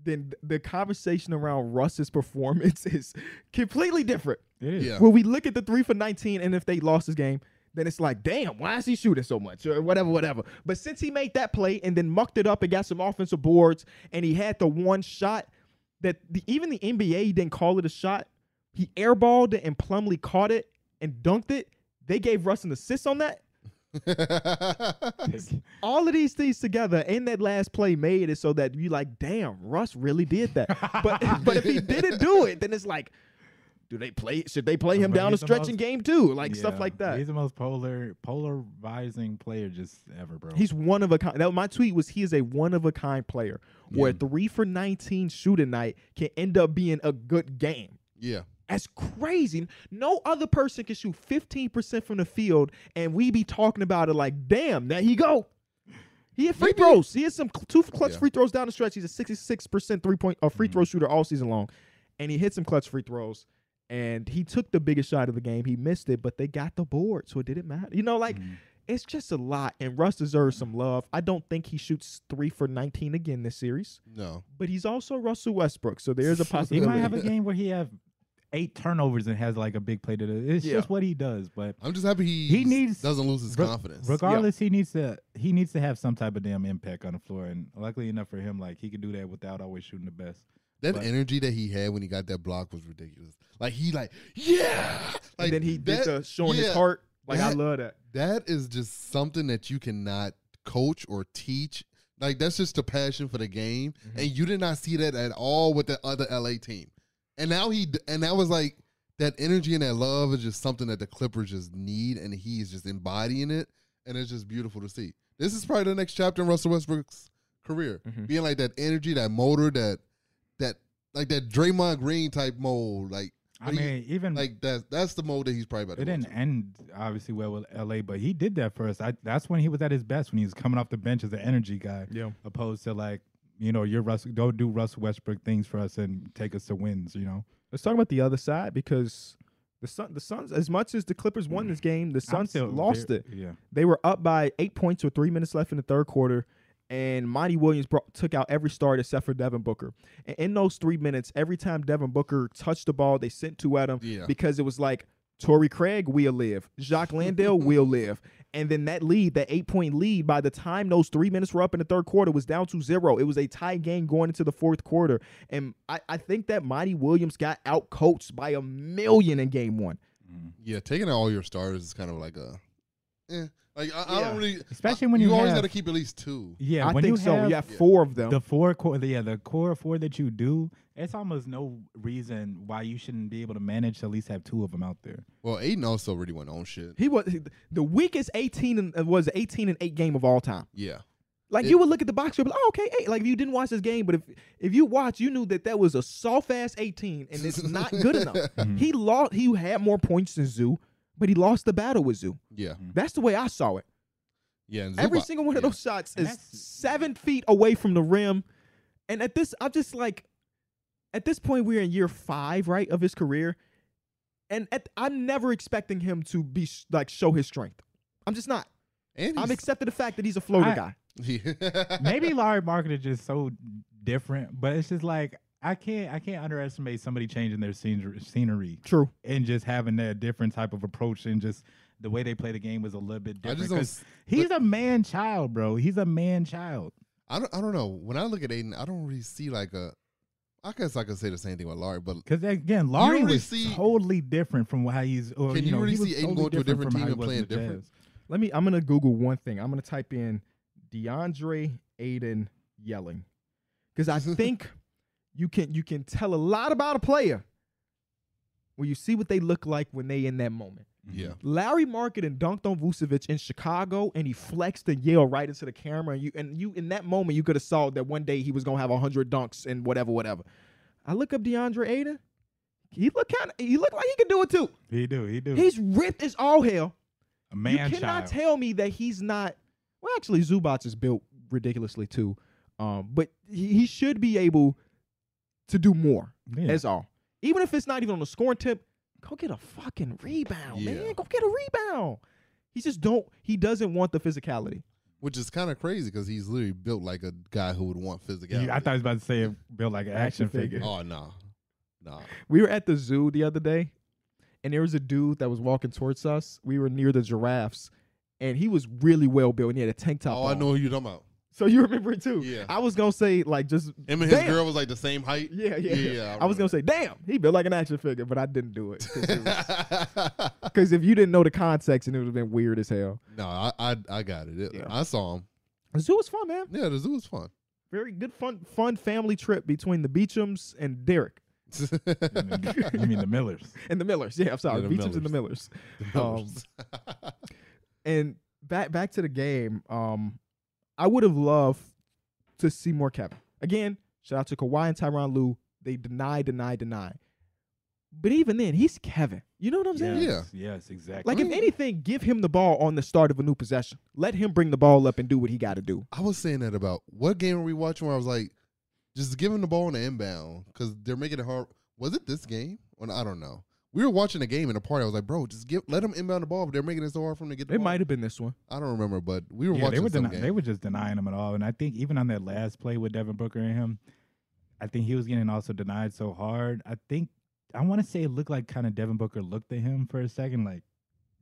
Speaker 1: then th- the conversation around Russ's performance [LAUGHS] is completely different.
Speaker 3: It is.
Speaker 2: Yeah.
Speaker 1: Where we look at the three for 19, and if they lost this game, then it's like, damn, why is he shooting so much? Or whatever, whatever. But since he made that play and then mucked it up and got some offensive boards, and he had the one shot that the, even the NBA didn't call it a shot, he airballed it and Plumlee caught it and dunked it. They gave Russ an assist on that. All of these things together in that last play made it so that you like, damn, Russ really did that. [LAUGHS] But but if he didn't do it, then it's like, do they play? Should they play him
Speaker 3: But
Speaker 1: down the
Speaker 3: he's the
Speaker 1: stretch in
Speaker 3: most-
Speaker 1: game two? Like stuff
Speaker 3: Yeah.
Speaker 1: like that.
Speaker 3: He's the most polar polarizing player just ever, bro.
Speaker 1: He's one of a kind. That, my tweet was he is a one of a kind player where three for 19 shooting night can end up being a good game.
Speaker 2: [LAUGHS] yeah,
Speaker 1: That's crazy. No other person can shoot 15% from the field, and we be talking about it like, damn, there he go. He had free
Speaker 2: Maybe-
Speaker 1: throws. He had some cl- two clutch
Speaker 2: Yeah.
Speaker 1: free throws down the stretch. He's a 66% three point or free throw shooter all season long, and he hit some clutch free throws. And he took the biggest shot of the game. He missed it, but they got the board, so it didn't matter. You know, like
Speaker 3: Mhm.
Speaker 1: it's just a lot. And Russ deserves some love. I don't think he shoots three for 19 again this series,
Speaker 2: no,
Speaker 1: but he's also Russell Westbrook, so there's a
Speaker 2: He
Speaker 3: He
Speaker 1: possibility.
Speaker 3: might have a game where he have eight turnovers and has like a big play to the. It's
Speaker 1: Yeah.
Speaker 3: just what he does. But
Speaker 2: I'm just happy he
Speaker 3: He needs-
Speaker 2: doesn't lose his
Speaker 3: Re-
Speaker 2: confidence.
Speaker 3: regardless, he needs to he needs to have some type of damn impact on the floor. And luckily enough for him, like he can do that without always shooting the best.
Speaker 2: that
Speaker 3: but-
Speaker 2: energy that he had when he got that block was ridiculous. Like he like yeah, like
Speaker 1: and then he
Speaker 2: that,
Speaker 1: did the showing
Speaker 2: yeah,
Speaker 1: his heart. Like I
Speaker 2: that-
Speaker 1: love that.
Speaker 2: that is just something that you cannot coach or teach. Like that's just a passion for the game,
Speaker 3: Mm-hmm.
Speaker 2: and you did not see that at all with the other LA team. And now he d- and that was like that energy and that love is just something that the Clippers just need, and he is just embodying it, and it's just beautiful to see. This is probably the next chapter in Russell Westbrook's career,
Speaker 3: Mm-hmm.
Speaker 1: Mhm.
Speaker 2: being like that energy, that motor, that that like that Draymond Green type mold, like
Speaker 3: I
Speaker 2: What do you-
Speaker 3: mean, even
Speaker 2: like that's that's the mold that he's probably about.
Speaker 3: Mm. it
Speaker 2: to go
Speaker 3: didn't
Speaker 2: to.
Speaker 3: end obviously well with LA, but he did that first. I, that's when he was at his best when he was coming off the bench as an energy guy,
Speaker 1: Yeah.
Speaker 3: opposed to like you know you're Russell, don't do Russell Westbrook things for us and take us to wins. You know,
Speaker 1: Let's talk about the other side because the Sun, the Suns, as much as the Clippers won this game, the
Speaker 3: I'm
Speaker 1: Suns
Speaker 3: still
Speaker 1: lost
Speaker 3: very-
Speaker 1: it.
Speaker 3: Yeah,
Speaker 1: They were up by eight points with three minutes left in the third quarter, and Monty Williams brought, took out every starter except for Devin Booker. And in those three minutes, every time Devin Booker touched the ball, they sent two at him
Speaker 2: Yeah.
Speaker 1: because it was like Torrey Craig will live,
Speaker 2: [LAUGHS]
Speaker 1: Jacques Landale will live. And then that lead, that eight point lead, by the time those three minutes were up in the third quarter, was down to zero. It was a tie game going into the fourth quarter. And I, I think that Monty Williams got out coached by a million in game one.
Speaker 2: Yeah, taking out all your stars is kind of like a, eh. Like I, I
Speaker 1: Yeah.
Speaker 2: don't really.
Speaker 3: Especially
Speaker 2: I-
Speaker 3: when you
Speaker 2: always
Speaker 3: have-
Speaker 2: got to keep at least two.
Speaker 3: yeah.
Speaker 1: I
Speaker 3: when
Speaker 1: think
Speaker 3: you
Speaker 1: so.
Speaker 3: have
Speaker 1: You have four of them.
Speaker 3: the four core, yeah, the core four that you do, it's almost no reason why you shouldn't be able to manage to at least have two of them out there.
Speaker 2: Well, Aiden also really went on shit.
Speaker 1: He was the weakest eighteen and uh, was eighteen and eight game of all time.
Speaker 2: Yeah,
Speaker 1: Like
Speaker 2: It-
Speaker 1: you would look at the box score, but oh, okay, eight. Like if you didn't watch this game, but if if you watched, you knew that that was a soft ass eighteen, and
Speaker 2: [LAUGHS]
Speaker 1: it's not good enough.
Speaker 3: Mhm.
Speaker 1: He lost. He had more points than Zoo, but he lost the battle with Zoo.
Speaker 2: yeah,
Speaker 1: That's the way I saw it.
Speaker 2: yeah. and
Speaker 1: Every
Speaker 2: Zubac-
Speaker 1: single one of
Speaker 2: yeah.
Speaker 1: those shots
Speaker 3: And
Speaker 1: is
Speaker 3: that's-
Speaker 1: seven feet away from the rim, and at this, I'm just like, at this point, we're in year five, right, of his career, and at, I'm never expecting him to be sh- like show his strength. I'm just not.
Speaker 2: And
Speaker 1: I'm
Speaker 2: he's-
Speaker 1: accepting the fact that he's a floater
Speaker 3: I-
Speaker 1: guy.
Speaker 2: [LAUGHS] Yeah.
Speaker 3: Maybe Larry Market is just so different, but it's just like I can't I can't underestimate somebody changing their scenery, scenery
Speaker 1: True.
Speaker 3: and just having that different type of approach and just the way they play the game was a little bit
Speaker 2: I
Speaker 3: different.
Speaker 2: just don't.
Speaker 3: 'cause
Speaker 2: s-
Speaker 3: he's a man child, bro. He's a man child.
Speaker 2: I don't. I don't know. When I look at Aiden, I don't really see like a. I guess I could say the same thing with Larry, but
Speaker 3: Because again, Larry
Speaker 2: really
Speaker 3: was
Speaker 2: see-
Speaker 3: totally different from how he's. Or,
Speaker 2: Can
Speaker 3: you,
Speaker 2: you
Speaker 3: know,
Speaker 2: really
Speaker 3: he was
Speaker 2: see Aiden
Speaker 3: totally
Speaker 2: going to a different
Speaker 3: from
Speaker 2: team
Speaker 3: how he
Speaker 2: and
Speaker 3: was in
Speaker 2: playing
Speaker 3: the
Speaker 2: different?
Speaker 3: Jazz.
Speaker 1: Let me. I'm gonna Google one thing. I'm gonna type in DeAndre Aiden yelling, because I think you can you can tell a lot about a player when you see what they look like when they in that moment.
Speaker 3: Mm-hmm.
Speaker 2: yeah,
Speaker 1: Larry Marketing dunked on Vucevic in Chicago, and he flexed and yelled right into the camera. And you and you in that moment, you could have saw that one day he was gonna have hundred dunks and whatever, whatever. I look up DeAndre Aiden. He look kind of he looked like he could do it too.
Speaker 3: He do, he do.
Speaker 1: He's ripped as all hell.
Speaker 3: a man
Speaker 1: you cannot
Speaker 3: child.
Speaker 1: tell me that he's not. Well, actually, Zubats is built ridiculously too, um, but he, he should be able to do more.
Speaker 3: Yeah.
Speaker 1: That's all. Even if it's not even on the scoring tip, go get a fucking rebound,
Speaker 2: Yeah.
Speaker 1: man. Go get a rebound. He just don't. He doesn't want the physicality.
Speaker 2: which is kind of crazy because he's literally built like a guy who would want physicality.
Speaker 3: You- I thought he was about to say it built like an
Speaker 1: Action
Speaker 3: action
Speaker 1: figure.
Speaker 3: figure.
Speaker 2: Oh no, no.
Speaker 1: We were at the zoo the other day, and there was a dude that was walking towards us. We were near the giraffes, and he was really well built. And he had a tank top.
Speaker 2: Oh, I
Speaker 1: on.
Speaker 2: know who you're talking about.
Speaker 1: So you remember it too?
Speaker 2: Yeah.
Speaker 1: I was gonna say like just
Speaker 2: Him and his
Speaker 1: Damn.
Speaker 2: girl was like the same
Speaker 3: [LAUGHS]
Speaker 2: height.
Speaker 1: Yeah, yeah.
Speaker 2: Yeah,
Speaker 1: yeah,
Speaker 2: yeah, I
Speaker 1: I was gonna
Speaker 2: remember.
Speaker 1: say, damn, he built like an action figure, but I didn't do it [LAUGHS]
Speaker 2: no,
Speaker 1: because if you didn't know the context, and it would have been weird as hell.
Speaker 2: [LAUGHS] I, I I got it. it
Speaker 1: Yeah.
Speaker 2: I saw him.
Speaker 1: The zoo was fun, man.
Speaker 2: Yeah, the zoo was fun.
Speaker 1: Very good, fun, fun family trip between the Beechams and Derek
Speaker 3: You mean,
Speaker 2: [LAUGHS]
Speaker 3: you mean the Millers?
Speaker 1: and the Millers. Yeah, I'm sorry,
Speaker 2: Yeah, the
Speaker 1: Beechams and the Millers.
Speaker 2: Millers.
Speaker 1: And back back to the game. Um, I would have loved to see more Kevin. Again, shout out to Kawhi and Tyron Lue. They deny, deny, deny. But even then, he's Kevin. You know what I'm saying?
Speaker 2: Yeah.
Speaker 3: Yes, exactly.
Speaker 1: Like, if anything, give him the ball on the start of a new possession. Let him bring the ball up and do what he got to do.
Speaker 2: I was saying that about what game were we watching where I was like, just give him the ball on the inbound because they're making it hard. Was it this game? Or I don't know. We were watching a game in a party. I was like, bro, just give let him inbound the ball, but they're making it so hard for him to get the
Speaker 1: It
Speaker 2: ball.
Speaker 1: might have been this one.
Speaker 2: I don't remember, but we were
Speaker 3: yeah,
Speaker 2: watching
Speaker 3: they were
Speaker 2: some
Speaker 3: deni-
Speaker 2: game.
Speaker 3: they were just denying him at all. And I think even on that last play with Devin Booker and him, I think he was getting also denied so hard. I think I want to say it looked like kind of Devin Booker looked at him for a second, like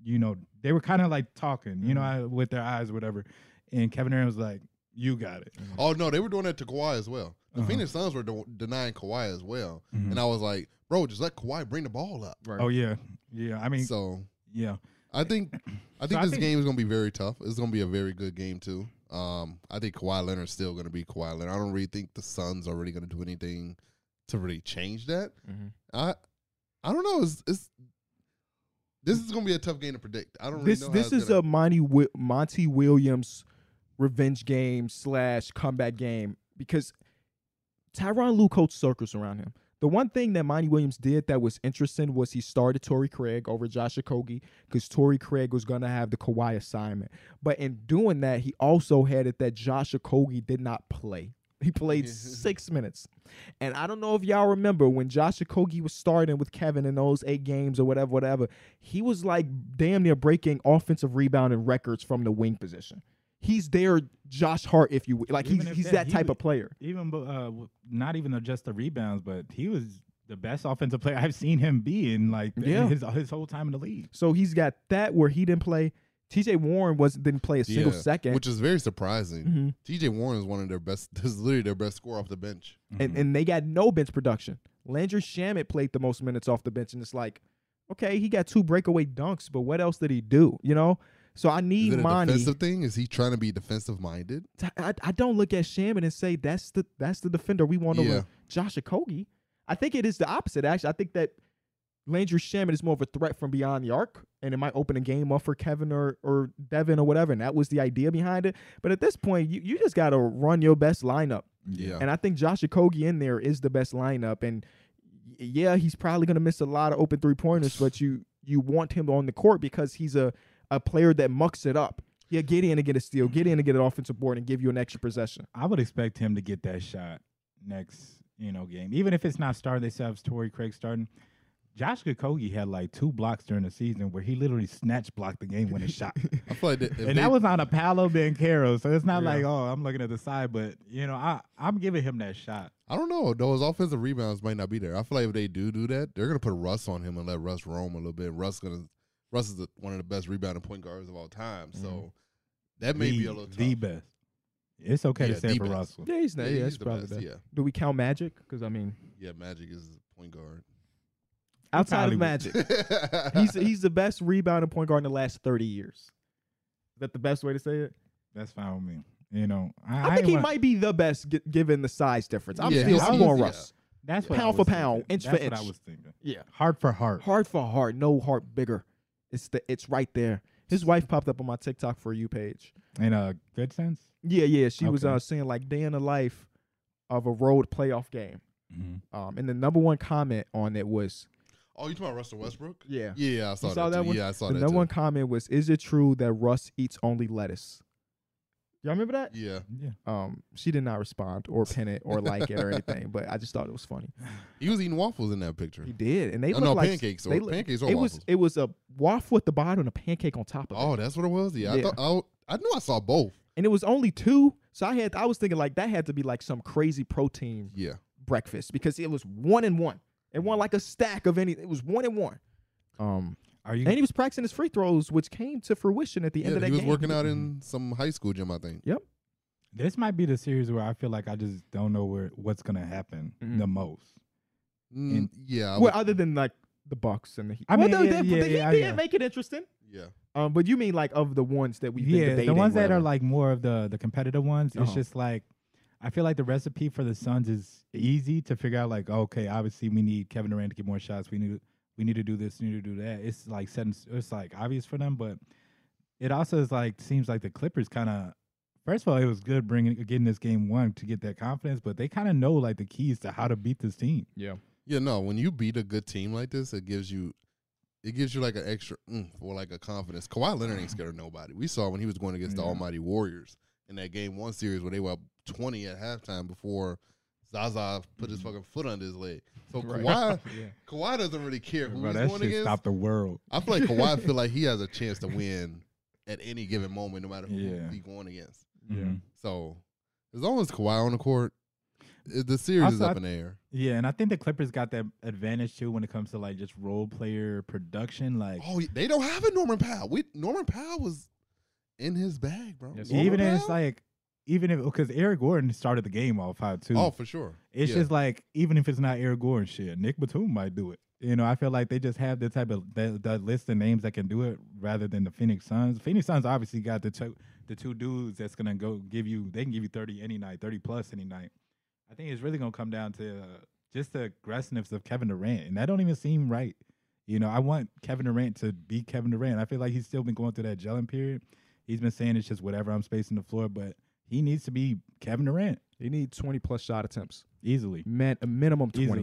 Speaker 3: you know they were kind of like talking, you know, I, with their eyes, or whatever. And Kevin Durant was like, "You got it."
Speaker 2: Oh no, they were doing that to Kawhi as well. The
Speaker 3: Uh-huh.
Speaker 2: Phoenix Suns were de- denying Kawhi as well,
Speaker 3: Mhm.
Speaker 2: and I was like, bro, just let Kawhi bring the ball up.
Speaker 1: Right.
Speaker 3: Oh yeah, yeah. I mean,
Speaker 2: So
Speaker 3: yeah.
Speaker 2: I think I think
Speaker 3: I
Speaker 2: this
Speaker 3: think-
Speaker 2: game is going to be very tough. It's going to be a very good game too. Um, I think Kawhi Leonard's still going to be Kawhi Leonard. I don't really think the Suns are really going to do anything to really change that.
Speaker 3: Mm-hmm.
Speaker 1: Mhm.
Speaker 2: I I don't know. It's, it's this is going to be a tough game to predict. I don't
Speaker 1: This
Speaker 2: really know.
Speaker 1: this is a
Speaker 2: going
Speaker 1: Monty Wi- Monty Williams revenge game slash comeback game because Tyron Lue coached circles around him. The one thing that Monty Williams did that was interesting was he started Torrey Craig over Josh Okogie because Torrey Craig was going to have the Kawhi assignment. But in doing that, he also had it that Josh Okogie did not play. He
Speaker 2: [LAUGHS]
Speaker 1: played
Speaker 2: Yeah.
Speaker 1: six minutes. And I don't know if y'all remember when Josh Okogie was starting with Kevin in those eight games or whatever, whatever, he was like damn near breaking offensive rebounding records from the wing position. He's their Josh Hart, if you will. Like he's,
Speaker 3: Even if
Speaker 1: he's
Speaker 3: that-
Speaker 1: that
Speaker 3: he
Speaker 1: type
Speaker 3: would-
Speaker 1: of player.
Speaker 3: Even bu- uh, w- not even the- just the rebounds, but he was the best offensive player I've seen him be in like th-
Speaker 1: Yeah.
Speaker 3: his his whole time in the league.
Speaker 1: So he's got that where he didn't play. TJ Warren was didn't play a single
Speaker 2: Yeah,
Speaker 1: second.
Speaker 2: which is very surprising.
Speaker 3: Mm.
Speaker 1: Mhm.
Speaker 2: T.J. Warren is one of their best. [LAUGHS] This is literally their best scorer off the bench.
Speaker 1: and, and they got no bench production. Landry Shamit played the most minutes off the bench, and it's like, okay, he got two breakaway dunks, but what else did he do? You know? So I
Speaker 2: Is
Speaker 1: need
Speaker 2: it a
Speaker 1: Monty.
Speaker 2: defensive thing? Is he trying to be defensive minded?
Speaker 1: I I, I don't look at Shamit and say that's the that's the defender we want
Speaker 2: Yeah.
Speaker 1: over Josh Okogie. I think it is the opposite. Actually, I think that Landry Shamit is more of a threat from beyond the arc, and it might open a game up for Kevin or or Devin or whatever. And that was the idea behind it. But at this point, you, you just got to run your best lineup.
Speaker 2: Mm-hmm. Yeah.
Speaker 1: And I think Josh Okogie in there is the best lineup. And y- yeah, he's probably going to miss a lot of open three pointers, but you you want him on the court because he's a a player that mucks it up. Yeah, get in and get a steal, get in and get an offensive board, and give you an extra possession.
Speaker 3: I would expect him to get that shot next, you know, game. Even if it's not starting, they still have Torrey Craig starting. Josh Kogi had like two blocks during the season where he literally snatch blocked the game
Speaker 1: [LAUGHS]
Speaker 3: winning shot.
Speaker 2: I feel like that, if
Speaker 3: and
Speaker 2: they-
Speaker 3: that was on a Palo Bancaro. So it's not
Speaker 1: Yeah.
Speaker 3: like, oh, I'm looking at the side, but you know, I, I'm giving him that shot.
Speaker 2: I don't know. Those offensive rebounds might not be there. I feel like if they do do that, they're gonna put Russ on him and let Russ roam a little bit. Russ gonna Russ is the, one of the best rebounding point guards of all time. So
Speaker 1: Mm-hmm.
Speaker 2: that may
Speaker 3: the,
Speaker 2: be a little tough.
Speaker 3: the best. It's okay
Speaker 2: Yeah,
Speaker 3: to say
Speaker 2: the
Speaker 3: for
Speaker 2: best.
Speaker 3: Russell.
Speaker 1: Yeah, he's not. Yeah,
Speaker 2: he's
Speaker 1: that's
Speaker 2: the
Speaker 1: probably
Speaker 2: best,
Speaker 1: that.
Speaker 2: Yeah,
Speaker 1: Do we count Magic? Because I mean,
Speaker 2: yeah. Magic is a point guard.
Speaker 1: outside
Speaker 3: probably
Speaker 1: of
Speaker 3: would. [LAUGHS]
Speaker 1: Magic, [LAUGHS] he's he's the best rebounding point guard in the last thirty years. Is that the best way to say it?
Speaker 3: That's fine with me. You know, I,
Speaker 1: I,
Speaker 3: I
Speaker 1: think
Speaker 3: ain't
Speaker 1: he
Speaker 3: want-
Speaker 1: might be the best gi- given the size difference. I'm
Speaker 2: Yeah,
Speaker 1: still
Speaker 3: he's-
Speaker 1: I'm going
Speaker 2: yeah.
Speaker 1: Russ.
Speaker 3: That's what I
Speaker 1: pound for
Speaker 3: was
Speaker 1: pound,
Speaker 3: thinking.
Speaker 1: inch for
Speaker 3: That's what I
Speaker 1: inch.
Speaker 3: was thinking.
Speaker 1: Yeah.
Speaker 3: Heart for heart.
Speaker 1: Heart for heart, no heart bigger. It's the it's right there. His wife popped up on my TikTok for you page.
Speaker 3: In a good sense.
Speaker 1: Yeah, yeah. She was
Speaker 3: Okay.
Speaker 1: uh, saying like day in the life of a road playoff game.
Speaker 3: Mm-hmm.
Speaker 1: Um, and the number one comment on it was
Speaker 2: oh, you talking about Russell Westbrook?
Speaker 1: yeah.
Speaker 2: Yeah, I saw,
Speaker 1: saw
Speaker 2: that.
Speaker 1: that
Speaker 2: too.
Speaker 1: one?
Speaker 2: Yeah, I saw
Speaker 1: The
Speaker 2: that.
Speaker 1: number
Speaker 2: Too.
Speaker 1: one comment was, "Is it true that Russ eats only lettuce?" Y'all remember that?
Speaker 2: Yeah,
Speaker 3: Yeah.
Speaker 1: Um, she did not respond or pin it or like it
Speaker 2: [LAUGHS]
Speaker 1: or anything, but I just thought it was funny.
Speaker 2: he was eating waffles in that picture.
Speaker 1: He did, and they
Speaker 2: Oh,
Speaker 1: looked
Speaker 2: no,
Speaker 1: like
Speaker 2: pancakes or
Speaker 1: they look-
Speaker 2: pancakes or
Speaker 1: It
Speaker 2: waffles.
Speaker 1: was it was a waffle at the bottom and a pancake on top of it.
Speaker 2: oh, that's what it was. Yeah,
Speaker 1: Yeah.
Speaker 2: I thought I, I knew I saw both.
Speaker 1: and it was only two. So I had I was thinking like that had to be like some crazy protein
Speaker 2: Yeah,
Speaker 1: breakfast because it was one and one. It won like a stack of any. It was one and one. Um,
Speaker 3: Are you
Speaker 1: and he was practicing his free throws, which came to fruition at the end
Speaker 2: yeah.
Speaker 1: of that
Speaker 2: He was
Speaker 1: game.
Speaker 2: working out in some high school gym, I think.
Speaker 3: This might be the series where I feel like I just don't know where what's gonna happen
Speaker 1: Mhm.
Speaker 3: the most.
Speaker 2: Mm,
Speaker 3: In-
Speaker 2: yeah, I
Speaker 1: well,
Speaker 2: would-
Speaker 1: other than like the Bucks and the Heat.
Speaker 3: I mean,
Speaker 1: well, they-
Speaker 3: yeah,
Speaker 1: they-
Speaker 3: yeah,
Speaker 1: the Heat
Speaker 3: yeah,
Speaker 1: did
Speaker 3: yeah.
Speaker 1: make it interesting.
Speaker 2: yeah.
Speaker 1: Um, but you mean like of the ones that we've been
Speaker 3: yeah,
Speaker 1: debating?
Speaker 3: the ones that are
Speaker 1: whatever.
Speaker 3: like more of the the competitive ones.
Speaker 1: Uh-huh.
Speaker 3: It's just like I feel like the recipe for the Suns is easy to figure out. Like, okay, obviously we need Kevin Durant to get more shots. We need we need to do this. We need to do that. It's like set. in s- It's like obvious for them, but it also is like seems like the Clippers kind of. First of all, it was good bringing getting this game one to get that confidence, but they kind of know like the keys to how to beat this team.
Speaker 2: Yeah, no. When you beat a good team like this, it gives you, it gives you like an extra mm, or like a confidence. Kawhi Leonard
Speaker 3: [SIGHS]
Speaker 2: ain't scared of nobody. We saw when he was going against the
Speaker 3: Yeah.
Speaker 2: Almighty Warriors in that game one series where they were up twenty at halftime before Zaza put
Speaker 3: Mm-hmm.
Speaker 2: his fucking foot under his leg. So
Speaker 1: Right.
Speaker 3: [LAUGHS]
Speaker 2: Kawhi,
Speaker 3: Yeah,
Speaker 2: Kawhi doesn't really care who
Speaker 3: Bro,
Speaker 2: he's
Speaker 3: that
Speaker 2: going
Speaker 3: shit
Speaker 2: against.
Speaker 3: stopped the world.
Speaker 2: I
Speaker 3: [LAUGHS]
Speaker 2: feel like Kawhi feel like he has a chance to win at any given moment, no matter who
Speaker 3: Yeah.
Speaker 2: he's going against.
Speaker 3: Yeah.
Speaker 2: So as long as Kawhi on the court, it- the series is
Speaker 3: Also, I-
Speaker 2: up in the air.
Speaker 3: Yeah, and I think the Clippers got that advantage too when it comes to like just role player production. Like
Speaker 2: Oh, they don't have a Norman Powell. We Norman Powell was in his bag, bro.
Speaker 5: Yes,
Speaker 2: Norman
Speaker 3: even if it's
Speaker 2: Powell?
Speaker 3: like even if because Eric Gordon started the game off high too.
Speaker 2: oh, for sure.
Speaker 3: It's
Speaker 2: Yeah.
Speaker 3: just like even if it's not Eric Gordon, shit, Nick Batum might do it. You know, I feel like they just have the type of the, the list of names that can do it rather than the Phoenix Suns. Phoenix Suns obviously got the two the two dudes that's gonna go give you they can give you thirty any night, thirty plus any night. I think it's really gonna come down to uh, just the aggressiveness of Kevin Durant, and that don't even seem right. You know, I want Kevin Durant to be Kevin Durant. I feel like he's still been going through that gelling period. He's been saying it's just whatever I'm spacing the floor, but he needs to be Kevin Durant
Speaker 1: You need 20 plus shot attempts.
Speaker 3: easily
Speaker 1: Man, a minimum 20.
Speaker 3: easily.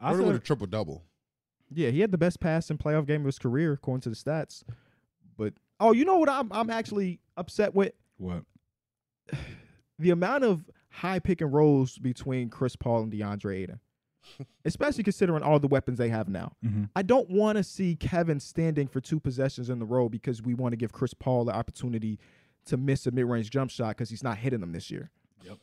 Speaker 2: Jordan with
Speaker 3: Also,
Speaker 2: a triple double.
Speaker 1: Yeah, he had the best pass in playoff game of his career according to the stats. But oh, you know what I'm I'm actually upset with?
Speaker 3: what?
Speaker 1: the amount of high pick and rolls between Chris Paul and DeAndre
Speaker 3: [LAUGHS]
Speaker 1: Ayton, especially considering all the weapons they have now.
Speaker 3: Mhm.
Speaker 1: I don't want to see Kevin standing for two possessions in the row because we want to give Chris Paul the opportunity to miss a mid-range jump shot because he's not hitting them this year.
Speaker 3: Yep.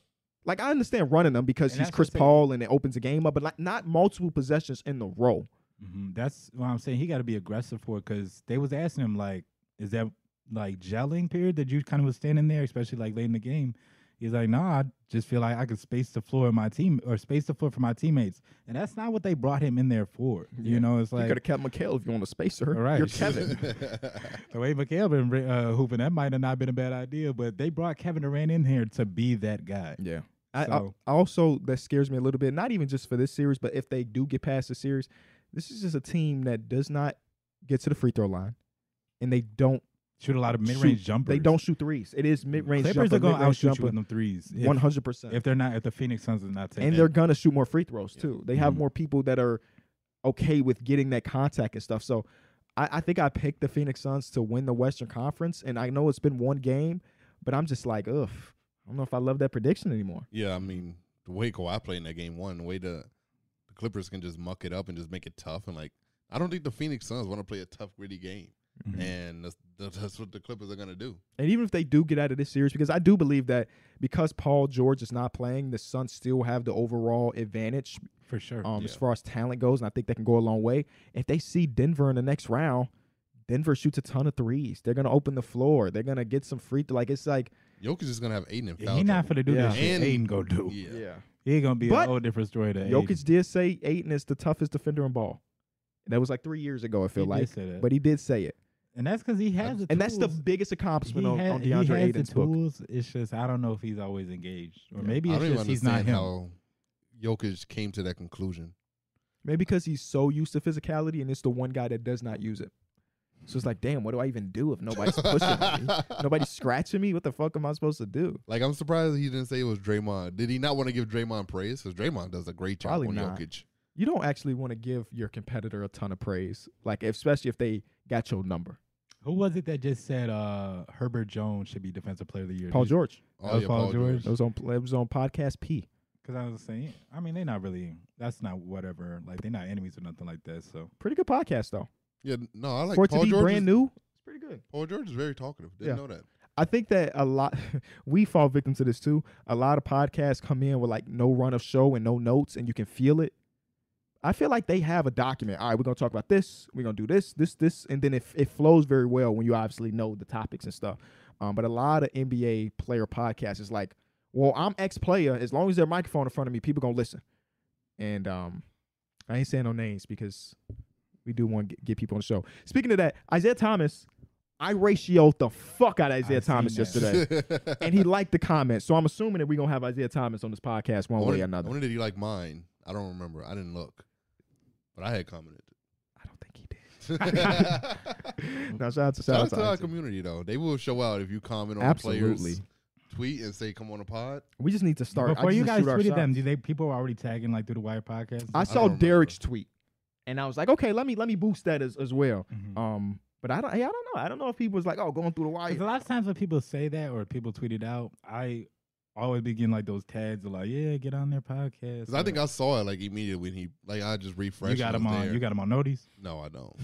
Speaker 1: Like I understand running them because
Speaker 3: And
Speaker 1: he's
Speaker 3: that's
Speaker 1: Chris
Speaker 3: the thing.
Speaker 1: Paul and it opens the game up, but like not multiple possessions in the row.
Speaker 3: Mhm. That's what I'm saying. He got to be aggressive for it because they was asking him like, is that like gelling period that you kind of was standing there, especially like late in the game? He's like, nah, I just feel like I could space the floor of my team or space the floor for my teammates, and that's not what they brought him in there for.
Speaker 1: Yeah.
Speaker 3: You know, it's
Speaker 1: you
Speaker 3: like
Speaker 1: could have kept Mikhail if you want to space her.
Speaker 3: All right.
Speaker 1: You're [LAUGHS] Kevin.
Speaker 3: the way McHale been bring- uh, hooping, that might have not been a bad idea, but they brought Kevin Durant in here to be that guy.
Speaker 1: yeah. I, I-
Speaker 3: so
Speaker 1: I also that scares me a little bit. Not even just for this series, but if they do get past the series, this is just a team that does not get to the free throw line, and they don't
Speaker 3: shoot a lot of
Speaker 1: shoot-
Speaker 3: mid range jumpers.
Speaker 1: They don't shoot threes. It is mid range.
Speaker 3: Clippers are gonna
Speaker 1: going
Speaker 3: outshoot you with them threes. If-
Speaker 1: One hundred percent.
Speaker 3: if they're not if the Phoenix Suns is not taking
Speaker 1: And they're gonna shoot more free throws too.
Speaker 2: Mm-hmm.
Speaker 1: They have
Speaker 3: Mhm.
Speaker 1: more people that are okay with getting that contact and stuff. So I, I think I picked the Phoenix Suns to win the Western Conference, and I know it's been one game, but I'm just like, ugh, I don't know if I love that prediction anymore.
Speaker 2: [LAUGHS] yeah, I mean the way Kawhi played in that game one, the way the, the Clippers can just muck it up and just make it tough and like I don't think the Phoenix Suns want to play a tough, gritty game,
Speaker 1: Mm-hmm.
Speaker 3: Mhm.
Speaker 2: and that's, that's what the Clippers are gonna do.
Speaker 1: And even if they do get out of this series, because I do believe that because Paul George is not playing, the Suns still have the overall advantage
Speaker 3: for sure.
Speaker 1: um,
Speaker 2: Yeah.
Speaker 1: as far as talent goes, and I think that can go a long way. If they see Denver in the next round, Denver shoots a ton of threes. They're gonna open the floor. They're gonna get some free. Like it's like
Speaker 2: Jokic is gonna have Aiden and
Speaker 3: Yeah,
Speaker 2: foul
Speaker 3: he not
Speaker 2: trouble.
Speaker 3: finna do
Speaker 1: Yeah.
Speaker 3: that shit. Aiden go do.
Speaker 2: Yeah.
Speaker 3: He gonna be
Speaker 1: But
Speaker 3: a whole different story to
Speaker 1: Jokic
Speaker 3: Aiden.
Speaker 1: did say Aiton is the toughest defender in ball. That was like three years ago. I feel
Speaker 3: He did
Speaker 1: like,
Speaker 3: say that.
Speaker 1: but he did say it,
Speaker 3: and that's because he has the
Speaker 1: and that's the
Speaker 3: tools.
Speaker 1: biggest accomplishment
Speaker 3: He
Speaker 1: on,
Speaker 3: ha-
Speaker 1: on
Speaker 3: he
Speaker 1: DeAndre
Speaker 3: has
Speaker 1: Aiden's
Speaker 3: the
Speaker 1: book.
Speaker 3: tools. It's just I don't know if he's always engaged, or
Speaker 1: Yeah.
Speaker 3: maybe
Speaker 2: I
Speaker 3: it's
Speaker 2: don't even
Speaker 3: just he's not
Speaker 2: understand
Speaker 3: him.
Speaker 2: how Jokic came to that conclusion.
Speaker 1: Maybe because he's so used to physicality, and it's the one guy that does not use it. So it's like, damn, what do I even do if nobody's pushing
Speaker 3: [LAUGHS]
Speaker 1: on me?
Speaker 2: [LAUGHS]
Speaker 1: Nobody's scratching me. What the fuck am I supposed to do?
Speaker 2: Like I'm surprised he didn't say it was Draymond. Did he not want to give Draymond praise? Because Draymond does a great job
Speaker 1: Probably
Speaker 2: on
Speaker 1: not.
Speaker 2: Jokic.
Speaker 1: you don't actually want to give your competitor a ton of praise, like especially if they got your number.
Speaker 3: Who was it that just said uh, Herbert Jones should be Defensive Player of the Year?
Speaker 1: Paul George,
Speaker 2: Oh,
Speaker 3: was Paul George.
Speaker 1: that was on that was on podcast P.
Speaker 3: Because I was saying, I mean, they're not really. That's not whatever. Like they're not enemies or nothing like that. So
Speaker 1: Pretty good podcast though.
Speaker 2: Yeah, no, I like
Speaker 1: For it to
Speaker 2: Paul
Speaker 1: be
Speaker 2: George.
Speaker 1: brand
Speaker 2: is,
Speaker 1: new, it's pretty good.
Speaker 2: Paul George is very talkative. Didn't
Speaker 1: Yeah.
Speaker 2: know that.
Speaker 1: I think that a lot [LAUGHS] we fall victim to this too. A lot of podcasts come in with like no run of show and no notes, and you can feel it. I feel like they have a document. All right, we're gonna talk about this. We're gonna do this, this, this, and then it it flows very well when you obviously know the topics and stuff. Um, but a lot of NBA player podcasts is like, well, I'm ex player. As long as there's a microphone in front of me, people gonna listen. And um, I ain't saying no names because we do want to get people on the show. Speaking of that, Isaiah Thomas, I ratioed the fuck out of Isaiah
Speaker 3: I seen
Speaker 1: Thomas
Speaker 3: that. [LAUGHS]
Speaker 1: yesterday
Speaker 2: [LAUGHS]
Speaker 1: and he liked the comment. So I'm assuming that we're gonna have Isaiah Thomas on this podcast one way or another.
Speaker 2: When did he like mine? I don't remember. I didn't look, but I
Speaker 1: [LAUGHS]
Speaker 2: had commented.
Speaker 1: I don't think he
Speaker 2: shout
Speaker 1: did. [LAUGHS] now shout out to shout,
Speaker 2: out
Speaker 1: out
Speaker 2: to our
Speaker 1: to Isaiah.
Speaker 2: community though. They will show out if you comment on
Speaker 1: Absolutely.
Speaker 2: players. Tweet and say come on the pod.
Speaker 1: We just need to start. I
Speaker 3: before
Speaker 1: just
Speaker 3: you
Speaker 1: need to
Speaker 3: guys
Speaker 1: shoot our
Speaker 3: tweeted
Speaker 1: shots.
Speaker 3: them, do they people were already tagging like oh. through the wire podcast?
Speaker 1: I saw
Speaker 2: remember.
Speaker 1: Derek's tweet, and I was like, okay, let me let me boost that as, as well.
Speaker 3: Mhm.
Speaker 1: Um, but I don't hey, I don't know. I don't know if he was like, oh, going through the
Speaker 3: Because
Speaker 1: wire.
Speaker 3: a lot of times when people say that or people tweet it out, I always be getting like those tags of like, yeah, get on their podcast.
Speaker 2: 'Cause I think
Speaker 3: or,
Speaker 2: I saw it like immediately when he like I just refreshed.
Speaker 3: you got
Speaker 2: and it
Speaker 3: them
Speaker 2: was
Speaker 3: on.
Speaker 2: there.
Speaker 3: You got them on notice. [LAUGHS]
Speaker 2: no, I don't.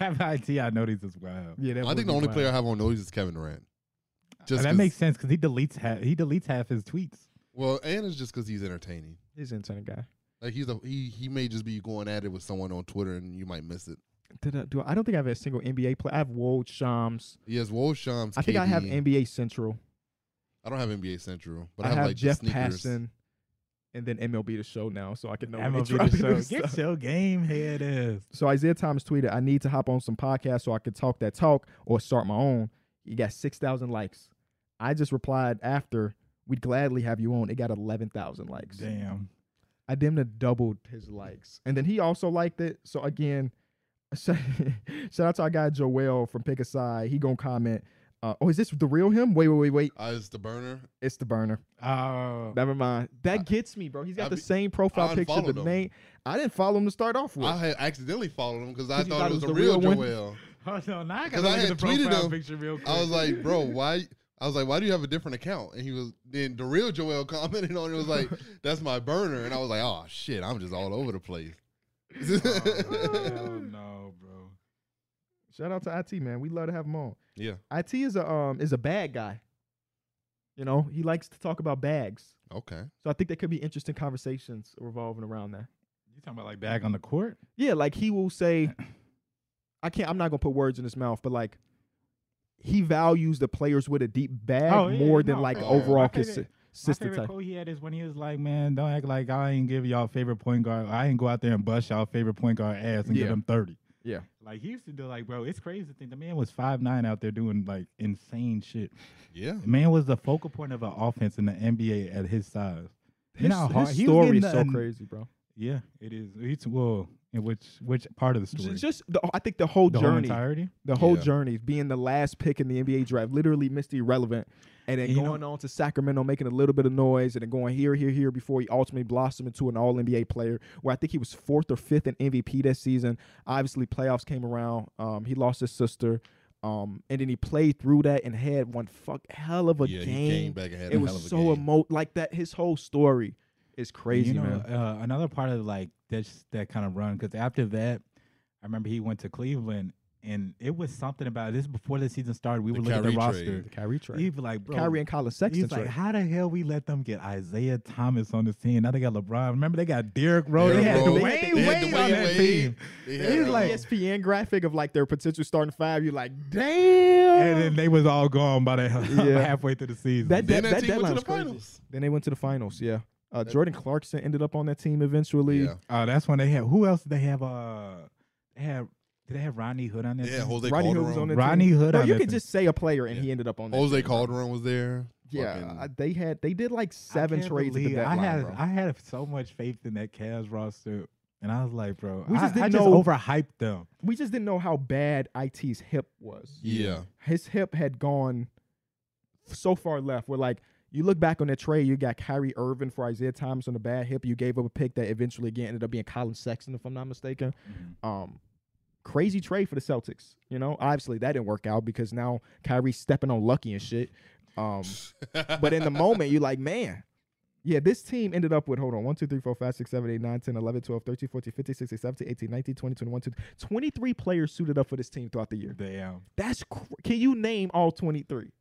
Speaker 3: have IT, I notice as well.
Speaker 1: Yeah, that
Speaker 2: I
Speaker 1: would
Speaker 2: think the
Speaker 1: be
Speaker 2: only
Speaker 1: wild.
Speaker 2: player I have on notice is Kevin Durant. Just
Speaker 3: and that
Speaker 2: 'cause-
Speaker 3: makes sense because he deletes half. He deletes half his tweets.
Speaker 2: Well, and it's just because he's entertaining.
Speaker 1: He's an internet guy.
Speaker 2: Like he's a he he may just be going at it with someone on Twitter and you might miss it.
Speaker 1: Did I do? I don't think I have a single NBA player. I have Woj, Shams.
Speaker 2: He has Wolf Shams.
Speaker 1: I think I have
Speaker 2: KD.
Speaker 1: NBA Central.
Speaker 2: I don't have NBA Central, but
Speaker 1: I, have,
Speaker 2: like
Speaker 1: Jeff
Speaker 2: the sneakers.
Speaker 1: Passan, and then MLB the Show now, so I can know when they
Speaker 3: MLB
Speaker 1: drop
Speaker 3: the
Speaker 1: new
Speaker 3: show.
Speaker 1: stuff.
Speaker 3: Get your game head ass.
Speaker 1: So Isaiah Thomas tweeted, "I need to hop on some podcast so I can talk that talk or start my own." You got six thousand likes. I just replied after, "We'd gladly have you on." It got eleven thousand likes.
Speaker 3: Damn.
Speaker 1: I damn near doubled his likes, and then he also liked it. So again, [LAUGHS] shout shout out to our guy Joel from Pick a Side. He gonna comment. Uh, oh, is this the real him? Wait, wait, wait, wait.
Speaker 2: Uh, it's the burner.
Speaker 1: It's the burner.
Speaker 3: Oh.
Speaker 1: Never mind. That
Speaker 2: I-
Speaker 1: gets me, bro. He's got
Speaker 2: I
Speaker 1: the
Speaker 2: be-
Speaker 1: same profile
Speaker 2: I
Speaker 1: picture, the
Speaker 2: unfollowed him.
Speaker 1: name. I didn't follow him to start off with.
Speaker 2: I had accidentally followed him because I
Speaker 1: 'Cause you
Speaker 2: thought, it was the
Speaker 1: the
Speaker 2: real,
Speaker 1: real one?
Speaker 2: Joel.
Speaker 3: Hold on, now I
Speaker 2: 'Cause
Speaker 3: gotta
Speaker 2: I
Speaker 3: look
Speaker 2: had
Speaker 3: at the
Speaker 2: tweeted
Speaker 3: profile
Speaker 2: him.
Speaker 3: picture real quick.
Speaker 2: I was like, bro, why? I was like, why do you have a different account? And he was then the real Joel [LAUGHS] commented on it
Speaker 1: [LAUGHS]
Speaker 2: was like, that's my burner, and I was like, oh shit, I'm just all over the place.
Speaker 3: [LAUGHS] oh, hell no, bro.
Speaker 1: Shout out to IT man. We love to have him on.
Speaker 2: [LAUGHS] yeah,
Speaker 1: It is a um is a bad guy. You know, he likes to talk about bags.
Speaker 2: okay.
Speaker 1: So I think there could be interesting conversations revolving around that.
Speaker 3: You talking about like back on the court?
Speaker 1: Yeah, like he will say, I can't. I'm not gonna put words in his mouth, but like he values the players with a deep bag
Speaker 3: Oh, yeah,
Speaker 1: more than
Speaker 3: no,
Speaker 1: like
Speaker 2: for sure.
Speaker 1: overall
Speaker 3: My favorite-
Speaker 1: consi-
Speaker 3: My
Speaker 1: consistent.
Speaker 3: favorite
Speaker 1: type.
Speaker 3: quote he had is when he was like, "Man, don't act like I ain't give y'all favorite point guard. I ain't go out there and bust y'all favorite point guard ass and
Speaker 1: Yeah.
Speaker 3: give them 30.
Speaker 1: Yeah.
Speaker 3: Like he used to do, like, bro, it's crazy to think the man was five nine out there doing like insane shit.
Speaker 2: Yeah,
Speaker 3: The man was the focal point of an offense in the NBA at his size. You
Speaker 1: His,
Speaker 3: know how hard-
Speaker 1: his
Speaker 3: he was
Speaker 1: story is
Speaker 3: getting
Speaker 1: so
Speaker 3: the- um,
Speaker 1: crazy, bro.
Speaker 3: Yeah, it is. It's well, in which which part of the story?
Speaker 1: Just, just the, I think the whole
Speaker 3: the whole
Speaker 1: journey,
Speaker 3: entirety.
Speaker 1: the whole
Speaker 2: Yeah.
Speaker 1: journey, being the last pick in the NBA draft, literally missed irrelevant, and then
Speaker 3: And you know-
Speaker 1: going on to Sacramento, making a little bit of noise, and then going here, here, here before he ultimately blossomed into an All NBA player, where I think he was fourth or fifth in MVP that season. Obviously, playoffs came around. Um, he lost his sister, um, and then he played through that and had one fuck hell of a
Speaker 2: yeah. He came
Speaker 1: game.
Speaker 2: back and had
Speaker 1: It
Speaker 2: a hell
Speaker 1: was
Speaker 2: of a
Speaker 1: so
Speaker 2: game.
Speaker 1: emo like that. His whole story is crazy,
Speaker 3: you know,
Speaker 1: man.
Speaker 3: Uh, another part of like that's that kind of run because after that, I remember he went to Cleveland and it was something about this is before the season started. We
Speaker 2: The
Speaker 3: were looking at the
Speaker 2: Kyrie
Speaker 3: roster.
Speaker 2: trade.
Speaker 1: Kyrie
Speaker 3: He was like, bro,
Speaker 1: Kyrie and Colin Sexton.
Speaker 3: he's like,
Speaker 1: trade.
Speaker 3: how the hell we let them get Isaiah Thomas on this team? Now they got LeBron. Remember they got Derrick Rose.
Speaker 2: Derrick
Speaker 3: they had
Speaker 2: Rose.
Speaker 3: Dwayne
Speaker 2: They had
Speaker 3: Wade
Speaker 2: Dwayne
Speaker 3: on that
Speaker 2: Wade.
Speaker 3: team.
Speaker 2: They
Speaker 1: It
Speaker 2: had
Speaker 1: was
Speaker 2: a-
Speaker 1: like ESPN graphic of like their potential starting five. You're like, damn.
Speaker 3: And then they was all
Speaker 1: [LAUGHS]
Speaker 3: gone by the [LAUGHS]
Speaker 1: Yeah.
Speaker 3: halfway through the season.
Speaker 1: That-
Speaker 2: then
Speaker 1: that
Speaker 2: that, team
Speaker 1: deadline
Speaker 2: went to
Speaker 1: was
Speaker 2: the
Speaker 1: crazy.
Speaker 2: finals.
Speaker 1: Then they went to the finals. Yeah. Uh, Jordan Clarkson ended up on that team eventually.
Speaker 2: Yeah,
Speaker 3: uh, that's when they had who else did they have uh they had did they have Ronnie Hood on that
Speaker 2: yeah.
Speaker 3: team?
Speaker 2: Jose
Speaker 1: Rodney Hood was
Speaker 2: Calderon.
Speaker 1: on that
Speaker 3: Rodney
Speaker 1: team.
Speaker 3: Hood
Speaker 1: Bro,
Speaker 3: on
Speaker 1: you
Speaker 3: that
Speaker 1: could
Speaker 3: team.
Speaker 1: just say a player and he
Speaker 2: Yeah.
Speaker 1: ended up on that.
Speaker 2: Jose
Speaker 1: team, bro.
Speaker 2: Calderon was there.
Speaker 1: Yeah,
Speaker 2: Fucking-
Speaker 1: uh, they had they did like seven
Speaker 3: I can't
Speaker 1: trades at the
Speaker 3: believe-
Speaker 1: deadline.
Speaker 3: I had
Speaker 1: bro.
Speaker 3: I had so much faith in that Cavs roster, and I was like, bro,
Speaker 1: We
Speaker 3: I,
Speaker 1: just
Speaker 3: I
Speaker 1: didn't
Speaker 3: just
Speaker 1: know-
Speaker 3: overhyped them.
Speaker 1: we just didn't know how bad IT's hip was.
Speaker 2: yeah,
Speaker 1: his hip had gone so far left where like you look back on that trade, you got Kyrie Irving for Isaiah Thomas on the bad hip. You gave up a pick that eventually again ended up being Colin Sexton, if I'm not mistaken. Um, crazy trade for the Celtics. You know, obviously that didn't work out because now Kyrie's stepping on Lucky and shit. Um, but in the moment, you're like, man, yeah, this team ended up with, hold on, 1, 2, 3, 4, 5, 6, 7, 8, 9, 10, 11, 12, 13, 14, 15, 16, 17, 18, 19, 20, 21, 22, 23 players suited up for this team throughout the year.
Speaker 3: Damn.
Speaker 1: That's cr- can you name all 23?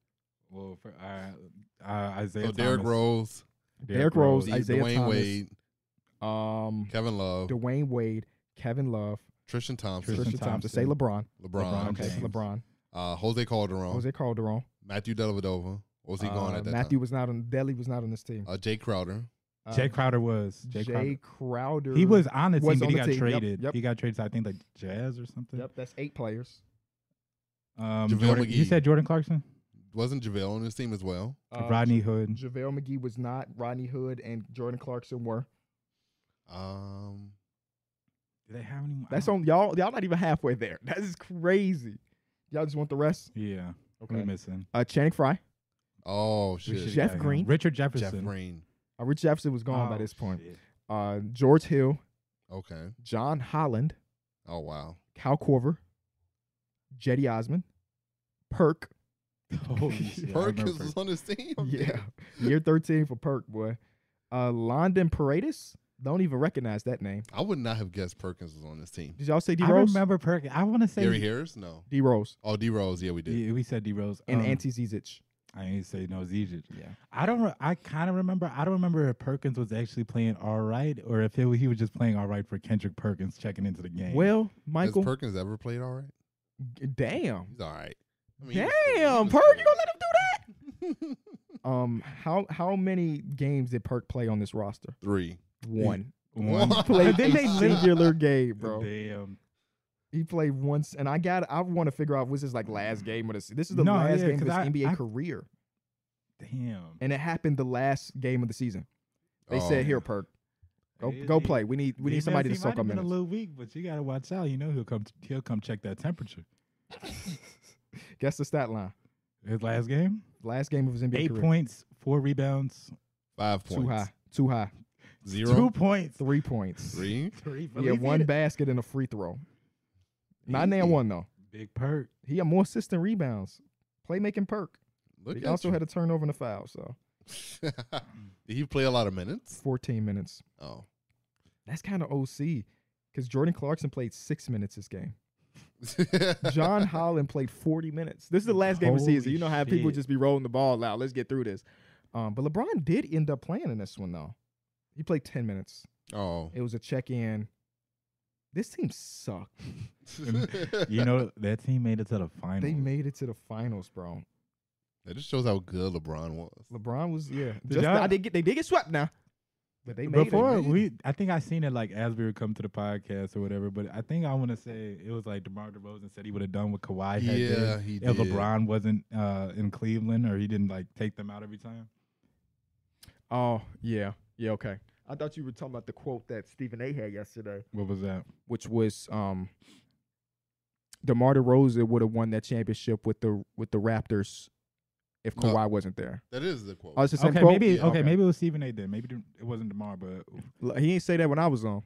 Speaker 3: Well, for uh, uh, Isaiah
Speaker 2: so [LAUGHS] Oh, Derrick
Speaker 3: Thomas,
Speaker 2: Rose,
Speaker 1: Derrick Rose,
Speaker 2: D-
Speaker 1: Isaiah
Speaker 2: Dwayne
Speaker 1: Thomas,
Speaker 2: Wade,
Speaker 1: Um,
Speaker 2: Kevin Love,
Speaker 1: Dwayne Wade, Kevin Love,
Speaker 2: Trishan Thompson,
Speaker 3: Tristan
Speaker 1: Tristan Thompson, say
Speaker 3: Thompson.
Speaker 1: LeBron.
Speaker 2: LeBron,
Speaker 1: okay,
Speaker 2: James,
Speaker 1: LeBron.
Speaker 2: Uh, Jose Calderon,
Speaker 1: Jose Calderon.
Speaker 2: Matthew Dellavedova. Was he gone
Speaker 1: Uh,
Speaker 2: at that
Speaker 1: Matthew was not on. Delly was not on this team.
Speaker 2: time? Uh, Jay Crowder.
Speaker 1: Uh,
Speaker 3: Jay Crowder was
Speaker 1: Jay
Speaker 3: Jay Crowder.
Speaker 1: Crowder.
Speaker 3: He was on the team,
Speaker 1: was
Speaker 3: but
Speaker 1: on
Speaker 3: he
Speaker 1: the
Speaker 3: got
Speaker 1: team. Yep,
Speaker 3: traded.
Speaker 1: yep.
Speaker 3: He got traded, to, I think, like Jazz or something.
Speaker 1: Yep, that's eight players.
Speaker 3: Um,
Speaker 2: JaVale
Speaker 3: Jordan, you
Speaker 2: McGee.
Speaker 3: said Jordan Clarkson,
Speaker 2: Wasn't JaVale on his team as well?
Speaker 1: Uh,
Speaker 3: Rodney Hood.
Speaker 1: Ja- JaVale McGee was not. Rodney Hood and Jordan Clarkson were.
Speaker 3: Uh-huh.
Speaker 2: Um,
Speaker 3: Did they have any? Oh,
Speaker 1: That's on y'all. Y'all not even halfway there. [LAUGHS] That is crazy. Y'all just want the rest.
Speaker 3: Yeah, we're
Speaker 1: Okay.
Speaker 3: missing.
Speaker 1: Uh, Channing Fry.
Speaker 2: oh
Speaker 3: We
Speaker 2: shit,
Speaker 3: should've
Speaker 1: Jeff
Speaker 3: got him.
Speaker 1: Green?
Speaker 3: Richard
Speaker 2: Jeff
Speaker 3: Jefferson.
Speaker 2: Green.
Speaker 1: Uh, Rich Jefferson was gone by
Speaker 3: Oh,
Speaker 1: this point.
Speaker 3: shit. [LAUGHS]
Speaker 1: Uh, George Hill,
Speaker 2: Okay.
Speaker 1: John Holland,
Speaker 2: Oh wow.
Speaker 1: Cal Corver, Jetty Osman, Perk.
Speaker 3: Holy shit, I remember
Speaker 2: Perkins was on his
Speaker 3: [LAUGHS]
Speaker 2: team.
Speaker 1: Yeah. Year 13 for Perk, boy. Uh, London Paredes. Don't even recognize that name.
Speaker 2: I would not have guessed Perkins was on this team.
Speaker 1: Did y'all say D
Speaker 3: I
Speaker 1: Rose?
Speaker 3: remember Perkins. I want to say
Speaker 2: Gary Harris? No.
Speaker 1: D Rose
Speaker 2: Oh, D Rose. Yeah, we did.
Speaker 3: Yeah, we said D Rose
Speaker 1: and
Speaker 3: Um,
Speaker 1: Anti Zizic.
Speaker 3: I ain't say no Zizic.
Speaker 4: Yeah.
Speaker 3: I don't. Re- I kind of remember. I don't remember if Perkins was actually playing all right, or if it, wa- he was just playing all right for Kendrick Perkins checking into the game.
Speaker 1: Well,
Speaker 2: Has
Speaker 1: Michael,
Speaker 2: Perkins ever played all right?
Speaker 1: g- damn,
Speaker 2: He's all right. I mean, he
Speaker 1: damn,
Speaker 2: was cool. He was
Speaker 1: Perk, you
Speaker 2: cool.
Speaker 1: gonna let him do
Speaker 2: [LAUGHS]
Speaker 1: that? um, how how many games did Perk play on this roster?
Speaker 2: Three.
Speaker 1: One.
Speaker 2: [LAUGHS]
Speaker 1: [LAUGHS]
Speaker 3: one
Speaker 2: What?
Speaker 1: Played a
Speaker 2: They lit-
Speaker 1: singular game, bro.
Speaker 3: Damn.
Speaker 1: He played once, and I got. I want to figure out was this like last game of this. This is the
Speaker 3: No,
Speaker 1: last
Speaker 3: yeah,
Speaker 1: game of
Speaker 3: 'cause
Speaker 1: his
Speaker 3: I-
Speaker 1: NBA
Speaker 3: I-
Speaker 1: career,
Speaker 3: Damn.
Speaker 1: and it happened the last game of the season. They
Speaker 2: Oh,
Speaker 1: said, "Here, Perk, go
Speaker 3: Hey,
Speaker 1: go
Speaker 3: they-
Speaker 1: play. We need we need
Speaker 3: Defense,
Speaker 1: somebody
Speaker 3: he
Speaker 1: to soak
Speaker 3: might
Speaker 1: up
Speaker 3: have been
Speaker 1: minutes."
Speaker 3: A little weak, but you gotta watch out. You know he'll come. He'll come check that temperature.
Speaker 1: [LAUGHS] Guess the stat line.
Speaker 3: His last game,
Speaker 1: Last game of his NBA
Speaker 3: eight
Speaker 1: career.
Speaker 3: points, four rebounds,
Speaker 2: Five
Speaker 1: Too
Speaker 2: points.
Speaker 1: high. Too high.
Speaker 3: two
Speaker 2: Zero.
Speaker 3: points,
Speaker 1: Three points.
Speaker 2: Three.
Speaker 3: three.
Speaker 1: Yeah,
Speaker 3: Believe
Speaker 1: one
Speaker 3: it.
Speaker 1: basket and a free throw. Not now one though.
Speaker 3: big perk.
Speaker 1: He had more assists than rebounds. Playmaking perk.
Speaker 2: Look
Speaker 1: he
Speaker 2: at
Speaker 1: also
Speaker 2: you.
Speaker 1: had a turnover and a foul. So
Speaker 2: [LAUGHS] Did he play a lot of minutes?
Speaker 1: 14 minutes.
Speaker 2: Oh.
Speaker 1: That's kind of OC because Jordan Clarkson played six minutes this
Speaker 3: [LAUGHS]
Speaker 1: game. John Holland played 40 minutes. This is the last game of the season.
Speaker 3: Holy
Speaker 1: You know how people
Speaker 3: shit.
Speaker 1: just be rolling the ball out. Let's get through this. Um, but LeBron did end up playing in this one though. He played 10 minutes.
Speaker 2: [LAUGHS]
Speaker 1: [LAUGHS]
Speaker 2: oh.
Speaker 1: It was a check in. This team sucked.
Speaker 3: You know that team made it to the final.
Speaker 1: They made it to the finals, bro.
Speaker 2: That just shows how good LeBron was.
Speaker 1: LeBron was yeah.
Speaker 3: Did
Speaker 1: Just
Speaker 3: y'all-
Speaker 1: I did get they did get swept now, but they made
Speaker 3: Before
Speaker 1: it.
Speaker 3: we, I think I seen it like as we were come to the podcast or whatever. But I think I want to say it was like DeMar DeRozan said he would have done what Kawhi had
Speaker 2: yeah,
Speaker 3: did
Speaker 2: he did.
Speaker 3: if LeBron wasn't uh, in Cleveland or he didn't like take them out every time.
Speaker 1: Oh yeah, yeah okay. I thought you were talking about the quote that Stephen A had yesterday,
Speaker 3: What was that?
Speaker 1: which was um, DeMar DeRozan would have won that championship with the with the Raptors if
Speaker 2: No.
Speaker 1: Kawhi wasn't there.
Speaker 2: That is the quote.
Speaker 1: Oh, it's the same
Speaker 3: Okay,
Speaker 1: quote.
Speaker 3: maybe
Speaker 2: Yeah,
Speaker 3: okay,
Speaker 1: okay.
Speaker 3: maybe it was Stephen A. Then maybe it it wasn't DeMar, but
Speaker 1: L- He ain't say that when I was on,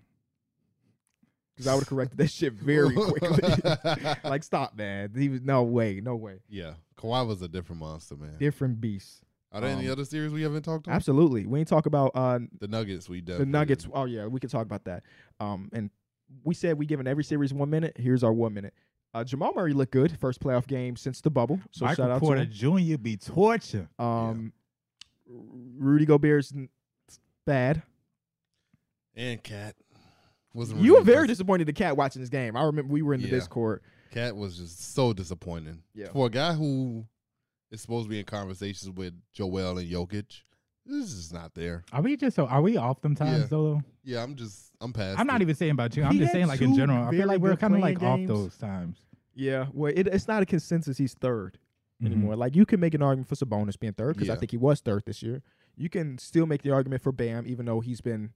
Speaker 1: because I would have corrected that shit
Speaker 2: [LAUGHS]
Speaker 3: [LAUGHS]
Speaker 1: very quickly. [LAUGHS] like stop, man. He was no way, no way.
Speaker 2: yeah, Kawhi was a different monster, man.
Speaker 1: Different beast.
Speaker 2: Are there any
Speaker 1: um,
Speaker 2: other series we haven't
Speaker 3: Oh.
Speaker 2: talked about?
Speaker 1: Absolutely. We ain't talk about uh
Speaker 2: The Nuggets, we
Speaker 1: the
Speaker 2: definitely
Speaker 1: Nuggets. Oh yeah, we can talk about that. Um, and we said we giving every series one minute. Here's our one minute. Uh, Jamal Murray looked good first playoff game since the bubble. So shout
Speaker 3: Michael
Speaker 1: out
Speaker 3: Porter
Speaker 1: to him.
Speaker 3: Jr. be torture.
Speaker 1: Um, Rudy Gobert's n- bad.
Speaker 2: and Cat. Wasn't
Speaker 1: You were
Speaker 2: really
Speaker 1: very
Speaker 2: impressive.
Speaker 1: disappointed. The cat watching this game. I remember we were in the
Speaker 2: Yeah.
Speaker 1: Discord.
Speaker 2: Cat was just so disappointing.
Speaker 1: Yeah.
Speaker 2: For a guy who is supposed to be in conversations with Joel and Jokic, this is not there.
Speaker 3: Are we just so? Are we off them times
Speaker 2: Yeah.
Speaker 3: though?
Speaker 2: Yeah, I'm just I'm past.
Speaker 3: I'm
Speaker 2: it.
Speaker 3: not even saying about you. I'm
Speaker 1: He
Speaker 3: just
Speaker 1: had
Speaker 3: saying like in
Speaker 1: two
Speaker 3: general. I feel
Speaker 1: very
Speaker 3: like we're
Speaker 1: good
Speaker 3: kind of like
Speaker 1: playing
Speaker 3: off
Speaker 1: games.
Speaker 3: those times.
Speaker 1: Yeah, well, it, it's not a consensus. He's 3rd anymore. Like you can make an argument for Sabonis being third because I
Speaker 2: Mm-hmm. Yeah.
Speaker 1: think he was third this year. You can still make the argument for Bam, even though he's been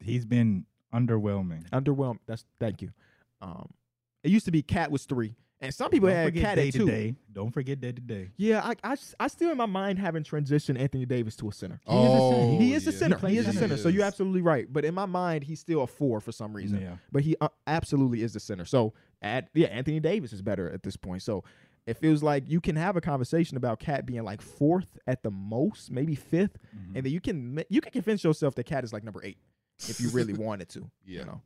Speaker 3: He's been underwhelming.
Speaker 1: Underwhelmed. That's thank you. Um, it used to be Cat was three, and some people
Speaker 3: Don't
Speaker 1: had
Speaker 3: forget
Speaker 1: Cat
Speaker 3: day
Speaker 1: at
Speaker 3: to
Speaker 1: two.
Speaker 3: day. Don't forget day to day.
Speaker 1: Yeah, I, I, s- I still in my mind haven't transitioned Anthony Davis to a center.
Speaker 2: Oh,
Speaker 1: he is
Speaker 2: yeah.
Speaker 1: a center. He,
Speaker 3: plays
Speaker 1: is a
Speaker 3: center.
Speaker 1: center. So
Speaker 2: He
Speaker 1: you're
Speaker 2: is.
Speaker 1: absolutely right. But in my mind, he's still a four for some reason.
Speaker 3: Yeah.
Speaker 1: But he uh, absolutely is the center. So at yeah, Anthony Davis is better at this point. So it feels like you can have a conversation about Cat being like fourth at the most, maybe 5th
Speaker 3: Mhm.
Speaker 1: and then you can ma- you can convince yourself that Cat is like number eight if you
Speaker 2: [LAUGHS]
Speaker 3: [LAUGHS]
Speaker 1: really wanted to.
Speaker 2: Yeah.
Speaker 1: You know.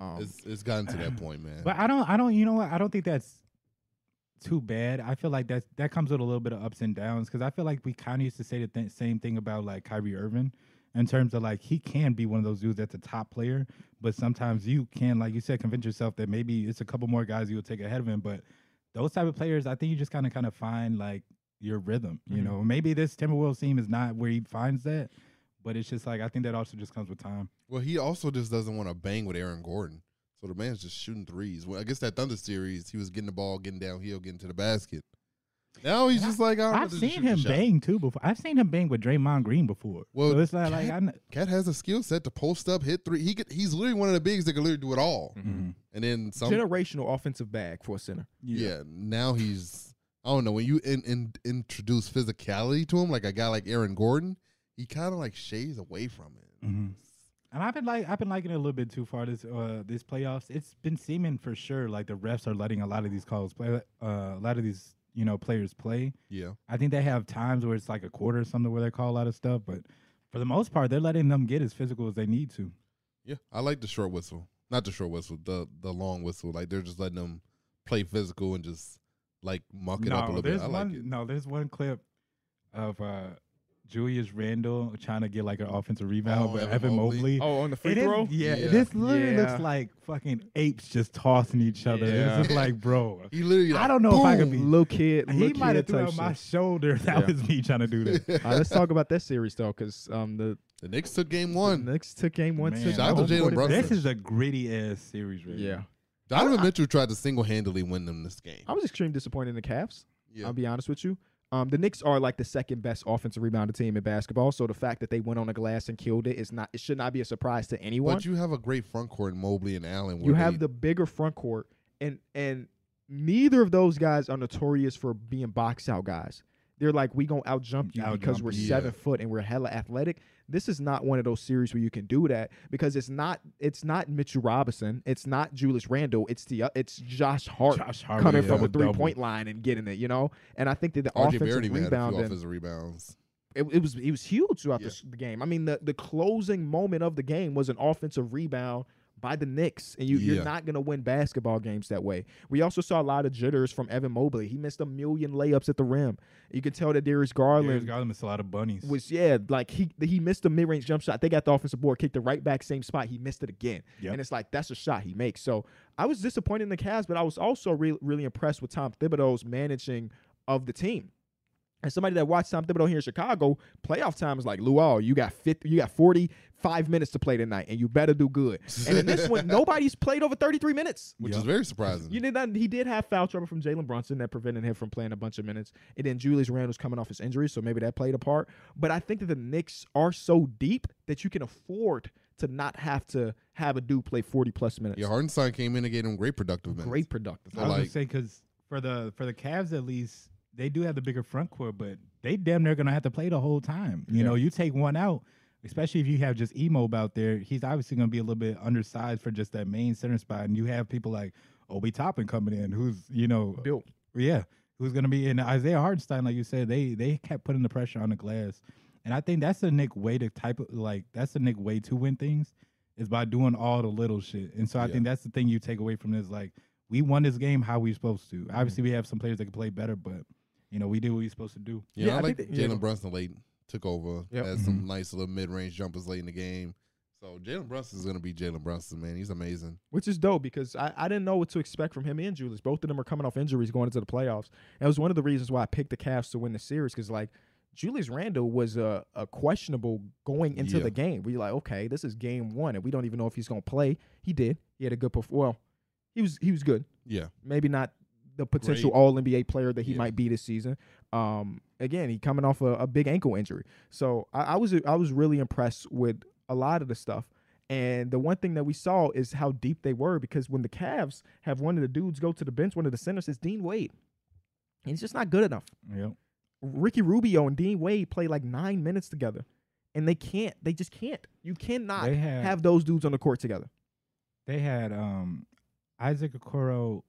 Speaker 1: Um,
Speaker 2: It's it's gotten to
Speaker 1: [CLEARS THROAT]
Speaker 2: that point, man.
Speaker 3: But I don't. I don't. You know what? I don't think that's too bad. I feel like that's that comes with a little bit of ups and downs because I feel like we kind of used to say the th- same thing about like Kyrie Irving in terms of like he can be one of those dudes that's a top player, but sometimes you can, like you said, convince yourself that maybe it's a couple more guys you'll take ahead of him. But those type of players, I think you just kind of kind of find like your rhythm. You
Speaker 1: Mhm.
Speaker 3: know, maybe this Timberwolves team is not where he finds that. But it's just like I think that also just comes with time.
Speaker 2: well, he also just doesn't want to bang with Aaron Gordon. So the man's just shooting threes. Well, I guess that Thunder series, he was getting the ball, getting downhill, getting to the basket. Now he's
Speaker 3: And I-
Speaker 2: just like, I'm
Speaker 3: I've seen him bang too before. I've seen him bang with Draymond Green before.
Speaker 2: Well,
Speaker 3: so it's not like I. kn-
Speaker 2: [LAUGHS] Cat has a skill set to post up, hit three. He could, he's literally one of the bigs that can literally do it all.
Speaker 3: Mhm.
Speaker 2: And then some.
Speaker 1: generational offensive bag for a center.
Speaker 2: yeah. now he's. I don't know. When you in, in, introduce physicality to him, like a guy like Aaron Gordon, he kind of like shades away from it.
Speaker 3: Mhm. And I've been like I've been liking it a little bit too far this uh this playoffs. It's been seeming for sure like the refs are letting a lot of these calls play uh, a lot of these you know players play.
Speaker 2: Yeah.
Speaker 3: I think they have times where it's like a quarter or something where they call a lot of stuff, but for the most part, they're letting them get as physical as they need to.
Speaker 2: Yeah, I like the short whistle. Not the short whistle, the the long whistle. Like they're just letting them play physical and just like muck it up a little bit.
Speaker 3: there's
Speaker 2: I
Speaker 3: one
Speaker 2: like it.
Speaker 3: no, there's one clip of uh, Julius Randle trying to get like an offensive rebound,
Speaker 2: Oh,
Speaker 3: but
Speaker 2: Evan
Speaker 3: Evan
Speaker 2: Mobley.
Speaker 3: Mobley.
Speaker 1: Oh, on the free
Speaker 3: It is-
Speaker 1: throw.
Speaker 3: yeah,
Speaker 2: Yeah.
Speaker 3: this literally
Speaker 1: Yeah.
Speaker 3: looks like fucking apes just tossing each other.
Speaker 1: Yeah.
Speaker 3: It's just like, bro,
Speaker 2: He literally.
Speaker 3: I
Speaker 2: like,
Speaker 3: don't know if I could
Speaker 2: boom.
Speaker 3: be-
Speaker 1: Little kid,
Speaker 3: he
Speaker 1: little
Speaker 3: might have
Speaker 1: kid
Speaker 3: threw
Speaker 1: type
Speaker 3: out my [LAUGHS]
Speaker 1: shit.
Speaker 3: shoulder. That
Speaker 1: Yeah.
Speaker 3: was me trying to do that.
Speaker 1: All right, let's talk about this series though, because um the
Speaker 2: The Knicks took game
Speaker 1: the
Speaker 2: [LAUGHS] one.
Speaker 1: Knicks took game one.
Speaker 3: Man,
Speaker 1: took
Speaker 2: Shout out to
Speaker 1: home
Speaker 2: Jalen
Speaker 1: court
Speaker 2: Brunson.
Speaker 1: advantage.
Speaker 3: This is a gritty ass series, right?
Speaker 1: Yeah,
Speaker 2: Donovan Mitchell tried to single handedly win them this game.
Speaker 1: I was extremely disappointed in the Cavs.
Speaker 2: Yeah.
Speaker 1: I'll be honest with you. Um, the Knicks are like the second best offensive rebounding team in basketball, so the fact that they went on the glass and killed it is not it should not be a surprise to anyone.
Speaker 2: But you have a great front court in Mobley and Allen.
Speaker 1: You have the bigger front court, and and neither of those guys are notorious for being box out guys. They're like we gonna out jump you because
Speaker 3: Outjump
Speaker 1: we're
Speaker 2: you.
Speaker 1: seven
Speaker 2: Yeah.
Speaker 1: foot and we're hella athletic. This is not one of those series where you can do that because it's not it's not Mitchell Robinson, it's not Julius Randle, it's the uh, it's Josh Hart
Speaker 3: Josh Hart
Speaker 1: coming
Speaker 2: yeah.
Speaker 1: from a
Speaker 3: with
Speaker 1: three
Speaker 3: double.
Speaker 1: point line and getting it, you know. And I think that the
Speaker 2: RJ Barrett
Speaker 1: offensive
Speaker 2: even had a few
Speaker 1: rebound and
Speaker 2: offensive rebounds.
Speaker 1: it, it was it was huge throughout
Speaker 2: Yeah.
Speaker 1: the, the game. I mean, the the closing moment of the game was an offensive rebound by the Knicks, and you
Speaker 2: Yeah.
Speaker 1: you're not gonna win basketball games that way. We also saw a lot of jitters from Evan Mobley. He missed a million layups at the rim. You could tell that Darius
Speaker 3: Darius
Speaker 1: Garland.
Speaker 3: Garland missed a lot of bunnies.
Speaker 1: was yeah, like he he missed a mid range jump shot. They got the offensive board, kicked it right back, same spot. He missed it again,
Speaker 3: Yep.
Speaker 1: and it's like that's a shot he makes. So I was disappointed in the Cavs, but I was also really really impressed with Tom Thibodeau's managing of the team. And somebody that watched Tom Thibodeau here in Chicago, playoff time is like Luau. You got 50, you got forty five minutes to play tonight, and you better do good. And in this one, nobody's played over thirty three minutes.
Speaker 2: Which
Speaker 3: Yeah.
Speaker 2: is very surprising.
Speaker 1: You did not. He did have foul trouble from Jalen Brunson that prevented him from playing a bunch of minutes, and then Julius Randle's coming off his injury, so maybe that played a part. But I think that the Knicks are so deep that you can afford to not have to have a dude play forty plus minutes.
Speaker 2: yeah, Hardenstein came in and gave him great productive minutes.
Speaker 1: Great productive.
Speaker 3: I was gonna
Speaker 2: like-
Speaker 3: say because for the for the Cavs at least they do have the bigger front court, but they damn near gonna have to play the whole time. You
Speaker 1: Yeah.
Speaker 3: know, you take one out, especially if you have just Emo out there. He's obviously gonna be a little bit undersized for just that main center spot, and you have people like Obi Toppin coming in, who's you know,
Speaker 1: Built.
Speaker 3: yeah, who's gonna be in Isaiah Hardenstein, like you said. They they kept putting the pressure on the glass, and I think that's the Nick way to type of like that's the Nick way to win things is by doing all the little shit. And so I
Speaker 2: Yeah.
Speaker 3: think that's the thing you take away from this. Like we won this game how we supposed to.
Speaker 1: Mm-hmm.
Speaker 3: Obviously, we have some players that can play better, but you know we did what we supposed to do.
Speaker 2: You know,
Speaker 1: Yeah,
Speaker 2: I
Speaker 1: I
Speaker 2: like
Speaker 1: think that- yeah.
Speaker 2: Jalen Brunson late took over.
Speaker 1: Yep.
Speaker 2: Had
Speaker 3: Mm-hmm.
Speaker 2: some nice little mid range jumpers late in the game. So Jalen Brunson is gonna be Jalen Brunson, man. He's amazing.
Speaker 1: which is dope because I, I didn't know what to expect from him and Julius. Both of them are coming off injuries going into the playoffs. And it was one of the reasons why I picked the Cavs to win the series because, like, Julius Randle was a, a questionable going into
Speaker 2: Yeah.
Speaker 1: the game. We like, okay, this is game one, and we don't even know if he's going to play. He did. He had a good perf- Well, he was he was good.
Speaker 2: Yeah,
Speaker 1: Maybe not the potential
Speaker 2: Great.
Speaker 1: All NBA player that he
Speaker 2: Yeah.
Speaker 1: might be this season. Um, again, he coming off a, a big ankle injury, so I, I was I was really impressed with a lot of the stuff. And the one thing that we saw is how deep they were because when the Cavs have one of the dudes go to the bench, one of the centers is Dean Wade. And he's just not good enough.
Speaker 3: Yep.
Speaker 1: Ricky Rubio and Dean Wade play like nine minutes together. And they can't. They just can't. You cannot
Speaker 3: They had-
Speaker 1: have those dudes on the court together.
Speaker 3: They had um Isaac Okoro.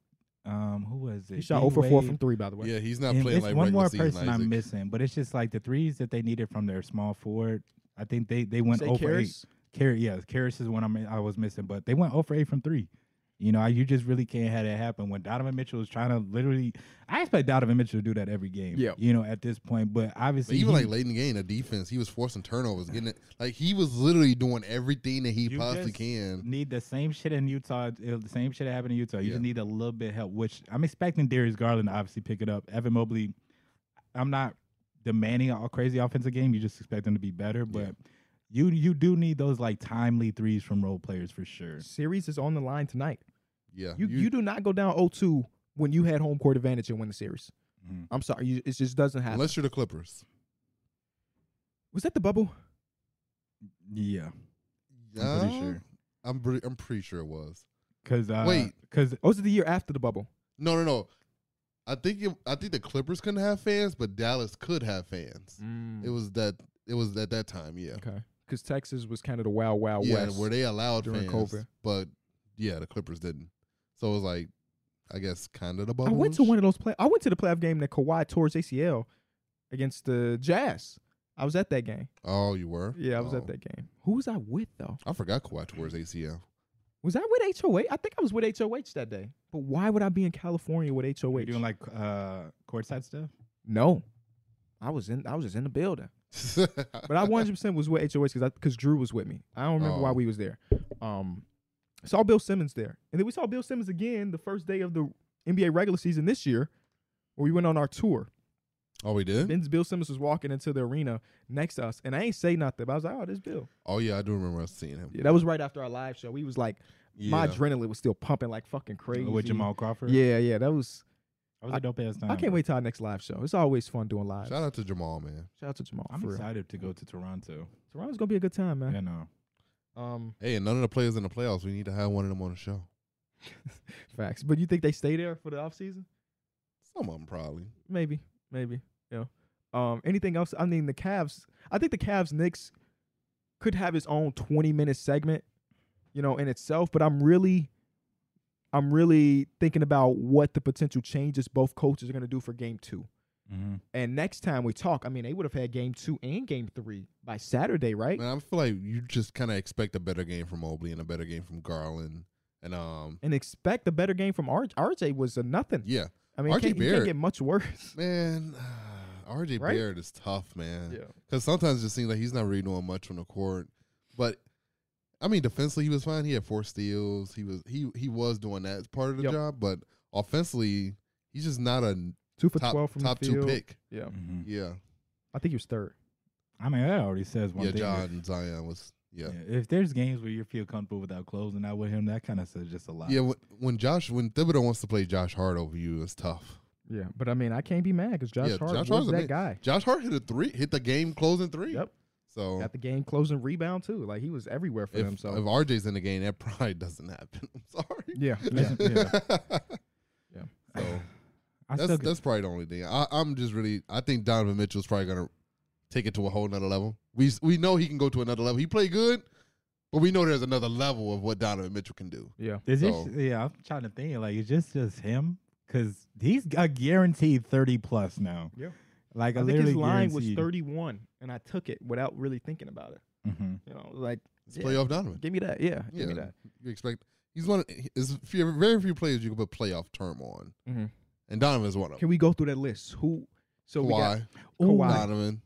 Speaker 3: Um, who was it?
Speaker 1: He shot 0
Speaker 3: D
Speaker 1: for 4
Speaker 3: Wade.
Speaker 1: from 3, by the way.
Speaker 2: yeah. He's not
Speaker 3: And
Speaker 2: playing
Speaker 3: it's
Speaker 2: like
Speaker 3: one
Speaker 2: regular
Speaker 3: more
Speaker 2: season.
Speaker 3: person I'm
Speaker 2: Isaac.
Speaker 3: missing, but it's just like the threes that they needed from their small forward. I think they they went oh
Speaker 1: Say
Speaker 3: over eight.
Speaker 1: Karras?
Speaker 3: Carry, yeah, Karras is one I'm, I was missing, but they went 0 for 8 from three. You know, you just really can't have that happen when Donovan Mitchell is trying to literally. I expect Donovan Mitchell to do that every game.
Speaker 1: Yeah.
Speaker 3: you know, at this point, but
Speaker 2: But
Speaker 3: obviously,
Speaker 2: even
Speaker 3: he-
Speaker 2: like late in the game, the defense, he was forcing turnovers, getting it like he was literally doing everything that he
Speaker 3: You
Speaker 2: possibly
Speaker 3: just
Speaker 2: can.
Speaker 3: need the same shit in Utah. uh, The same shit that happened in Utah. You
Speaker 2: Yeah.
Speaker 3: just need a little bit help, which I'm expecting Darius Garland to obviously pick it up. Evan Mobley, I'm not demanding a crazy offensive game. You just expect them to be better, but you you do need those like timely threes from role players for sure.
Speaker 1: Series is on the line tonight.
Speaker 2: Yeah,
Speaker 1: You, you do not go down 0-2 when you had home court advantage and win the series.
Speaker 3: Mhm.
Speaker 1: I'm sorry, you, it just doesn't happen.
Speaker 2: unless you're the Clippers.
Speaker 1: Was that the bubble?
Speaker 3: Yeah, I'm
Speaker 2: Uh,
Speaker 3: pretty sure.
Speaker 2: I'm pretty, I'm pretty sure it was.
Speaker 3: Cause uh,
Speaker 2: Wait.
Speaker 3: cause
Speaker 1: Or Oh, was it the year after the bubble?
Speaker 2: No, no, no. I think it, I think the Clippers couldn't have fans, but Dallas could have fans.
Speaker 3: Mm-hmm.
Speaker 2: It was that it was at that time, yeah,
Speaker 1: okay, because Texas was kind of the wild, wild
Speaker 2: yeah,
Speaker 1: west.
Speaker 2: where they allowed
Speaker 1: during
Speaker 2: fans,
Speaker 1: COVID.
Speaker 2: but yeah, the Clippers didn't. So it was like, I guess, kind of
Speaker 1: I
Speaker 2: the bubble.
Speaker 1: went to one of those play. I went to the playoff game that Kawhi tore his ACL against the Jazz. I was at that game.
Speaker 2: Oh, you were?
Speaker 1: Yeah, I was
Speaker 2: Oh.
Speaker 1: at that game. Who was I with though?
Speaker 2: I forgot Kawhi
Speaker 1: [LAUGHS]
Speaker 2: towards ACL.
Speaker 1: Was I with HOH? I think I was with HOH that day. But why would I be in California with HOH?
Speaker 3: doing like uh courtside stuff.
Speaker 1: no, I was in. I was just in the building. But I 100 percent was with HOH because because Drew was with me. I don't remember why
Speaker 2: Oh.
Speaker 1: we was there. Um, saw Bill Simmons there, and then we saw Bill Simmons again the first day of the NBA regular season this year, where we went on our tour.
Speaker 2: oh, we did.
Speaker 1: Then Bill Simmons was walking into the arena next to us, and I ain't say nothing. But I was like, "Oh, this Bill."
Speaker 2: Oh yeah, I do remember us seeing him.
Speaker 1: Yeah, that was right after our live show. We was like, my adrenaline was still pumping like fucking crazy.
Speaker 3: with Jamal Uh. Crawford.
Speaker 1: Yeah, yeah, that was.
Speaker 3: that was a dope ass time.
Speaker 1: I can't wait till our next live show. It's always fun doing live.
Speaker 2: Shout out to Jamal, man.
Speaker 1: Shout out to Jamal.
Speaker 3: I'm
Speaker 1: for real.
Speaker 3: excited to go to Toronto.
Speaker 1: Toronto's gonna be a good time, man.
Speaker 3: You know,
Speaker 1: Um,
Speaker 2: Hey, and none of the players in the playoffs. We need to have one of them on the show.
Speaker 1: facts. But you think they stay there for the off season?
Speaker 2: Some of them probably.
Speaker 1: Maybe, maybe. Yeah. Um, anything else? I mean, the Cavs. I think the Cavs Knicks could have its own 20 minute segment, you know, in itself. But I'm really, I'm really thinking about what the potential changes both coaches are gonna do for Game Two.
Speaker 3: mm-hmm.
Speaker 1: And next time we talk, I mean, they would have had Game Two and Game Three by Saturday, right?
Speaker 2: Man, I feel like you just kind of expect a better game from Mobley and a better game from Garland. And um,
Speaker 1: And expect a better game from RJ. RJ was a nothing.
Speaker 2: yeah,
Speaker 1: I mean, it
Speaker 2: RJ
Speaker 1: can't, you can't
Speaker 2: Barrett.
Speaker 1: get much worse. [LAUGHS]
Speaker 2: man, [SIGHS] RJ
Speaker 1: Right?
Speaker 2: Barrett is tough, man. Because sometimes it seems like he's not really doing much on the court. But I mean, defensively he was fine. He had four steals. He was he he was doing that part of the
Speaker 1: Yep.
Speaker 2: job. But offensively, he's just not a
Speaker 1: Two for
Speaker 2: top
Speaker 1: twelve from
Speaker 2: top
Speaker 1: the field.
Speaker 2: two pick.
Speaker 1: Yeah,
Speaker 3: hmm
Speaker 2: Yeah,
Speaker 1: I think he was third.
Speaker 3: I mean, that already says one
Speaker 2: yeah.
Speaker 3: thing.
Speaker 2: John Zion was yeah.
Speaker 3: Yeah, If there's games where you feel comfortable without closing out with him, that kind of says just a lot.
Speaker 2: Yeah, when, when Josh when Thibodeau wants to play Josh Hart over you, it's tough.
Speaker 1: Yeah, but I mean, I can't be mad because Josh
Speaker 2: Yeah,
Speaker 1: Hart was
Speaker 2: Josh Hart's a
Speaker 1: that
Speaker 2: man.
Speaker 1: guy.
Speaker 2: Josh Hart hit a three, hit the game closing three.
Speaker 1: Yep,
Speaker 2: So
Speaker 1: got the game closing rebound too. Like he was everywhere for
Speaker 2: if,
Speaker 1: them. So
Speaker 2: if RJ's in the game, that [LAUGHS] probably doesn't happen. I'm sorry. [LAUGHS]
Speaker 1: yeah, yeah. Yeah.
Speaker 2: So
Speaker 3: I
Speaker 2: that's
Speaker 3: still get-
Speaker 2: that's probably the only thing. I, I'm just really I think Donovan Mitchell's probably gonna take it to a whole nother level. We s- we know he can go to another level. He played good, but we know there's another level of what Donovan Mitchell can do.
Speaker 1: yeah.
Speaker 3: Is this,
Speaker 2: So-
Speaker 3: yeah, I'm trying to think. Like, is just just him? Because he's a guaranteed thirty plus now.
Speaker 1: Yeah.
Speaker 3: Like,
Speaker 1: I think
Speaker 3: literally
Speaker 1: his line was
Speaker 3: guarantee-
Speaker 1: 31, and I took it without really thinking about it.
Speaker 3: Mhm.
Speaker 1: You know, like
Speaker 2: It's
Speaker 1: yeah,
Speaker 2: playoff Donovan.
Speaker 1: give me that. Yeah, give me
Speaker 2: Yeah.
Speaker 1: that.
Speaker 2: You expect he's one. of- Is few- very few players you can put playoff term on,
Speaker 1: Mhm.
Speaker 2: and Donovan's one of
Speaker 1: Can
Speaker 2: them.
Speaker 1: we go through that list? Who? So we got
Speaker 2: Kawhi,
Speaker 1: Kawhi,
Speaker 2: Donovan.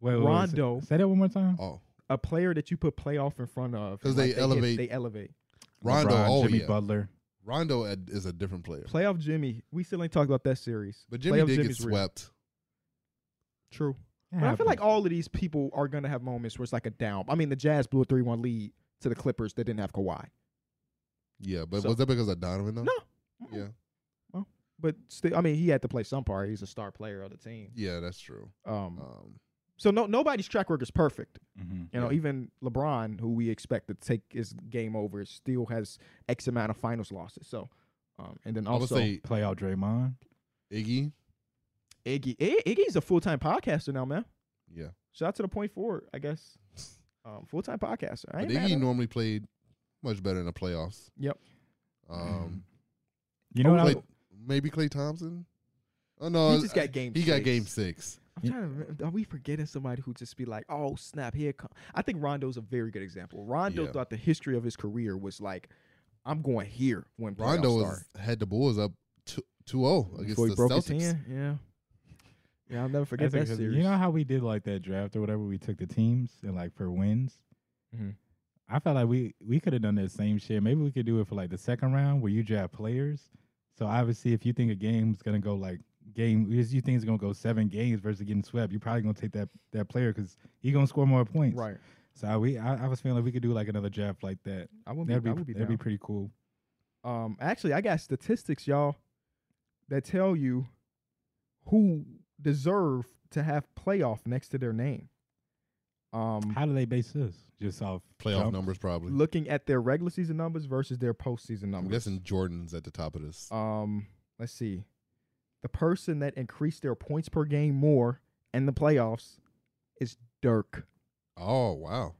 Speaker 3: Wait, wait, wait, say-
Speaker 1: Rondo.
Speaker 3: Say, that one more time.
Speaker 2: Oh,
Speaker 1: a player that you put playoff in front of
Speaker 2: 'Cause
Speaker 1: and,
Speaker 2: they
Speaker 1: like, hit-
Speaker 2: elevate-
Speaker 1: they elevate.
Speaker 2: Rondo.
Speaker 3: LeBron,
Speaker 2: oh
Speaker 3: Jimmy
Speaker 2: yeah,
Speaker 3: Butler.
Speaker 2: Rondo ad- is a different player.
Speaker 1: Playoff Jimmy. We still ain't talked about that series.
Speaker 2: But Jimmy
Speaker 1: Playoff
Speaker 2: did get
Speaker 1: Jimmy's real.
Speaker 2: swept.
Speaker 1: True.
Speaker 3: It
Speaker 1: But I feel
Speaker 3: happens.
Speaker 1: like all of these people are gonna have moments where it's like a down. I mean, the Jazz blew a three-one lead to the Clippers that didn't have Kawhi.
Speaker 2: Yeah, but
Speaker 1: So-
Speaker 2: was that because of Donovan though?
Speaker 1: No.
Speaker 2: Yeah,
Speaker 1: But still, I mean, he had to play some part. He's a star player of the team.
Speaker 2: yeah, that's true.
Speaker 1: Um,
Speaker 2: Um,
Speaker 1: so no, nobody's track record is perfect.
Speaker 3: Mhm.
Speaker 1: You know,
Speaker 2: Yeah.
Speaker 1: even LeBron, who we expect to take his game over, still has X amount of finals losses. So, um, and then
Speaker 2: I would
Speaker 1: also
Speaker 2: say
Speaker 3: playoff Draymond.
Speaker 2: Iggy.
Speaker 1: Iggy. I- Iggy's a full-time podcaster now, man.
Speaker 2: Yeah,
Speaker 1: Shout out to the point forward, I guess. [LAUGHS] Um, full-time podcaster. I
Speaker 2: but
Speaker 1: ain't mad at
Speaker 2: Iggy
Speaker 1: him.
Speaker 2: normally played much better in the playoffs.
Speaker 1: Yep.
Speaker 2: Um,
Speaker 1: [CLEARS THROAT]
Speaker 3: You know what? I,
Speaker 2: played- maybe Clay Thompson. Oh no,
Speaker 1: he just got game.
Speaker 2: he got
Speaker 1: six.
Speaker 2: game six.
Speaker 1: I'm trying to remember. Are we forgetting somebody who just be like, oh, snap, here it come? I think Rondo's a very good example. Rondo
Speaker 2: Yeah.
Speaker 1: throughout the history of his career was like, I'm going here when playoffs
Speaker 2: Rondo
Speaker 1: start.
Speaker 2: was, had the Bulls up 2-0 against
Speaker 1: Before he
Speaker 2: the
Speaker 1: broke his
Speaker 2: Celtics.
Speaker 1: hand. Yeah. Yeah, I'll never forget
Speaker 3: That's
Speaker 1: that
Speaker 3: because
Speaker 1: series.
Speaker 3: You know how we did like that draft or whatever? We took the teams and like for wins.
Speaker 1: Mhm.
Speaker 3: I felt like we we could have done that same shit. Maybe we could do it for like the second round where you draft players. So obviously, if you think a game's gonna go like game, if you think it's gonna go seven games versus getting swept, you're probably gonna take that that player because he gonna score more points.
Speaker 1: right.
Speaker 3: So I- we I, I was feeling like we could do like another draft like that.
Speaker 1: I would be,
Speaker 3: That'd
Speaker 1: I
Speaker 3: be,
Speaker 1: would be
Speaker 3: that'd be
Speaker 1: down.
Speaker 3: pretty cool.
Speaker 1: um, actually, I got statistics, y'all, that tell you who deserve to have playoff next to their name. Um,
Speaker 3: How do they base this? Just off
Speaker 2: Playoff
Speaker 3: jump?
Speaker 2: numbers probably.
Speaker 1: looking at their regular season numbers versus their postseason numbers.
Speaker 2: I'm guessing Jordan's at the top of this.
Speaker 1: um let's see the person that increased their points per game more in the playoffs is dirk
Speaker 2: oh wow,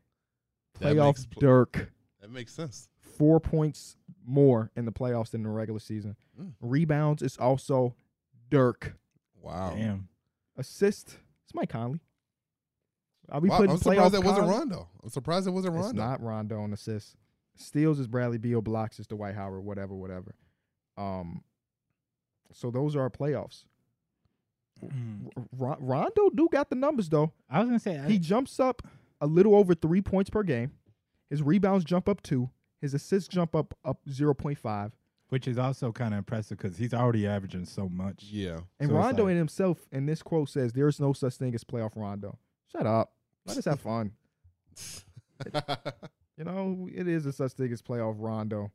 Speaker 2: That makes
Speaker 1: playoffs
Speaker 2: pl-
Speaker 1: dirk
Speaker 2: that makes sense.
Speaker 1: four points more in the playoffs than the regular season
Speaker 2: Mm.
Speaker 1: rebounds is also dirk
Speaker 2: Wow.
Speaker 3: Damn.
Speaker 1: assist it's mike conley are we
Speaker 2: Wow,
Speaker 1: putting
Speaker 2: I'm
Speaker 1: playoff
Speaker 2: surprised that wasn't
Speaker 1: Conley-
Speaker 2: Rondo. I'm surprised it wasn't Rondo.
Speaker 1: It's not Rondo on assists. Steals is Bradley Beal. Blocks is Dwight Howard. Whatever, whatever. Um, so those are our playoffs. R- Rondo do got the numbers though.
Speaker 3: I was gonna say I-
Speaker 1: He jumps up a little over three points per game. His rebounds jump up two. His assists jump up up zero point five.
Speaker 3: which is also kind of impressive because he's already averaging so much.
Speaker 2: Yeah.
Speaker 1: And
Speaker 3: So it's
Speaker 1: Rondo
Speaker 3: like-
Speaker 1: in himself, in this quote, says, "There is no such thing as playoff Rondo." Shut up. Let
Speaker 3: [LAUGHS]
Speaker 1: us have fun. You know, it is a such thing as playoff Rondo.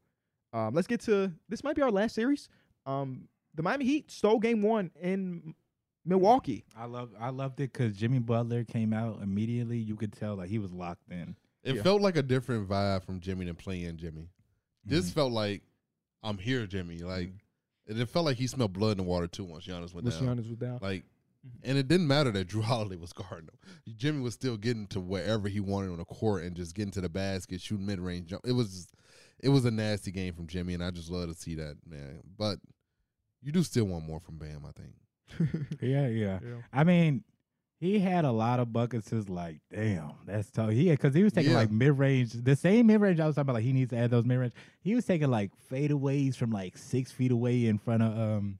Speaker 1: Um, let's get to this. Might be our last series. Um, the Miami Heat stole Game One in Milwaukee.
Speaker 3: I love I loved it because Jimmy Butler came out immediately. You could tell like he was locked in.
Speaker 2: it
Speaker 1: Yeah.
Speaker 2: felt like a different vibe from Jimmy than playing Jimmy.
Speaker 1: Mm-hmm.
Speaker 2: This felt like I'm here, Jimmy. Like and it felt like he smelled blood in the water too once Giannis went
Speaker 1: Once
Speaker 2: down.
Speaker 1: Mm-hmm. Giannis Mm-hmm. was down.
Speaker 2: Like and it didn't matter that [LAUGHS] Drew Holiday was guarding him. Jimmy was still getting to wherever he wanted on the court and just getting to the basket, shooting mid range jump. It was just, it was a nasty game from Jimmy, and I just love to see that, man. But you do still want more from Bam, I think.
Speaker 3: Mm-hmm. yeah, yeah. I mean, he had a lot of buckets. Is like, damn, that's tough. He because he was taking
Speaker 2: Yeah.
Speaker 3: like mid range, the same mid range I was talking about. Like he needs to add those mid range. He was taking like fadeaways from like six feet away in front of um,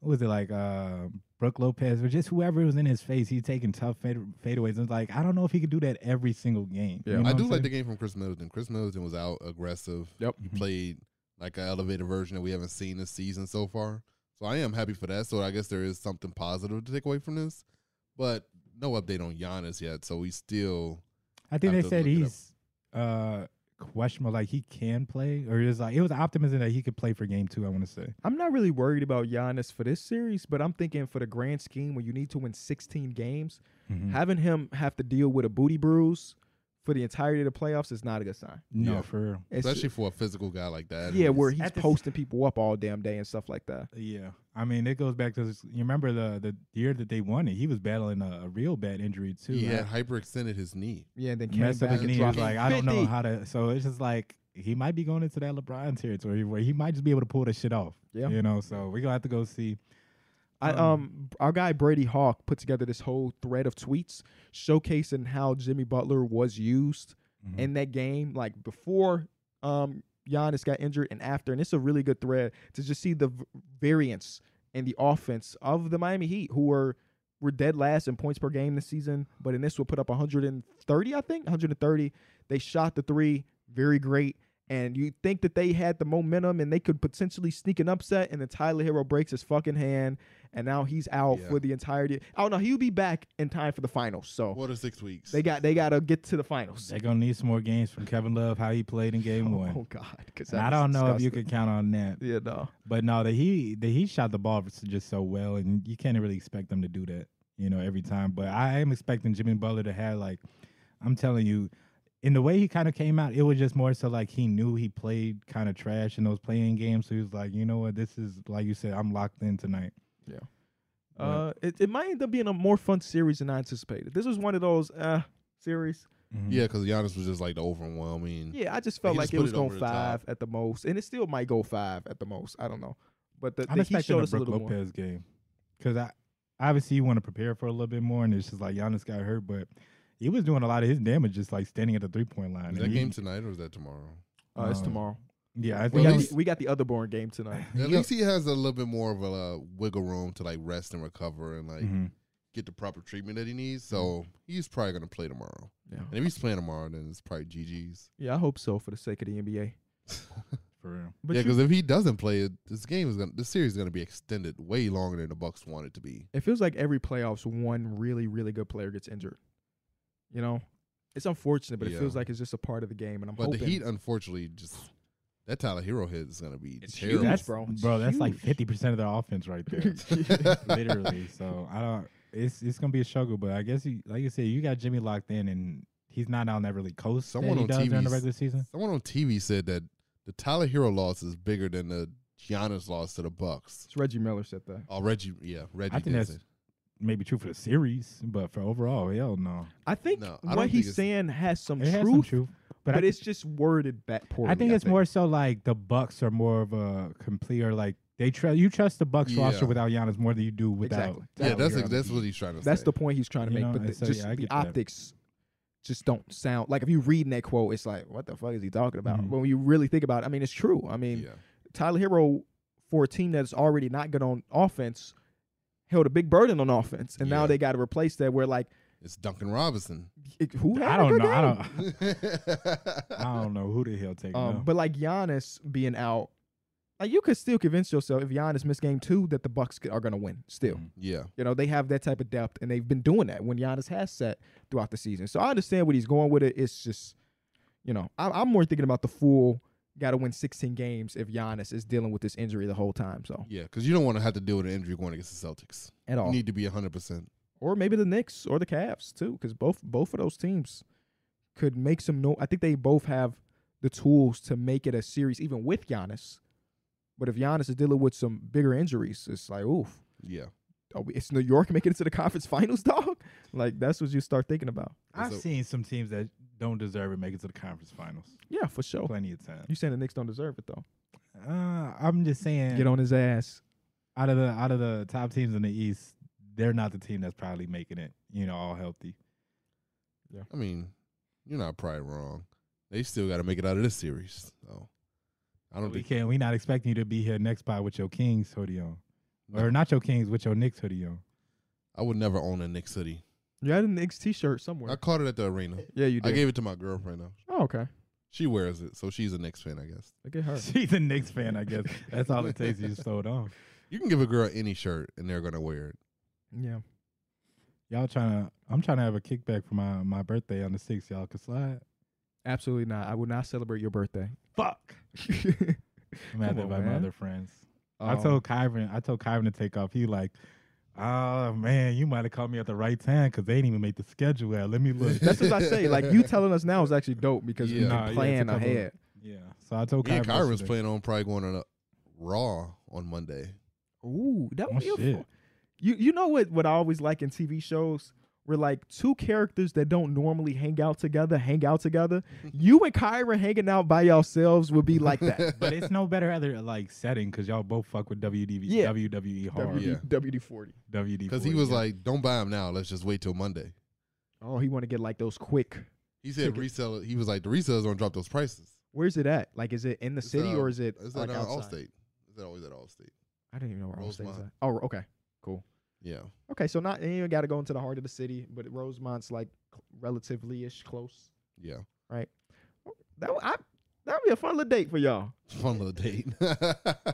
Speaker 3: what was it like uh Brooke Lopez or just whoever was in his face. He taking tough fade fadeaways. And it's like I don't know if he could do that every single game.
Speaker 1: Yeah.
Speaker 2: I do like the game from Chris Middleton. Chris Middleton was out aggressive.
Speaker 1: Yep. Mm-hmm.
Speaker 2: He played like an elevated version that we haven't seen this season so far. So I am happy for that. So I guess there is something positive to take away from this. But no update on Giannis yet. So we still
Speaker 3: I think
Speaker 2: Have to
Speaker 3: they said
Speaker 2: look it up.
Speaker 3: he's uh questionable. Like he can play, or it was like it was optimism that he could play for game two. I want to say.
Speaker 1: I'm not really worried about Giannis for this series, but I'm thinking for the grand scheme where you need to win 16 games,
Speaker 2: Mm. Mm-hmm.
Speaker 1: having him have to deal with a booty bruise for the entirety of the playoffs is not a good sign.
Speaker 3: No,
Speaker 2: Yeah.
Speaker 3: for real.
Speaker 1: It's-
Speaker 2: especially for a physical guy like that.
Speaker 1: yeah, where
Speaker 2: he
Speaker 1: he's
Speaker 3: At the-
Speaker 1: posting people up all damn day and stuff like that.
Speaker 3: Yeah, I mean it goes back to this, you remember the the year that they won it. He was battling a, a real bad injury too.
Speaker 2: he
Speaker 3: right?
Speaker 2: had hyperextended his knee.
Speaker 1: Yeah, and then came
Speaker 3: messed up
Speaker 1: back
Speaker 3: his
Speaker 1: and
Speaker 3: knee. He was
Speaker 1: dropped
Speaker 3: like, I don't know
Speaker 1: 50.
Speaker 3: how to. So it's just like he might be going into that LeBron territory where he might just be able to pull this shit off.
Speaker 1: Yeah.
Speaker 3: you know. So we're gonna have to go see.
Speaker 1: I
Speaker 3: Um,
Speaker 1: um our guy Brady Hawk put together this whole thread of tweets showcasing how Jimmy Butler was used
Speaker 3: Mhm.
Speaker 1: in that game, like before um Giannis got injured and after. And it's a really good thread to just see the v- variance in the offense of the Miami Heat, who were were dead last in points per game this season, but in this will put up 130, I think 130. They shot the three very great. And you think that they had the momentum and they could potentially sneak an upset, and then Tyler Hero breaks his fucking hand, and now he's out
Speaker 2: Yeah.
Speaker 1: for the entirety. Oh no, he'll be back in time for the finals. So
Speaker 2: What are six weeks?
Speaker 1: Oh. they got they got to get to the finals.
Speaker 3: They're gonna need some more games from Kevin Love how he played in game
Speaker 1: [LAUGHS] Oh,
Speaker 3: one.
Speaker 1: oh God, because
Speaker 3: And I don't know if you could count on that,
Speaker 1: Yeah, no.
Speaker 3: but no, that he that he shot the ball just so well, and you can't really expect them to do that, you know, every time. But I am expecting Jimmy Butler to have like, I'm telling you, in the way he kind of came out, it was just more so like he knew he played kind of trash in those playing games, so he was like, you know what, this is like you said, I'm locked in tonight.
Speaker 1: Yeah.
Speaker 3: But
Speaker 1: Uh, it, it might end up being a more fun series than I anticipated. This was one of those uh series.
Speaker 3: mm-hmm.
Speaker 2: yeah, because Giannis was just like the overwhelming.
Speaker 1: Yeah, I just felt
Speaker 2: He
Speaker 1: like it
Speaker 2: Hmm. just put
Speaker 1: was
Speaker 2: it
Speaker 1: going
Speaker 2: over the top.
Speaker 1: five at the most, and it still might go five at the most. I don't know, but the,
Speaker 3: I'm
Speaker 1: the Heat
Speaker 3: expecting
Speaker 1: showed
Speaker 3: a
Speaker 1: us a
Speaker 3: Brook
Speaker 1: little more.
Speaker 3: Lopez game because I obviously you want to prepare for a little bit more, and it's just like Giannis got hurt, but he was doing a lot of his damage just like standing at the three point line.
Speaker 2: Is
Speaker 3: and
Speaker 2: that
Speaker 3: he-
Speaker 2: game tonight or is that
Speaker 1: [LAUGHS]
Speaker 2: tomorrow?
Speaker 1: Uh, it's
Speaker 3: Um,
Speaker 1: tomorrow.
Speaker 3: Yeah, I
Speaker 1: We
Speaker 3: think
Speaker 2: Well,
Speaker 3: I
Speaker 1: got,
Speaker 2: at
Speaker 3: was-
Speaker 1: the, we got the other born game
Speaker 3: [LAUGHS]
Speaker 1: tonight.
Speaker 2: At
Speaker 3: Yeah.
Speaker 2: least he has a little bit more of a uh, wiggle room to like rest and recover and like
Speaker 3: Mhm.
Speaker 2: get the proper treatment that he needs. So
Speaker 1: Mm-hmm.
Speaker 2: he's probably gonna play tomorrow.
Speaker 1: Yeah.
Speaker 2: And if he's playing tomorrow, then it's
Speaker 1: [LAUGHS]
Speaker 2: probably GG's.
Speaker 1: yeah, I hope so for the sake of the NBA.
Speaker 3: for real.
Speaker 1: But
Speaker 2: yeah,
Speaker 1: you-
Speaker 2: because if he doesn't play it, this game is gonna this series is gonna be extended way longer than the Bucks want it to be.
Speaker 1: it feels like every playoffs, one really, really good player gets injured. You know, it's unfortunate, but it
Speaker 2: Yeah.
Speaker 1: feels like it's just a part of the game. And I'm
Speaker 2: But
Speaker 1: hoping
Speaker 2: the Heat, unfortunately, just that Tyler Hero hit is gonna be
Speaker 1: It's
Speaker 2: terrible.
Speaker 1: huge.
Speaker 2: [LAUGHS]
Speaker 3: that's,
Speaker 1: [LAUGHS] bro.
Speaker 3: bro.
Speaker 1: It's
Speaker 3: that's like
Speaker 1: huge.
Speaker 3: fifty percent of their offense right there, literally. So I don't. It's it's gonna be a struggle, but I guess you, like you said, you got Jimmy locked in, and he's not out never really coast.
Speaker 2: Someone
Speaker 3: that he
Speaker 2: on
Speaker 3: does during the
Speaker 2: TV's
Speaker 3: regular season.
Speaker 2: Someone on TV said that the Tyler Hero loss is bigger than the Giannis loss to the Bucks.
Speaker 1: It's Reggie Miller said that.
Speaker 2: Oh, Reggie, yeah, Reggie.
Speaker 3: I think
Speaker 2: did
Speaker 3: that's
Speaker 2: say-
Speaker 3: maybe true for the series, but for overall, hell no.
Speaker 1: I think
Speaker 2: No, I
Speaker 1: what
Speaker 2: don't think
Speaker 1: he's
Speaker 2: it's-
Speaker 1: saying has some
Speaker 3: It
Speaker 1: truth,
Speaker 3: has some truth,
Speaker 1: but,
Speaker 3: but, I,
Speaker 1: it's just worded back poorly.
Speaker 3: I think it's more so like the Bucks are more of a complete or like they trust you trust the Bucks
Speaker 2: Yeah.
Speaker 3: roster without Giannis more than you do without.
Speaker 1: Exactly.
Speaker 2: yeah,
Speaker 3: Tyler
Speaker 2: that's
Speaker 3: Hero on the
Speaker 2: that's what
Speaker 3: Heat.
Speaker 2: he's trying to.
Speaker 1: That's
Speaker 2: say.
Speaker 1: the point he's trying to
Speaker 3: You
Speaker 1: make.
Speaker 3: know,
Speaker 1: but
Speaker 3: and
Speaker 1: the,
Speaker 3: so,
Speaker 1: just
Speaker 3: yeah, I
Speaker 1: the
Speaker 3: get that.
Speaker 1: optics just don't sound like if you reading that quote, it's like, what the fuck is he talking about?
Speaker 3: Mhm.
Speaker 1: But when you really think about it, I mean, it's true. I mean,
Speaker 2: Yeah.
Speaker 1: Tyler Hero for a team that's already not good on offense held a big burden on offense, and now
Speaker 2: Yeah.
Speaker 1: they got to replace that. Where like,
Speaker 2: It's Duncan Robinson.
Speaker 1: it- who? had
Speaker 3: I
Speaker 1: a
Speaker 3: don't
Speaker 1: good
Speaker 3: know. I
Speaker 1: game? [LAUGHS]
Speaker 3: don't. I don't know who the hell taking
Speaker 1: Um,
Speaker 3: them.
Speaker 1: But like Giannis being out, like you could still convince yourself if Giannis missed game two that the Bucks c- are going to win. Still,
Speaker 3: Mhm.
Speaker 2: yeah.
Speaker 1: you know they have that type of depth, and they've been doing that when Giannis has set throughout the season. So I understand what he's going with it. It's just, you know, I, I'm more thinking about the full. Got to win 16 games if Giannis is dealing with this injury the whole time. So
Speaker 2: Yeah. Because you don't want to have to deal with an injury going against the Celtics.
Speaker 1: at all,
Speaker 2: You need to be 100%.
Speaker 1: or maybe the Knicks or the Cavs too, because both both of those teams could make some no. I think they both have the tools to make it a series, even with Giannis. But if Giannis is dealing with some bigger injuries, it's like oof.
Speaker 2: Yeah.
Speaker 1: Are we, it's New York [LAUGHS] making it to the conference finals, dog. Like that's what you start thinking about.
Speaker 3: I've
Speaker 2: So-
Speaker 3: seen some teams that don't deserve it make it to the conference finals.
Speaker 1: Yeah, for sure.
Speaker 3: Plenty of times.
Speaker 1: You saying the Knicks don't deserve it though?
Speaker 3: Uh, I'm just saying,
Speaker 1: Get on his ass.
Speaker 3: out of the out of the top teams in the East, they're not the team that's probably making it. You know, all healthy.
Speaker 2: I mean, you're not probably wrong. They still got to make it out of this series. So I don't
Speaker 3: We
Speaker 2: think.
Speaker 3: can't. We're not expecting you to be here next pod with your Kings hoodie on,
Speaker 2: No.
Speaker 3: or not your Kings with your Knicks hoodie on.
Speaker 2: I would never own a Nick City.
Speaker 1: You had a Knicks T-shirt somewhere.
Speaker 2: I caught it at the arena.
Speaker 1: yeah, you
Speaker 2: I
Speaker 1: did.
Speaker 2: gave it to my girlfriend though.
Speaker 1: oh, okay.
Speaker 2: She wears it, so she's a Knicks fan, I guess.
Speaker 1: I get her.
Speaker 3: [LAUGHS] She's a Knicks fan, I guess. That's all it takes. You just throw it on.
Speaker 2: You can give a girl any shirt, and they're gonna wear it.
Speaker 1: Yeah.
Speaker 3: Y'all trying to? I'm trying to have a kickback for my my birthday on the sixth. Y'all can slide.
Speaker 1: Absolutely not. I would not celebrate your birthday. [LAUGHS]
Speaker 3: Fuck. I'm
Speaker 1: Come
Speaker 3: at
Speaker 1: on,
Speaker 3: that by
Speaker 1: man.
Speaker 3: my other friends. I
Speaker 2: Um,
Speaker 1: Um,
Speaker 3: told Kyron, I told Kyron to take off. He like, oh man, you might have called me at the right time because they didn't even make the schedule out.
Speaker 2: [LAUGHS]
Speaker 3: Let me look.
Speaker 1: That's what I say. Like you telling us now is actually dope because
Speaker 2: Yeah.
Speaker 1: we've
Speaker 3: Nah, yeah,
Speaker 1: been
Speaker 3: it's
Speaker 1: playing
Speaker 3: a couple-
Speaker 1: ahead.
Speaker 3: yeah. So I told
Speaker 2: Me and
Speaker 3: Kyron.
Speaker 2: Kyron's
Speaker 3: yesterday.
Speaker 2: planning on probably going on a Raw on Monday.
Speaker 1: Ooh, that would
Speaker 3: Oh,
Speaker 1: be a
Speaker 3: shit.
Speaker 1: fun. You you know what what I always like in TV shows where like two characters that don't normally hang out together hang out
Speaker 3: [LAUGHS]
Speaker 1: together. you and Kyra hanging out by yourselves would be like
Speaker 3: [LAUGHS]
Speaker 1: that.
Speaker 3: But
Speaker 2: [LAUGHS]
Speaker 3: it's no better other like setting because y'all both fuck with WDV,
Speaker 1: Yeah.
Speaker 3: WWE E hard.
Speaker 1: WD,
Speaker 2: Yeah.
Speaker 1: WD forty.
Speaker 3: WD
Speaker 2: Because he was like, "Don't buy him now. Let's just wait till Monday."
Speaker 1: Oh, he want to get like those quick.
Speaker 2: He said
Speaker 1: Ticket.
Speaker 2: reseller. He was like, "The resellers gonna drop those prices."
Speaker 1: Where's it at? Like, is it in the
Speaker 2: It's,
Speaker 1: city
Speaker 2: uh,
Speaker 1: or is it
Speaker 2: Is that
Speaker 1: like
Speaker 2: uh,
Speaker 1: outside?
Speaker 2: Allstate? Is that always at Allstate?
Speaker 1: I don't even know where Allstate's
Speaker 2: Rosemont.
Speaker 1: at. Oh, okay, cool.
Speaker 2: Yeah.
Speaker 1: Okay, so not you got to go into the heart of the city, but Rosemont's like relatively ish close.
Speaker 2: Yeah.
Speaker 1: That would- I, that'd be a fun little date for y'all.
Speaker 2: Fun little date. [LAUGHS] I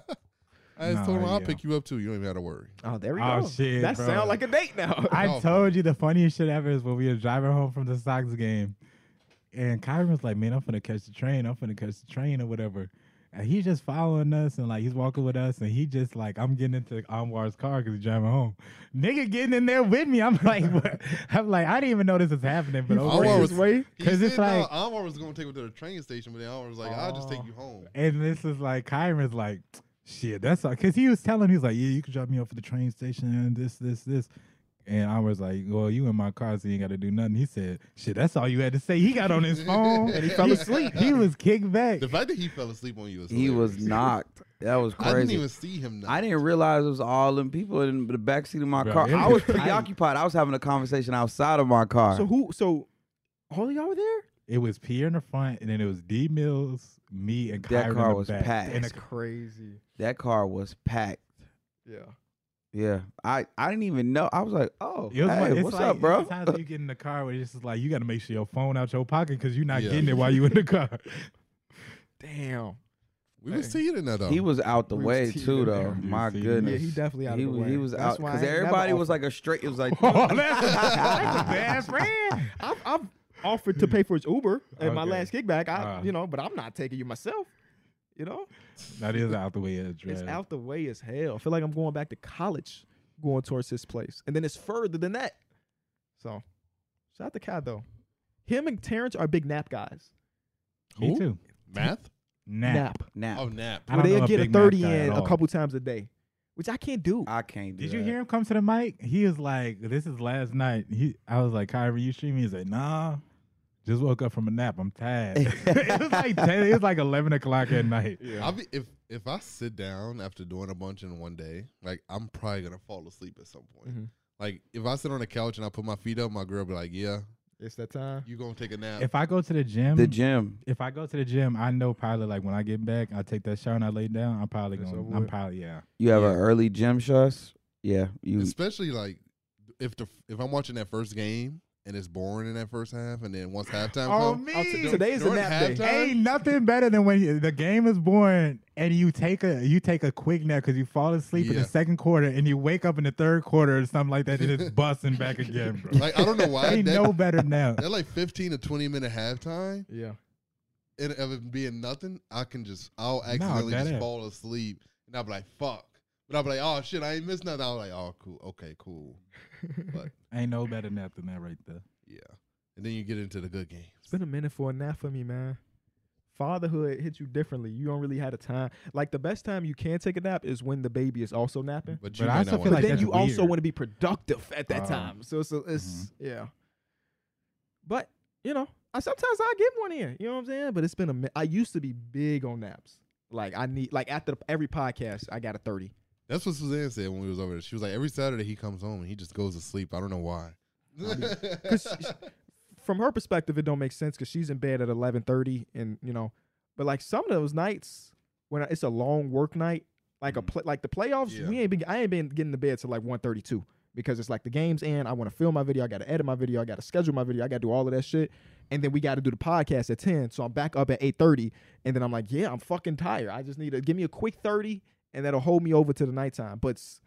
Speaker 2: just
Speaker 3: Nah,
Speaker 2: told him I'll
Speaker 3: yeah.
Speaker 2: pick you up too. You don't even have to worry.
Speaker 1: Oh, there we
Speaker 3: Oh,
Speaker 1: go.
Speaker 3: shit,
Speaker 1: that
Speaker 3: bro.
Speaker 1: sound like a date now.
Speaker 3: [LAUGHS] I
Speaker 1: [LAUGHS]
Speaker 2: Oh,
Speaker 3: told you the funniest shit ever is when we were driving home from the Sox game, and Kyron was like, "Man, I'm finna catch the train. I'm finna catch the train or whatever." And he's just following us and like he's walking with us, and he just like, "I'm getting into Anwar's car because he's driving home." Nigga getting in there with me. I'm [LAUGHS] like, what? I'm like, I didn't even know this is happening, but
Speaker 2: Anwar
Speaker 3: okay.
Speaker 2: was-
Speaker 1: way.
Speaker 2: He
Speaker 3: 'Cause
Speaker 2: said,
Speaker 3: it's like-
Speaker 2: no, Anwar was gonna take him to the train station, but then Anwar was like, "I'll just take
Speaker 1: Oh.
Speaker 2: you home."
Speaker 3: And this is like Kyron's like, shit, that's all. Cause he was telling, he was like, yeah, you can drop me off at the train station and this, this, this. And I was like, well, you in my car, so you ain't got to do nothing. He said, shit, that's all you had to say. He got
Speaker 2: [LAUGHS]
Speaker 3: on his
Speaker 2: And
Speaker 3: phone and
Speaker 2: he
Speaker 3: he
Speaker 2: fell
Speaker 3: fell asleep. he was kicked back.
Speaker 2: The fact that he fell asleep on you is
Speaker 4: He was
Speaker 2: hilarious.
Speaker 4: knocked. That was
Speaker 2: [LAUGHS] I didn't
Speaker 4: crazy.
Speaker 2: even see him. Knock.
Speaker 4: I didn't realize it was all them people in the back seat of my
Speaker 3: Bro,
Speaker 4: car.
Speaker 3: it
Speaker 4: I
Speaker 3: [LAUGHS]
Speaker 4: was
Speaker 3: was tight.
Speaker 4: preoccupied. I was having a conversation outside of my car.
Speaker 1: So who? So all of y'all were there?
Speaker 3: It was Pierre in the front, and then it was D Mills, me, and
Speaker 4: That
Speaker 3: Kyron in
Speaker 4: car
Speaker 3: the
Speaker 4: was
Speaker 3: back.
Speaker 4: packed.
Speaker 3: And the-
Speaker 1: crazy.
Speaker 4: that car was packed.
Speaker 1: Yeah.
Speaker 4: Yeah, I, I didn't even know. I was like, oh,
Speaker 3: it was
Speaker 4: hey,
Speaker 3: like, it's
Speaker 4: what's
Speaker 3: like,
Speaker 4: up, bro?
Speaker 3: Sometimes you get in the car where it's just like you got to make sure your phone out your pocket because you're not
Speaker 2: Yeah.
Speaker 3: getting it while you in the car. [LAUGHS]
Speaker 1: Damn.
Speaker 2: We was seeing that though.
Speaker 4: He was out the
Speaker 1: We was
Speaker 4: way
Speaker 1: teeing
Speaker 4: too,
Speaker 1: in
Speaker 4: though.
Speaker 1: there.
Speaker 4: My
Speaker 3: Teeing.
Speaker 1: Yeah,
Speaker 4: goodness,
Speaker 1: he definitely out
Speaker 4: he,
Speaker 1: of the
Speaker 4: was-
Speaker 1: way.
Speaker 4: he was
Speaker 1: That's
Speaker 4: out
Speaker 1: why I
Speaker 4: because
Speaker 1: ain't never
Speaker 4: everybody was
Speaker 1: offered-
Speaker 4: like a straight. It was like
Speaker 3: [LAUGHS] oh,
Speaker 4: [LAUGHS]
Speaker 3: that's, that's
Speaker 1: [LAUGHS]
Speaker 3: a bad friend.
Speaker 1: I've, I've offered to pay for his Uber and my
Speaker 3: Okay.
Speaker 1: last kickback. I,
Speaker 3: Uh.
Speaker 1: you know, but I'm not taking you myself. You know,
Speaker 3: That is out the way address.
Speaker 1: it's out the way as hell. I feel like I'm going back to college, going towards his place, and then it's further than that. So, shout out to Kai though. Him and Terrence are big nap guys.
Speaker 3: Me
Speaker 2: Who?
Speaker 3: too.
Speaker 2: math.
Speaker 3: Nap.
Speaker 4: now.
Speaker 2: Oh, nap.
Speaker 3: I
Speaker 1: where
Speaker 3: don't
Speaker 1: they
Speaker 3: know a
Speaker 1: get a
Speaker 3: Big Mac
Speaker 1: 30
Speaker 3: guy at
Speaker 1: in a
Speaker 3: all.
Speaker 1: couple times a day, which I can't do.
Speaker 4: I can't. Do
Speaker 3: Did you
Speaker 4: that.
Speaker 3: hear him come to the mic? He was like, "This is last night." He, I was like, "Kyrie, you streaming?" He's like, "Nah, just woke up from a nap. I'm tired." [LAUGHS] it
Speaker 1: [LAUGHS]
Speaker 3: was like 10, it was like eleven o'clock at night.
Speaker 2: I'll be, if if I sit down after doing a bunch in one day, like I'm probably gonna fall asleep at some point.
Speaker 1: Mhm.
Speaker 2: Like if I sit on the couch and I put my feet up, my girl be like, "Yeah,
Speaker 1: It's that time.
Speaker 2: you gonna take a nap."
Speaker 3: If I go to the gym,
Speaker 4: The gym.
Speaker 3: If I go to the gym, I know probably like when I get back, I take that shower and I lay down. I'm probably
Speaker 1: It's
Speaker 3: gonna.
Speaker 1: over
Speaker 3: I'm
Speaker 1: with.
Speaker 3: probably yeah.
Speaker 4: You have
Speaker 2: Yeah.
Speaker 4: an early gym shush. Yeah, you.
Speaker 2: Especially like if the if I'm watching that first game and it's boring in that first half, and then once halftime
Speaker 3: Oh,
Speaker 2: comes,
Speaker 3: me.
Speaker 1: Today Today's a
Speaker 2: during
Speaker 1: nap day.
Speaker 2: halftime-
Speaker 3: Ain't nothing better than when you- the game is born and you take a you take a quick nap because you fall asleep in
Speaker 2: Yeah.
Speaker 3: the second quarter and you wake up in the third quarter or something like that
Speaker 1: [LAUGHS]
Speaker 3: and it's busting back again, bro.
Speaker 2: like I don't know why
Speaker 3: [LAUGHS] Ain't
Speaker 2: that,
Speaker 3: no
Speaker 1: [LAUGHS]
Speaker 3: better now.
Speaker 2: that like 15 to 20 minute halftime
Speaker 1: Yeah.
Speaker 2: and of it being nothing, I can just I'll accidentally
Speaker 3: that
Speaker 2: just
Speaker 3: is.
Speaker 2: fall asleep and I'll be like fuck, but I'll be like oh shit I ain't missed nothing. I'll be like oh cool okay cool
Speaker 3: Ain't no better nap than that right there.
Speaker 2: yeah, and then you get into the good games.
Speaker 1: It's been a minute for a nap for me, man. Fatherhood hits you differently. You don't really had a time. Like the best time you can take a nap is when the baby is also napping.
Speaker 2: But
Speaker 3: I
Speaker 2: might not
Speaker 3: also feel
Speaker 1: But
Speaker 2: wanna
Speaker 3: like
Speaker 2: do
Speaker 1: then
Speaker 3: that's
Speaker 1: you
Speaker 2: that.
Speaker 1: also
Speaker 3: weird.
Speaker 1: want to be productive at that
Speaker 3: Oh. Mm-hmm.
Speaker 1: time. So it's a, it's yeah. But you know, I sometimes I give one in. You know what I'm saying? But it's been a. mi- I used to be big on naps. Like I need like after the, every podcast I got a thirty.
Speaker 2: That's what Suzanne said when we was over there. She was like, every Saturday he comes home and he just goes to sleep. I don't know why. [LAUGHS]
Speaker 1: From her perspective, it don't make sense because she's in bed at eleven thirty, and you know. But like some of those nights when I, it's a long work night, like a
Speaker 2: Mhm.
Speaker 1: play, like the playoffs,
Speaker 2: Yeah.
Speaker 1: we ain't been I ain't been getting to bed till like one thirty two because it's like the games end. I want to film my video, I got to edit my video, I got to schedule my video, I got to do all of that shit, and then we got to do the podcast at ten. So I'm back up at eight thirty, and then I'm like, yeah, I'm fucking tired. I just need to give me a quick thirty, and that'll hold me over to the nighttime. But s-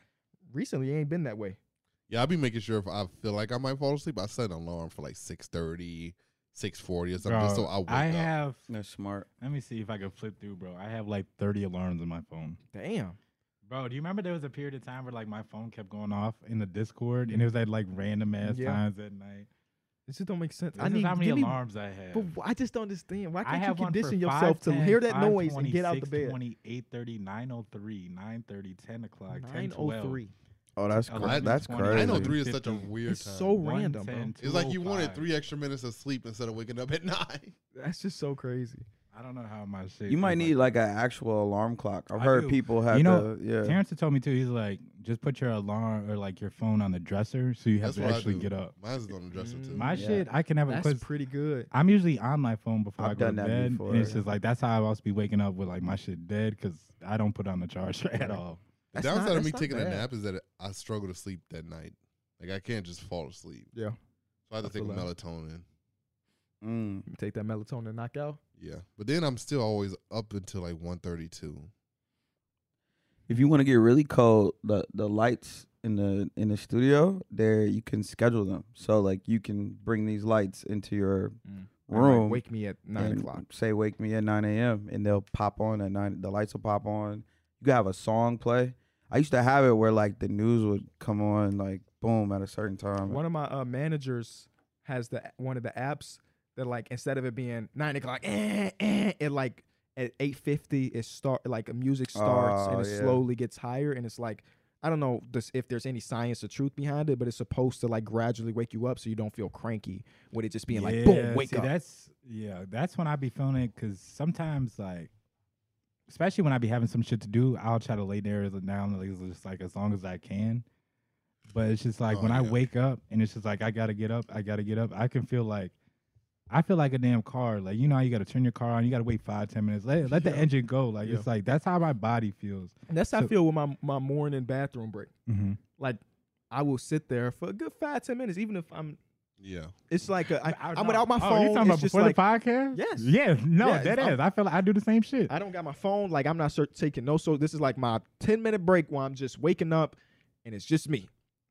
Speaker 1: recently, it ain't been that way.
Speaker 2: yeah, I'll be making sure if I feel like I might fall asleep, I set an alarm for like 6.30, 6.40 or something. just so
Speaker 3: Bro,
Speaker 2: I wake
Speaker 3: I
Speaker 2: up.
Speaker 3: have
Speaker 4: That's smart.
Speaker 3: let me see if I can flip through, bro. I have like 30 alarms on my phone.
Speaker 1: Damn.
Speaker 3: Bro, do you remember there was a period of time where like my phone kept going off in the Discord and it was at like random ass
Speaker 1: Yeah.
Speaker 3: times at night?
Speaker 1: This just don't make sense.
Speaker 3: This
Speaker 1: I
Speaker 3: is
Speaker 1: need
Speaker 3: how many
Speaker 1: give me-
Speaker 3: alarms I have.
Speaker 1: But wh- I just don't understand. Why
Speaker 3: I
Speaker 1: can't you
Speaker 3: have one for
Speaker 1: condition yourself to
Speaker 3: 5:10,
Speaker 1: hear that noise and
Speaker 3: 5:20,
Speaker 1: get out the bed?
Speaker 3: 6:20, 8:30, 9:03, 9:30, 10 o'clock, 10,
Speaker 1: Nine
Speaker 3: 12.
Speaker 1: oh three.
Speaker 4: Oh, that's
Speaker 3: I
Speaker 4: cra-
Speaker 2: like
Speaker 4: that's
Speaker 3: this
Speaker 4: crazy.
Speaker 3: one. I
Speaker 2: I know three is such a
Speaker 3: 50.
Speaker 2: weird
Speaker 1: It's
Speaker 2: time.
Speaker 1: so random, bro.
Speaker 3: 1:10,
Speaker 2: it's like you wanted
Speaker 3: 2:05.
Speaker 2: three extra minutes of sleep instead of waking up at [LAUGHS] nine.
Speaker 1: That's just so crazy.
Speaker 3: I don't know how my shit.
Speaker 4: You might
Speaker 3: is
Speaker 4: need like an actual alarm clock. I've
Speaker 3: I
Speaker 4: heard
Speaker 3: do.
Speaker 4: people have
Speaker 3: You know,
Speaker 4: to. Yeah.
Speaker 3: Terrence had told me too. He's like, just put your alarm or like your phone on the dresser so you
Speaker 2: That's
Speaker 3: have to
Speaker 2: what I
Speaker 3: actually
Speaker 2: do.
Speaker 3: get up.
Speaker 2: Mine's is on the dresser
Speaker 1: Mm.
Speaker 2: too.
Speaker 3: My
Speaker 4: Mm, Yeah.
Speaker 3: shit, I can have it.
Speaker 1: That's
Speaker 3: Cause
Speaker 1: pretty good.
Speaker 3: I'm usually on my phone before
Speaker 4: I've
Speaker 3: I go
Speaker 4: done
Speaker 3: to
Speaker 4: that
Speaker 3: bed,
Speaker 4: before.
Speaker 3: and it's just like that's how I was be waking up with like my shit dead because I don't put on the charger [LAUGHS] at all.
Speaker 2: the
Speaker 1: That's not-
Speaker 2: downside of
Speaker 1: that's
Speaker 2: me
Speaker 1: not
Speaker 2: taking a
Speaker 1: bad.
Speaker 2: nap is that I struggle to sleep that night. Like I can't just fall asleep.
Speaker 1: Yeah.
Speaker 2: So I have to
Speaker 1: I
Speaker 2: take
Speaker 1: feel that.
Speaker 2: melatonin.
Speaker 4: Mm.
Speaker 1: You take that melatonin knockout.
Speaker 2: Yeah. But then I'm still always up until like 1.32.
Speaker 4: If you want to get really cold, the the lights in the in the studio there, you can schedule them. So like you can bring these lights into your
Speaker 3: Mm.
Speaker 1: Or, like,
Speaker 4: room.
Speaker 1: wake me at nine
Speaker 4: and
Speaker 1: o'clock.
Speaker 4: Say wake me at nine a.m. and they'll pop on at nine. The lights will pop on. You can have a song play. I used to have it where like the news would come on like boom at a certain time.
Speaker 1: One of my uh, managers has the one of the apps that like instead of it being nine o'clock, eh, eh, it like at eight fifty it start like music starts
Speaker 4: Oh,
Speaker 1: and it
Speaker 4: yeah.
Speaker 1: slowly gets higher and it's like I don't know this, if there's any science or truth behind it, but it's supposed to like gradually wake you up so you don't feel cranky with it just being like boom, wake
Speaker 3: see,
Speaker 1: up.
Speaker 3: That's yeah, that's when I be feeling it because sometimes like, especially when I be having some shit to do, I'll try to lay there down like, just like as long as I can. But it's just like
Speaker 2: Oh,
Speaker 3: when I
Speaker 2: yeah.
Speaker 3: wake up and it's just like I gotta get up, I gotta get up. I can feel like. I feel like a damn car. Like you know, how you got to turn your car on. You got to wait five, ten minutes. Let, let the
Speaker 1: Yeah.
Speaker 3: engine go. Like
Speaker 1: Yeah.
Speaker 3: it's like that's how my body feels.
Speaker 1: That's how I
Speaker 3: So-
Speaker 1: feel with my my morning bathroom break.
Speaker 3: Mm-hmm.
Speaker 1: Like I will sit there for a good five ten minutes, even if I'm.
Speaker 2: Yeah.
Speaker 1: It's like a, I,
Speaker 3: I-
Speaker 1: I'm
Speaker 3: no.
Speaker 1: without my
Speaker 3: Oh,
Speaker 1: phone.
Speaker 3: You talking
Speaker 1: it's
Speaker 3: about
Speaker 1: just
Speaker 3: before
Speaker 1: like,
Speaker 3: the podcast?
Speaker 1: Yes.
Speaker 3: Yes. No,
Speaker 1: Yes,
Speaker 3: that
Speaker 1: I'm-
Speaker 3: is. I feel like I do the same shit.
Speaker 1: I don't got my phone. Like I'm not cer- taking no. So this is like my ten minute break where I'm just waking up, and it's just me.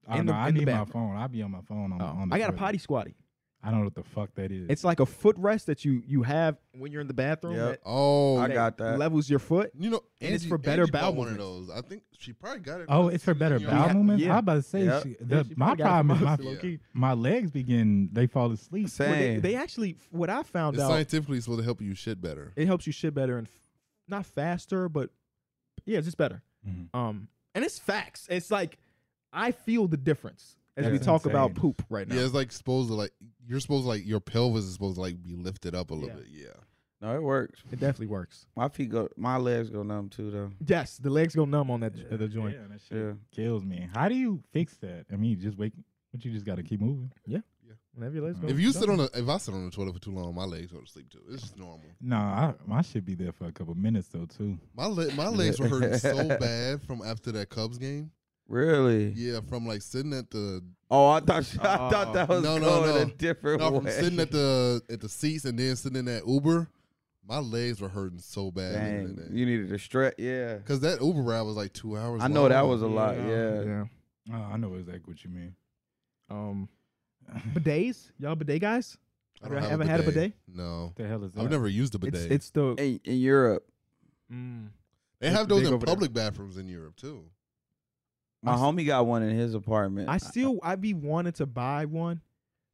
Speaker 3: I,
Speaker 1: in
Speaker 3: don't know,
Speaker 1: the-
Speaker 3: I
Speaker 1: in the
Speaker 3: need my
Speaker 1: bathroom.
Speaker 3: phone. I'll be on my phone. On, on the
Speaker 1: I got a
Speaker 3: toilet.
Speaker 1: potty squatty.
Speaker 3: I don't know what the fuck that is.
Speaker 1: It's like a foot rest that you you have when you're in the bathroom.
Speaker 4: Yep.
Speaker 2: Oh,
Speaker 4: I
Speaker 1: that
Speaker 4: got that.
Speaker 1: Levels your foot.
Speaker 2: You know,
Speaker 1: And it's
Speaker 2: Angie-
Speaker 1: for better
Speaker 2: Angie bought
Speaker 1: bowel
Speaker 2: one of those. I think she probably got it.
Speaker 3: oh, it's for better
Speaker 2: Yeah.
Speaker 3: bowel movements.
Speaker 1: yeah.
Speaker 3: I'm about to say
Speaker 4: Yep.
Speaker 3: she-
Speaker 1: Yeah,
Speaker 3: the,
Speaker 1: she
Speaker 3: my
Speaker 1: probably got it from
Speaker 3: problem is my
Speaker 1: us,
Speaker 2: Yeah. low-key.
Speaker 3: my legs begin they fall asleep.
Speaker 1: Well,
Speaker 4: Same.
Speaker 1: they, they actually, what I found
Speaker 2: It's
Speaker 1: out,
Speaker 2: scientifically supposed to help you shit better.
Speaker 1: it helps you shit better and f- not faster, but yeah, just better.
Speaker 3: Mhm.
Speaker 1: Um, and it's facts. It's like I feel the difference as we
Speaker 3: That's
Speaker 1: talk about
Speaker 3: insane.
Speaker 1: poop right now.
Speaker 2: Yeah, it's like supposed to like you're supposed to like your pelvis is supposed to like be lifted up a little
Speaker 1: Yeah.
Speaker 2: bit. Yeah.
Speaker 4: no, it works.
Speaker 1: It definitely works.
Speaker 4: My feet go. My legs go numb too though.
Speaker 1: Yes, the legs go numb on that uh, the joint.
Speaker 3: Yeah, that shit
Speaker 4: Yeah.
Speaker 3: Mm-hmm. kills me. How do you fix that? I mean, you just wake. But you just got to keep moving.
Speaker 1: Whenever your legs go.
Speaker 2: If you sit
Speaker 1: numb.
Speaker 2: on a if I sit on the toilet for too long, my legs go to sleep too. It's just normal.
Speaker 3: No, I, I should be
Speaker 4: [LAUGHS]
Speaker 3: there for a couple minutes though too.
Speaker 2: My le- my legs were hurting so bad from after that Cubs game.
Speaker 4: Really?
Speaker 2: Yeah, from like sitting at
Speaker 4: [LAUGHS]
Speaker 2: the
Speaker 4: Oh, I thought I thought that was
Speaker 2: No, no,
Speaker 4: going a
Speaker 2: no.
Speaker 4: different
Speaker 2: no,
Speaker 4: way.
Speaker 2: from sitting at the at the seats and then sitting in that Uber, my legs were hurting so bad.
Speaker 4: [LAUGHS] Dang, you needed a stretch. Yeah,
Speaker 2: Cause that Uber ride was like two hours.
Speaker 4: I know that
Speaker 2: long.
Speaker 4: was a lot.
Speaker 3: Yeah.
Speaker 4: Yeah,
Speaker 1: Yeah.
Speaker 3: Oh, I know exactly what you mean. [LAUGHS]
Speaker 1: Um, bidets, y'all bidet guys.
Speaker 2: I don't
Speaker 1: Ever-
Speaker 2: have
Speaker 1: ever had a bidet?
Speaker 2: No,
Speaker 3: the hell is that?
Speaker 2: I've never used a bidet.
Speaker 1: It's it's the
Speaker 4: In, in Europe,
Speaker 1: mm,
Speaker 2: they
Speaker 1: it's
Speaker 2: have those
Speaker 1: big
Speaker 2: in
Speaker 1: over there.
Speaker 2: public bathrooms in Europe too.
Speaker 4: my
Speaker 1: I s-
Speaker 4: homie got one in his apartment.
Speaker 1: I still I be wanting to buy one,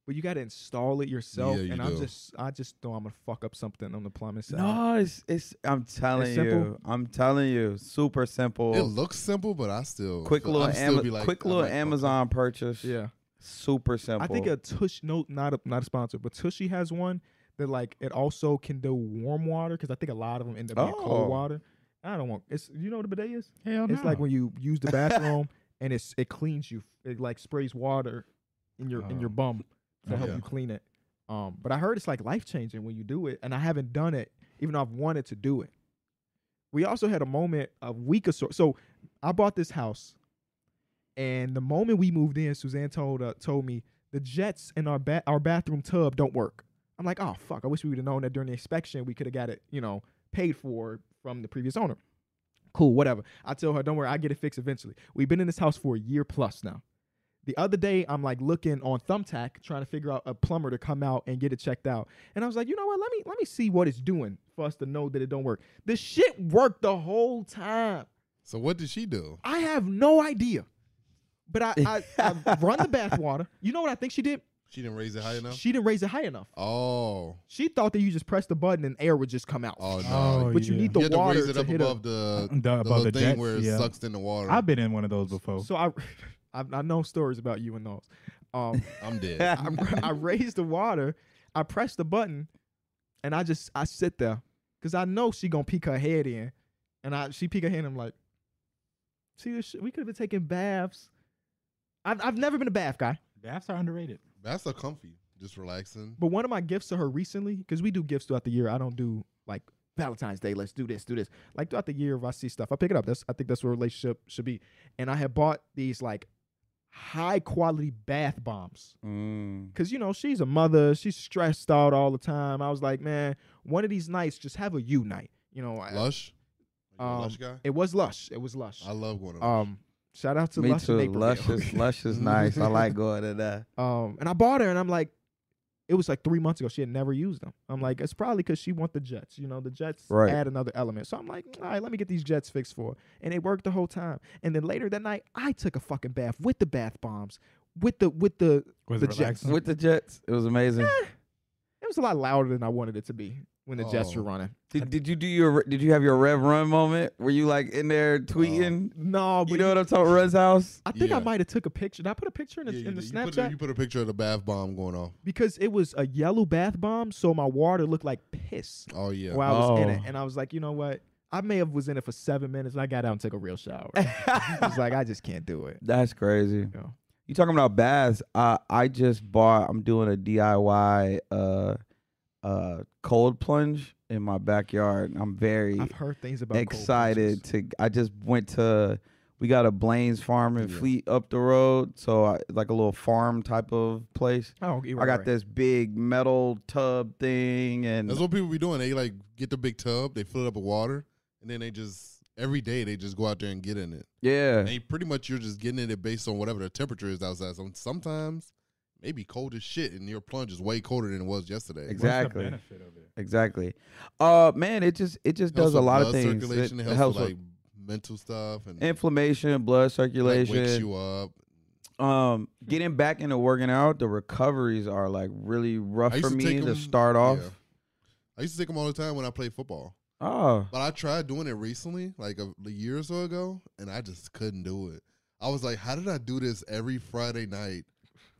Speaker 1: but you got to install it yourself,
Speaker 2: Yeah, you
Speaker 1: and I'm
Speaker 2: do.
Speaker 1: just I just know I'm gonna fuck up something on the plumbing side.
Speaker 4: no, it's it's. I'm telling
Speaker 1: It's
Speaker 4: you,
Speaker 1: simple?
Speaker 4: I'm telling you, super simple.
Speaker 2: It looks simple, but I still
Speaker 4: quick
Speaker 2: feel-
Speaker 4: little,
Speaker 2: I'd still
Speaker 4: Ama-
Speaker 2: be like-
Speaker 4: quick
Speaker 2: I'm
Speaker 4: little
Speaker 2: like, okay.
Speaker 4: Amazon purchase.
Speaker 1: Yeah,
Speaker 4: super simple.
Speaker 1: I think a Tush no not a not a sponsor, but Tushy has one that like it also can do warm water because I think a lot of them end up being
Speaker 4: Oh.
Speaker 1: cold water. I don't want it's you know what a bidet is?
Speaker 3: Hell no.
Speaker 1: It's like when you use the bathroom and it's it cleans you. It like sprays water in your in your
Speaker 3: Oh.
Speaker 1: bum to help
Speaker 2: Yeah.
Speaker 1: you clean it. Um, but I heard it's like life changing when you do it, and I haven't done it, even though I've wanted to do it. We also had a moment a week or so. So I bought this house, and the moment we moved in, Suzanne told uh, told me the jets in our ba- our bathroom tub don't work. I'm like, oh fuck! I wish we would have known that during the inspection. We could have got it, you know, paid for from the previous owner. Cool, whatever. I tell her, don't worry, I get it fixed eventually. We've been in this house for a year plus now. The other day, I'm like looking on Thumbtack trying to figure out a plumber to come out and get it checked out. And I was like, you know what? Let me let me see what it's doing for us to know that it don't work. The shit worked the whole time.
Speaker 2: So what did she do?
Speaker 1: I have no idea. But I I, I run the bathwater. You know what I think she did?
Speaker 2: She didn't raise it high enough.
Speaker 1: She didn't raise it high enough.
Speaker 2: Oh,
Speaker 1: She thought that you just press the button and air would just come out.
Speaker 2: oh no!
Speaker 3: Oh,
Speaker 1: but you
Speaker 3: yeah.
Speaker 1: need
Speaker 2: you
Speaker 1: the
Speaker 2: had to
Speaker 1: water
Speaker 2: raise it
Speaker 1: to
Speaker 2: up
Speaker 1: hit
Speaker 2: above
Speaker 1: a,
Speaker 2: the,
Speaker 3: The-
Speaker 2: the
Speaker 3: above
Speaker 2: little
Speaker 3: the
Speaker 2: thing
Speaker 3: jets,
Speaker 2: where it
Speaker 3: yeah.
Speaker 2: sucks in the water.
Speaker 3: I've been in one of those before.
Speaker 1: So I [LAUGHS] I, I know stories about you and those. Um
Speaker 2: [LAUGHS] I'm dead.
Speaker 1: I, [LAUGHS] I raised the water, I pressed the button, and I just I sit there because I know she gonna peek her head in, and I she peek her head. And I'm like, see this shit, we could have been taking baths. I've I've never been a bath guy,
Speaker 3: Baths are underrated.
Speaker 2: That's so comfy. Just relaxing.
Speaker 1: but one of my gifts to her recently because we do gifts throughout the year. I don't do like Valentine's Day. Let's do this, do this. Like throughout the year, if I see stuff, I pick it up. That's I think that's what a relationship should be. And I had bought these like high quality bath bombs.
Speaker 4: Mm.
Speaker 1: Cause you know, she's a mother, she's stressed out all the time. I was like, man, one of these nights, just have a you night. You know, I-
Speaker 2: Lush. Are you a
Speaker 1: Um,
Speaker 2: lush guy.
Speaker 1: it was lush. It was lush.
Speaker 2: I love going to Lush.
Speaker 1: Um shout out to
Speaker 4: Me
Speaker 1: Lush in
Speaker 4: too.
Speaker 1: Naperville.
Speaker 4: Lush is lush is nice. I like going to that.
Speaker 1: [LAUGHS] Um and I bought her and I'm like, it was like three months ago. She had never used them. I'm like, it's probably cause she want the jets. You know, the jets
Speaker 4: Right.
Speaker 1: add another element. So I'm like, "Mm, all right, let me get these jets fixed for her. And it worked the whole time. And then later that night, I took a fucking bath with the bath bombs. With the with the
Speaker 3: Was
Speaker 1: The
Speaker 3: it
Speaker 1: jets.
Speaker 3: relaxing?
Speaker 4: With the Jets, it was amazing.
Speaker 1: it was a lot louder than I wanted it to be when the jets
Speaker 2: Oh.
Speaker 1: were running.
Speaker 4: Did, did you do your Did you have your Rev Run moment? Were you like in
Speaker 1: Oh,
Speaker 4: there tweeting?
Speaker 1: No, but
Speaker 4: you know what I'm talking? Run's house.
Speaker 1: I think I
Speaker 2: Yeah.
Speaker 1: might have took a picture. Did I put a picture in the,
Speaker 2: Yeah, you
Speaker 1: in the
Speaker 2: did.
Speaker 1: Snapchat
Speaker 2: You put, a- you put a picture of the bath bomb going off.
Speaker 1: because it was a yellow bath bomb, so my water looked like piss
Speaker 2: Oh yeah.
Speaker 1: while I was in it,
Speaker 3: Oh.
Speaker 1: and I was like, you know what? I may have was in it for seven minutes, and I got out and took a real shower. I was like, I just can't do it.
Speaker 4: That's crazy.
Speaker 1: Yeah.
Speaker 4: You talking about baths? I I just bought. I'm doing a DIY uh uh cold plunge in my backyard. I'm very
Speaker 1: I've heard things about cold
Speaker 4: excited
Speaker 1: plunges.
Speaker 4: to. I just went to. We got a Blaine's Farm and
Speaker 2: Yeah.
Speaker 4: Fleet up the road, so I, like a little farm type of place.
Speaker 1: Oh, you're
Speaker 4: I
Speaker 1: right,
Speaker 4: got
Speaker 1: right.
Speaker 4: this big metal tub thing, and
Speaker 2: That's what people be doing. They like get the big tub, they fill it up with water, and then they just every day they just go out there and get in it.
Speaker 4: yeah,
Speaker 2: And they pretty much you're just getting in it based on whatever the temperature is outside. So sometimes maybe cold as shit, and your plunge is way colder than it was yesterday.
Speaker 4: Exactly.
Speaker 3: What's the benefit of it?
Speaker 4: exactly. Uh, man, it just it just
Speaker 2: Helps
Speaker 4: does a
Speaker 2: with
Speaker 4: lot
Speaker 2: blood
Speaker 4: of things.
Speaker 2: Circulation
Speaker 4: It
Speaker 2: helps,
Speaker 4: helps
Speaker 2: with,
Speaker 4: with
Speaker 2: like mental stuff and
Speaker 4: inflammation, blood
Speaker 2: like, wakes
Speaker 4: circulation.
Speaker 2: you up.
Speaker 4: um, getting back into working out, the recoveries are like really rough
Speaker 2: I used
Speaker 4: for
Speaker 2: to
Speaker 4: me
Speaker 2: take
Speaker 4: to
Speaker 2: 'em-
Speaker 4: start off.
Speaker 2: yeah. I used to take them all the time when I played football,
Speaker 4: Oh,
Speaker 2: but I tried doing it recently, like a, a year or so ago, and I just couldn't do it. I was like, "How did I do this every Friday night?"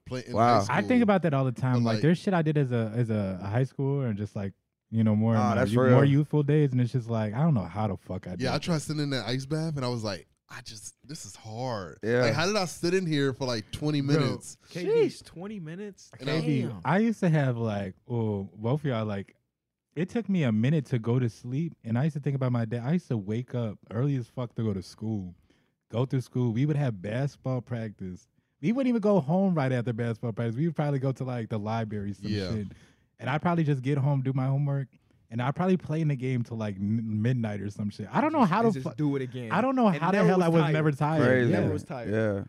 Speaker 2: Play in
Speaker 4: Wow.
Speaker 2: high
Speaker 3: I
Speaker 2: school?"
Speaker 3: think about that all the time.
Speaker 2: But,
Speaker 3: Like,
Speaker 2: like-
Speaker 3: there's shit I did as a as a high schooler and just like you know more in
Speaker 4: Ah,
Speaker 3: my
Speaker 4: that's
Speaker 3: you-
Speaker 4: real.
Speaker 3: more youthful days, and it's just like I don't know how the fuck I did.
Speaker 2: Yeah, I tried sitting in that ice bath and I was like, I just this is hard.
Speaker 4: Yeah.
Speaker 2: Like, how did I sit in here for like 20
Speaker 3: Bro,
Speaker 2: minutes?
Speaker 1: Jeez, twenty minutes.
Speaker 2: And I-
Speaker 3: KB,
Speaker 1: Damn.
Speaker 3: I used to have like, oh, both of y'all like. It took me a minute to go to sleep, and I used to think about my day. I used to wake up early as fuck to go to school go through school, we would have basketball practice. We wouldn't even go home right after basketball practice. We would probably go to like the library, some
Speaker 2: Yeah.
Speaker 3: shit. And I'd probably just get home, do my homework, and I'd probably play in the game till like m- midnight or some shit. I don't know how
Speaker 1: and
Speaker 3: the
Speaker 1: just
Speaker 3: fuck.
Speaker 1: do it again.
Speaker 3: I don't know
Speaker 1: And
Speaker 3: how the
Speaker 1: never
Speaker 3: hell I was
Speaker 1: tired.
Speaker 3: never tired.
Speaker 4: Crazy.
Speaker 1: Never
Speaker 3: Yeah.
Speaker 1: was tired.
Speaker 4: Yeah.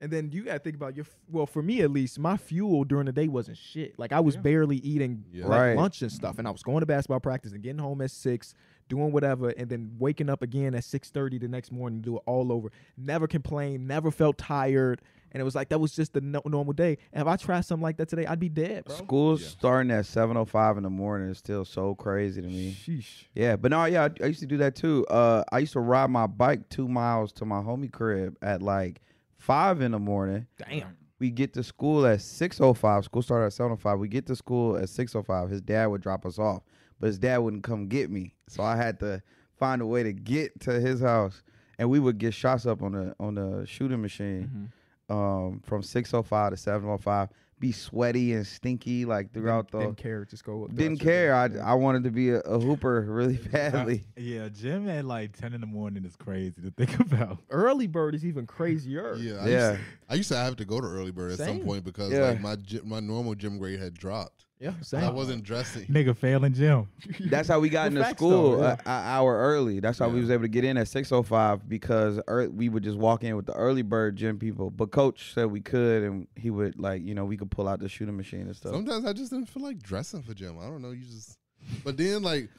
Speaker 1: And then you gotta think about your f- well, for me at least, my fuel during the day wasn't shit. Like I was
Speaker 3: Yeah.
Speaker 1: barely eating
Speaker 2: Yeah.
Speaker 1: like
Speaker 4: Right.
Speaker 1: lunch and stuff, and I was going to basketball practice and getting home at six, doing whatever, and then waking up again at six thirty the next morning to do it all over. Never complained, never felt tired, and it was like that was just the no- normal day. And if I tried something like that today, I'd be dead, bro.
Speaker 4: School's
Speaker 2: Yeah.
Speaker 4: starting at seven oh five in the morning is still so crazy to me.
Speaker 1: Sheesh.
Speaker 4: Yeah, but no, yeah, I, I used to do that too. Uh, I used to ride my bike two miles to my homie crib at like five in the morning.
Speaker 1: Damn.
Speaker 4: We get to school at six oh five. School started at seven oh five. We get to school at six oh five. His dad would drop us off, but his dad wouldn't come get me, so I had to find a way to get to his house. And we would get shots up on the on the shooting machine
Speaker 1: Mm-hmm.
Speaker 4: um, from six oh five to seven oh five. Be sweaty and stinky like throughout the
Speaker 1: Didn't care. Just go. throughout
Speaker 4: didn't
Speaker 1: your day.
Speaker 4: care. I, I wanted to be a, a hooper really [LAUGHS] badly.
Speaker 3: Yeah, gym at like ten in the morning is crazy to think [LAUGHS] about.
Speaker 1: Early bird is even crazier.
Speaker 2: Yeah, I,
Speaker 4: Er, Yeah.
Speaker 2: Used to, I used to have to go to early bird at some
Speaker 1: Same.
Speaker 2: point because
Speaker 4: Yeah.
Speaker 2: like my gy- my normal gym grade had dropped.
Speaker 1: yeah
Speaker 2: And
Speaker 1: same.
Speaker 2: I wasn't dressing.
Speaker 3: Nigga failing gym.
Speaker 4: That's how we got
Speaker 1: The
Speaker 4: into
Speaker 1: facts
Speaker 4: school
Speaker 1: though, yeah.
Speaker 4: a, a hour early. That's how we
Speaker 2: Yeah.
Speaker 4: was able to get in at six oh five because ear we would just walk in with the early bird gym people. But coach said we could, and he would like you know we could pull out the shooting machine and stuff. Oh,
Speaker 2: Sometimes I just didn't feel like dressing for gym. I don't know. You just, but then
Speaker 3: [LAUGHS]
Speaker 2: like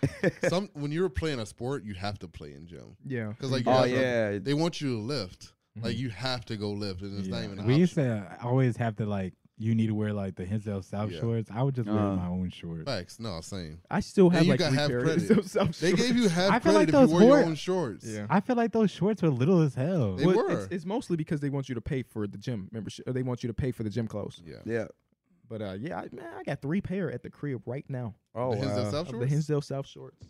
Speaker 2: some when you're playing a sport, you have to play in gym
Speaker 1: yeah.
Speaker 2: because like you
Speaker 4: oh
Speaker 2: have to-
Speaker 4: yeah,
Speaker 2: they want you to lift. Like
Speaker 1: Mhm.
Speaker 2: you have to go lift, and it's not even. An
Speaker 3: Mm-hmm. we
Speaker 2: option.
Speaker 3: used to always have to like you need to wear like the Hensel South
Speaker 2: Yeah.
Speaker 3: shorts. I would just wear
Speaker 1: Uh-huh.
Speaker 4: Uh.
Speaker 3: my own shorts.
Speaker 2: Facts. No,
Speaker 3: [LAUGHS]
Speaker 2: same.
Speaker 1: I still have
Speaker 2: And you
Speaker 1: like
Speaker 2: got
Speaker 1: three
Speaker 2: half
Speaker 1: pairs [LAUGHS]
Speaker 2: credit.
Speaker 1: of some
Speaker 2: They
Speaker 1: shorts.
Speaker 2: gave you half
Speaker 3: I feel like
Speaker 2: credit if
Speaker 3: those
Speaker 2: you wore your
Speaker 3: hor-
Speaker 2: own shorts.
Speaker 1: Yeah.
Speaker 3: I feel like those shorts were little as hell.
Speaker 2: They were.
Speaker 1: It's, it's mostly because they want you to pay for the gym membership. Or they want you to pay for the gym clothes.
Speaker 2: Yeah.
Speaker 4: yeah.
Speaker 1: But uh, yeah, I, man, I got three pair at the crib right now
Speaker 4: Oh
Speaker 2: The Hens
Speaker 4: wow.
Speaker 2: themselves
Speaker 1: of the
Speaker 2: shorts?
Speaker 1: Hinsdale South shorts.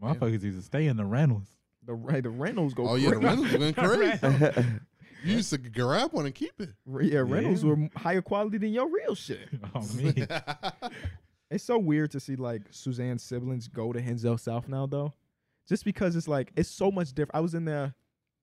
Speaker 3: Motherfuckers used to stay in the [LAUGHS] rentals.
Speaker 1: The Re- the Reynolds go.
Speaker 2: Oh yeah, the
Speaker 1: crazy.
Speaker 2: rentals
Speaker 3: [LAUGHS]
Speaker 2: went crazy.
Speaker 4: [LAUGHS]
Speaker 2: You used to grab one and keep it.
Speaker 1: Re- yeah, Reynolds
Speaker 3: Yeah.
Speaker 1: were m- higher quality than your real shit.
Speaker 3: oh me.
Speaker 1: It's so weird to see like Suzanne's siblings go to Hinsdale South now though, just because it's like it's so much different. I was in there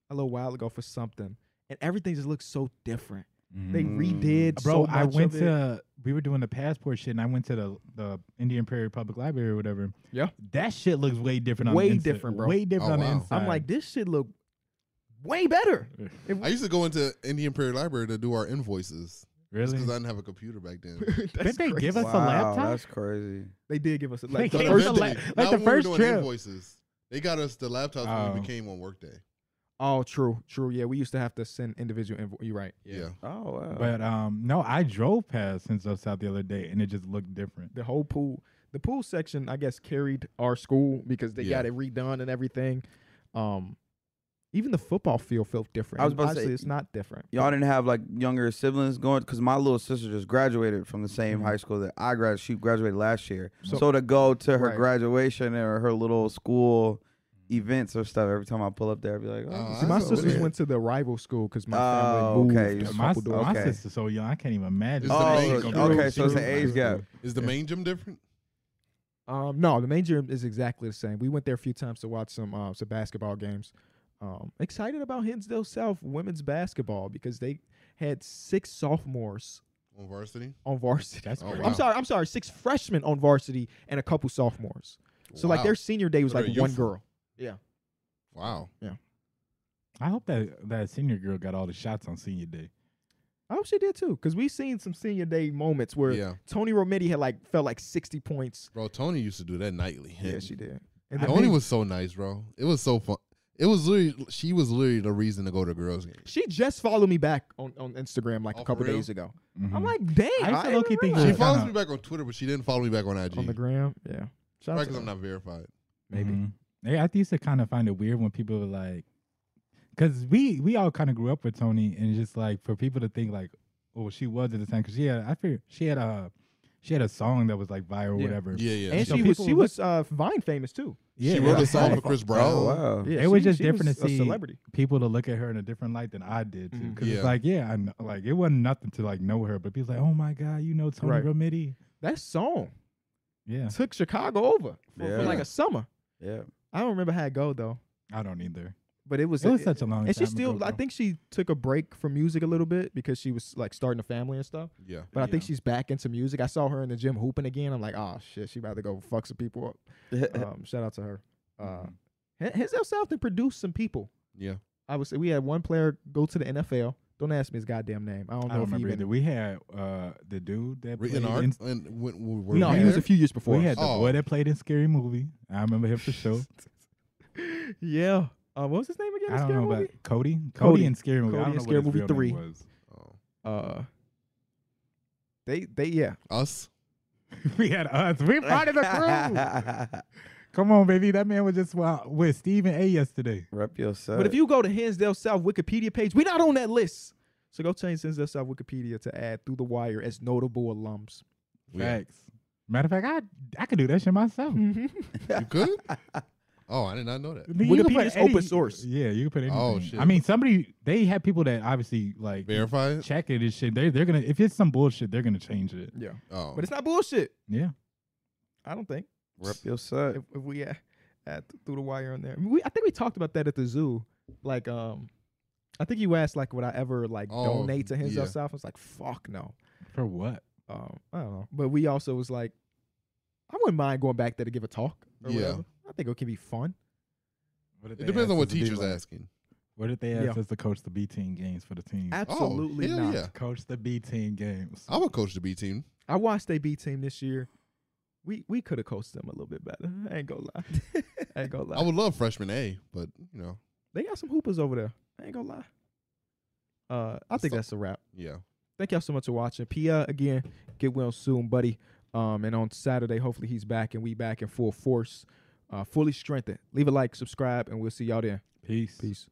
Speaker 1: a little while ago for something, and everything just looks so different. They
Speaker 4: Mm.
Speaker 1: redid. Mm-hmm. so
Speaker 3: Bro,
Speaker 1: much
Speaker 3: I went
Speaker 1: of it.
Speaker 3: to we were doing the passport shit and I went to the the Indian Prairie Public Library or whatever.
Speaker 1: Yeah.
Speaker 3: That shit looks way different on
Speaker 1: Way
Speaker 3: the inside.
Speaker 1: different, bro.
Speaker 3: Way different
Speaker 2: Oh,
Speaker 3: on
Speaker 2: wow.
Speaker 3: the
Speaker 2: I'm
Speaker 3: inside.
Speaker 1: I'm like, this shit look way better. [LAUGHS] It
Speaker 2: [LAUGHS] I used to go into Indian Prairie Library to do our invoices
Speaker 3: really?
Speaker 2: because I didn't have a computer back then.
Speaker 1: That's
Speaker 3: they give
Speaker 1: crazy.
Speaker 3: us a
Speaker 4: Wow,
Speaker 3: laptop?
Speaker 4: That's crazy.
Speaker 1: They did
Speaker 4: [LAUGHS]
Speaker 1: give us a like the
Speaker 3: They gave
Speaker 1: first.
Speaker 3: us a la-
Speaker 2: Eventually,
Speaker 3: like
Speaker 2: not
Speaker 3: the
Speaker 2: when we were
Speaker 3: first
Speaker 2: doing
Speaker 3: trip.
Speaker 2: Invoices. They got us the laptops when
Speaker 3: Oh.
Speaker 2: we became on workday.
Speaker 1: Oh, true, true. Yeah, we used to have to send individual invoice. You're right.
Speaker 2: Yeah.
Speaker 4: Oh wow.
Speaker 3: But um, no, I drove past Senso South the other day, and it just looked different.
Speaker 1: The whole pool, the pool section, I guess, carried our school because they
Speaker 2: Yeah.
Speaker 1: got it redone and everything. Um, even the football field felt different.
Speaker 4: I was
Speaker 1: And
Speaker 4: about to say-
Speaker 1: obviously it's not different.
Speaker 4: Y'all didn't have like younger siblings going because my little sister just graduated from the same
Speaker 1: Mhm.
Speaker 4: high school that I graduated. She graduated last year,
Speaker 1: So-
Speaker 4: so, to go to her
Speaker 1: Right.
Speaker 4: graduation or her little school events or stuff. Every time I pull up there, I'd be like, "Oh,
Speaker 2: Oh,
Speaker 4: this
Speaker 1: See,
Speaker 4: is
Speaker 1: my
Speaker 2: That's
Speaker 4: over
Speaker 1: sisters
Speaker 4: there."
Speaker 1: went to the rival school because my
Speaker 4: Oh,
Speaker 1: family
Speaker 4: okay.
Speaker 1: moved a
Speaker 4: So
Speaker 3: My,
Speaker 1: couple doors.
Speaker 3: my
Speaker 4: okay.
Speaker 3: sister's so young, I can't even imagine.
Speaker 2: It's
Speaker 3: what
Speaker 2: the
Speaker 3: she's
Speaker 2: main group.
Speaker 3: gonna do.
Speaker 2: Okay, so it's
Speaker 3: She
Speaker 1: an
Speaker 3: was
Speaker 1: age
Speaker 3: like-
Speaker 4: gap.
Speaker 2: Is the main gym different?
Speaker 1: Um, no, the main gym is exactly the same. We went there a few times to watch some uh, some basketball games. Um, excited about Hinsdale South women's basketball because they had six sophomores
Speaker 2: On varsity?
Speaker 1: on varsity.
Speaker 3: That's
Speaker 2: Oh,
Speaker 3: crazy.
Speaker 2: wow.
Speaker 1: I'm sorry, I'm sorry, six freshmen on varsity and a couple sophomores. So like
Speaker 2: Wow.
Speaker 1: their senior day was
Speaker 2: So they're
Speaker 1: like one
Speaker 2: youthful.
Speaker 1: girl. Yeah.
Speaker 2: Wow.
Speaker 3: I hope that that senior girl got all the shots on senior day.
Speaker 1: I hope she did too, because we've seen some senior day moments where
Speaker 2: Yeah.
Speaker 1: Tony Rometty had like felt like 60 points.
Speaker 2: Bro, Tony used to do that nightly.
Speaker 1: Yeah, she did. And then
Speaker 3: I
Speaker 2: Tony
Speaker 3: think-
Speaker 2: was so nice, bro. It was so fun. It was literally she was literally the reason to go to girls' game.
Speaker 1: she just followed me back on, on Instagram like
Speaker 2: Oh,
Speaker 1: a
Speaker 2: for
Speaker 1: couple
Speaker 2: real?
Speaker 1: days ago.
Speaker 3: Mhm.
Speaker 1: I'm like, dang,
Speaker 3: I used to
Speaker 1: didn't
Speaker 3: low-key think
Speaker 1: realize
Speaker 2: Hmm. She
Speaker 3: Yeah.
Speaker 2: follows
Speaker 3: Kinda-
Speaker 2: me back on Twitter, but she didn't follow me back on IG.
Speaker 1: on the gram. Yeah, shout out
Speaker 2: Probably
Speaker 1: to
Speaker 2: because
Speaker 1: them.
Speaker 2: I'm not verified.
Speaker 1: maybe.
Speaker 3: Mhm. Yeah, I used to kind of find it weird when people were like, because we we all kind of grew up with Tony, and just like for people to think like, oh, she was at the time, because she had I feel she had a she had a song that was like viral, or
Speaker 1: Yeah.
Speaker 3: whatever.
Speaker 2: Yeah, yeah.
Speaker 1: And
Speaker 3: So
Speaker 1: she was she
Speaker 3: people-
Speaker 1: was uh, Vine famous too.
Speaker 3: Yeah,
Speaker 2: she wrote
Speaker 3: yeah.
Speaker 2: a song for Chris Brown.
Speaker 4: Oh wow.
Speaker 1: Yeah,
Speaker 3: It was
Speaker 1: she-
Speaker 3: just
Speaker 1: she
Speaker 3: different to
Speaker 1: a
Speaker 3: see-
Speaker 1: celebrity.
Speaker 3: people to look at her in a different light than I did too.
Speaker 1: Mhm.
Speaker 3: Because
Speaker 2: Yeah.
Speaker 3: it's like, yeah, I know, like it wasn't nothing to like know her, but people like, oh my god, you know Tony
Speaker 1: Right.
Speaker 3: Rometty.
Speaker 1: That song
Speaker 3: Yeah,
Speaker 1: took Chicago over for, for
Speaker 4: Yeah.
Speaker 1: like a summer. [LAUGHS]
Speaker 4: Yeah.
Speaker 1: I don't remember how it go though.
Speaker 3: I don't either.
Speaker 1: But it was,
Speaker 3: It was such a long
Speaker 1: and
Speaker 3: time
Speaker 1: she still.
Speaker 3: ago,
Speaker 1: I
Speaker 3: bro.
Speaker 1: think she took a break from music a little bit because she was like starting a family and stuff.
Speaker 2: Yeah.
Speaker 1: But I think
Speaker 3: Yeah.
Speaker 1: she's back into music. I saw her in the gym hooping again. I'm like, oh shit, she about to go fuck some people
Speaker 3: [LAUGHS]
Speaker 1: up. um, shout out to her. Uh,
Speaker 3: Mhm.
Speaker 1: Hen- Henzel Southton produced some people.
Speaker 2: Yeah.
Speaker 1: I would say we had one player go to the NFL. Don't ask me his goddamn name. I don't know
Speaker 3: I don't
Speaker 1: if he
Speaker 3: remember
Speaker 1: even.
Speaker 3: either. We had uh, the dude that played
Speaker 2: Written art
Speaker 3: in-
Speaker 2: and when, when, were
Speaker 1: No,
Speaker 2: we
Speaker 1: he was
Speaker 2: there?
Speaker 1: a few years before.
Speaker 3: we
Speaker 1: us.
Speaker 3: had the
Speaker 2: Oh.
Speaker 3: boy that played in Scary Movie. I remember him for sure.
Speaker 1: [LAUGHS] yeah. Uh, what was his name again?
Speaker 3: I
Speaker 1: in
Speaker 3: don't
Speaker 1: Scary
Speaker 3: know about
Speaker 1: Movie?
Speaker 3: Cody. Cody.
Speaker 1: Cody.
Speaker 3: in Scary Movie.
Speaker 1: Cody
Speaker 3: I don't
Speaker 1: in
Speaker 3: know
Speaker 1: Scary
Speaker 3: what his
Speaker 1: Movie
Speaker 3: real
Speaker 1: three.
Speaker 3: name was. [LAUGHS]
Speaker 2: Oh.
Speaker 1: Uh, they they yeah.
Speaker 2: us.
Speaker 3: we had
Speaker 1: [LAUGHS]
Speaker 3: us. We part of the crew.
Speaker 4: crew.
Speaker 3: Come on, baby. That man was just wild with Stephen A. yesterday.
Speaker 4: [LAUGHS] Rep yourself.
Speaker 1: But if you go to Hinsdale South Wikipedia page, we're not on that list. So go change Hinsdale South Wikipedia to add through the wire as notable alums.
Speaker 2: Yeah.
Speaker 3: Facts. Matter of fact, I I could do that shit myself.
Speaker 2: You
Speaker 1: [LAUGHS]
Speaker 2: could? Oh, I did not know that.
Speaker 3: Nigga, you can put
Speaker 1: Wikipedia's open
Speaker 3: any-
Speaker 1: source.
Speaker 3: Yeah, you can put anything.
Speaker 2: Oh, shit.
Speaker 3: I mean, somebody they have people that obviously like
Speaker 2: Verify it?
Speaker 3: check it and shit. They they're gonna if it's some bullshit, they're gonna change it.
Speaker 1: Yeah,
Speaker 2: Oh.
Speaker 1: but it's not bullshit.
Speaker 3: Yeah.
Speaker 1: I don't think
Speaker 4: Rep
Speaker 2: Uh,
Speaker 4: yourself.
Speaker 1: if, if we add, add th- through the wire on there. We I think we talked about that at the zoo. Like um, I think you asked like would I ever like
Speaker 2: Oh,
Speaker 1: donate to Hinsdale
Speaker 2: yeah.
Speaker 1: South? I was like, fuck no.
Speaker 3: For what?
Speaker 1: um, I don't know. But we also was like, I wouldn't mind going back there to give a talk or
Speaker 2: Yeah.
Speaker 1: whatever. I think it can be fun.
Speaker 3: what if
Speaker 2: it
Speaker 3: they
Speaker 2: depends on
Speaker 3: ask
Speaker 2: what
Speaker 3: us to do,
Speaker 2: teacher's
Speaker 3: like-
Speaker 2: asking.
Speaker 3: What if they ask
Speaker 1: Yeah.
Speaker 3: us to coach the B team games for the team?
Speaker 1: Absolutely
Speaker 2: Oh, hell
Speaker 1: not.
Speaker 2: yeah.
Speaker 3: coach the B team games.
Speaker 2: I would coach the B team.
Speaker 1: I watched they B team this year. We we could have coached them a little bit better. I ain't gonna lie. I ain't gonna lie.
Speaker 2: [LAUGHS] I would love freshman A, but you know,
Speaker 1: they got some hoopers over there. I ain't gonna lie. Uh, I think
Speaker 2: So-
Speaker 1: that's a wrap.
Speaker 2: yeah.
Speaker 1: Thank y'all so much for watching. Pia again, get well soon, buddy. Um, and on Saturday, hopefully he's back and we back in full force, uh, fully strengthened. Leave a like, subscribe, and we'll see y'all there. Peace.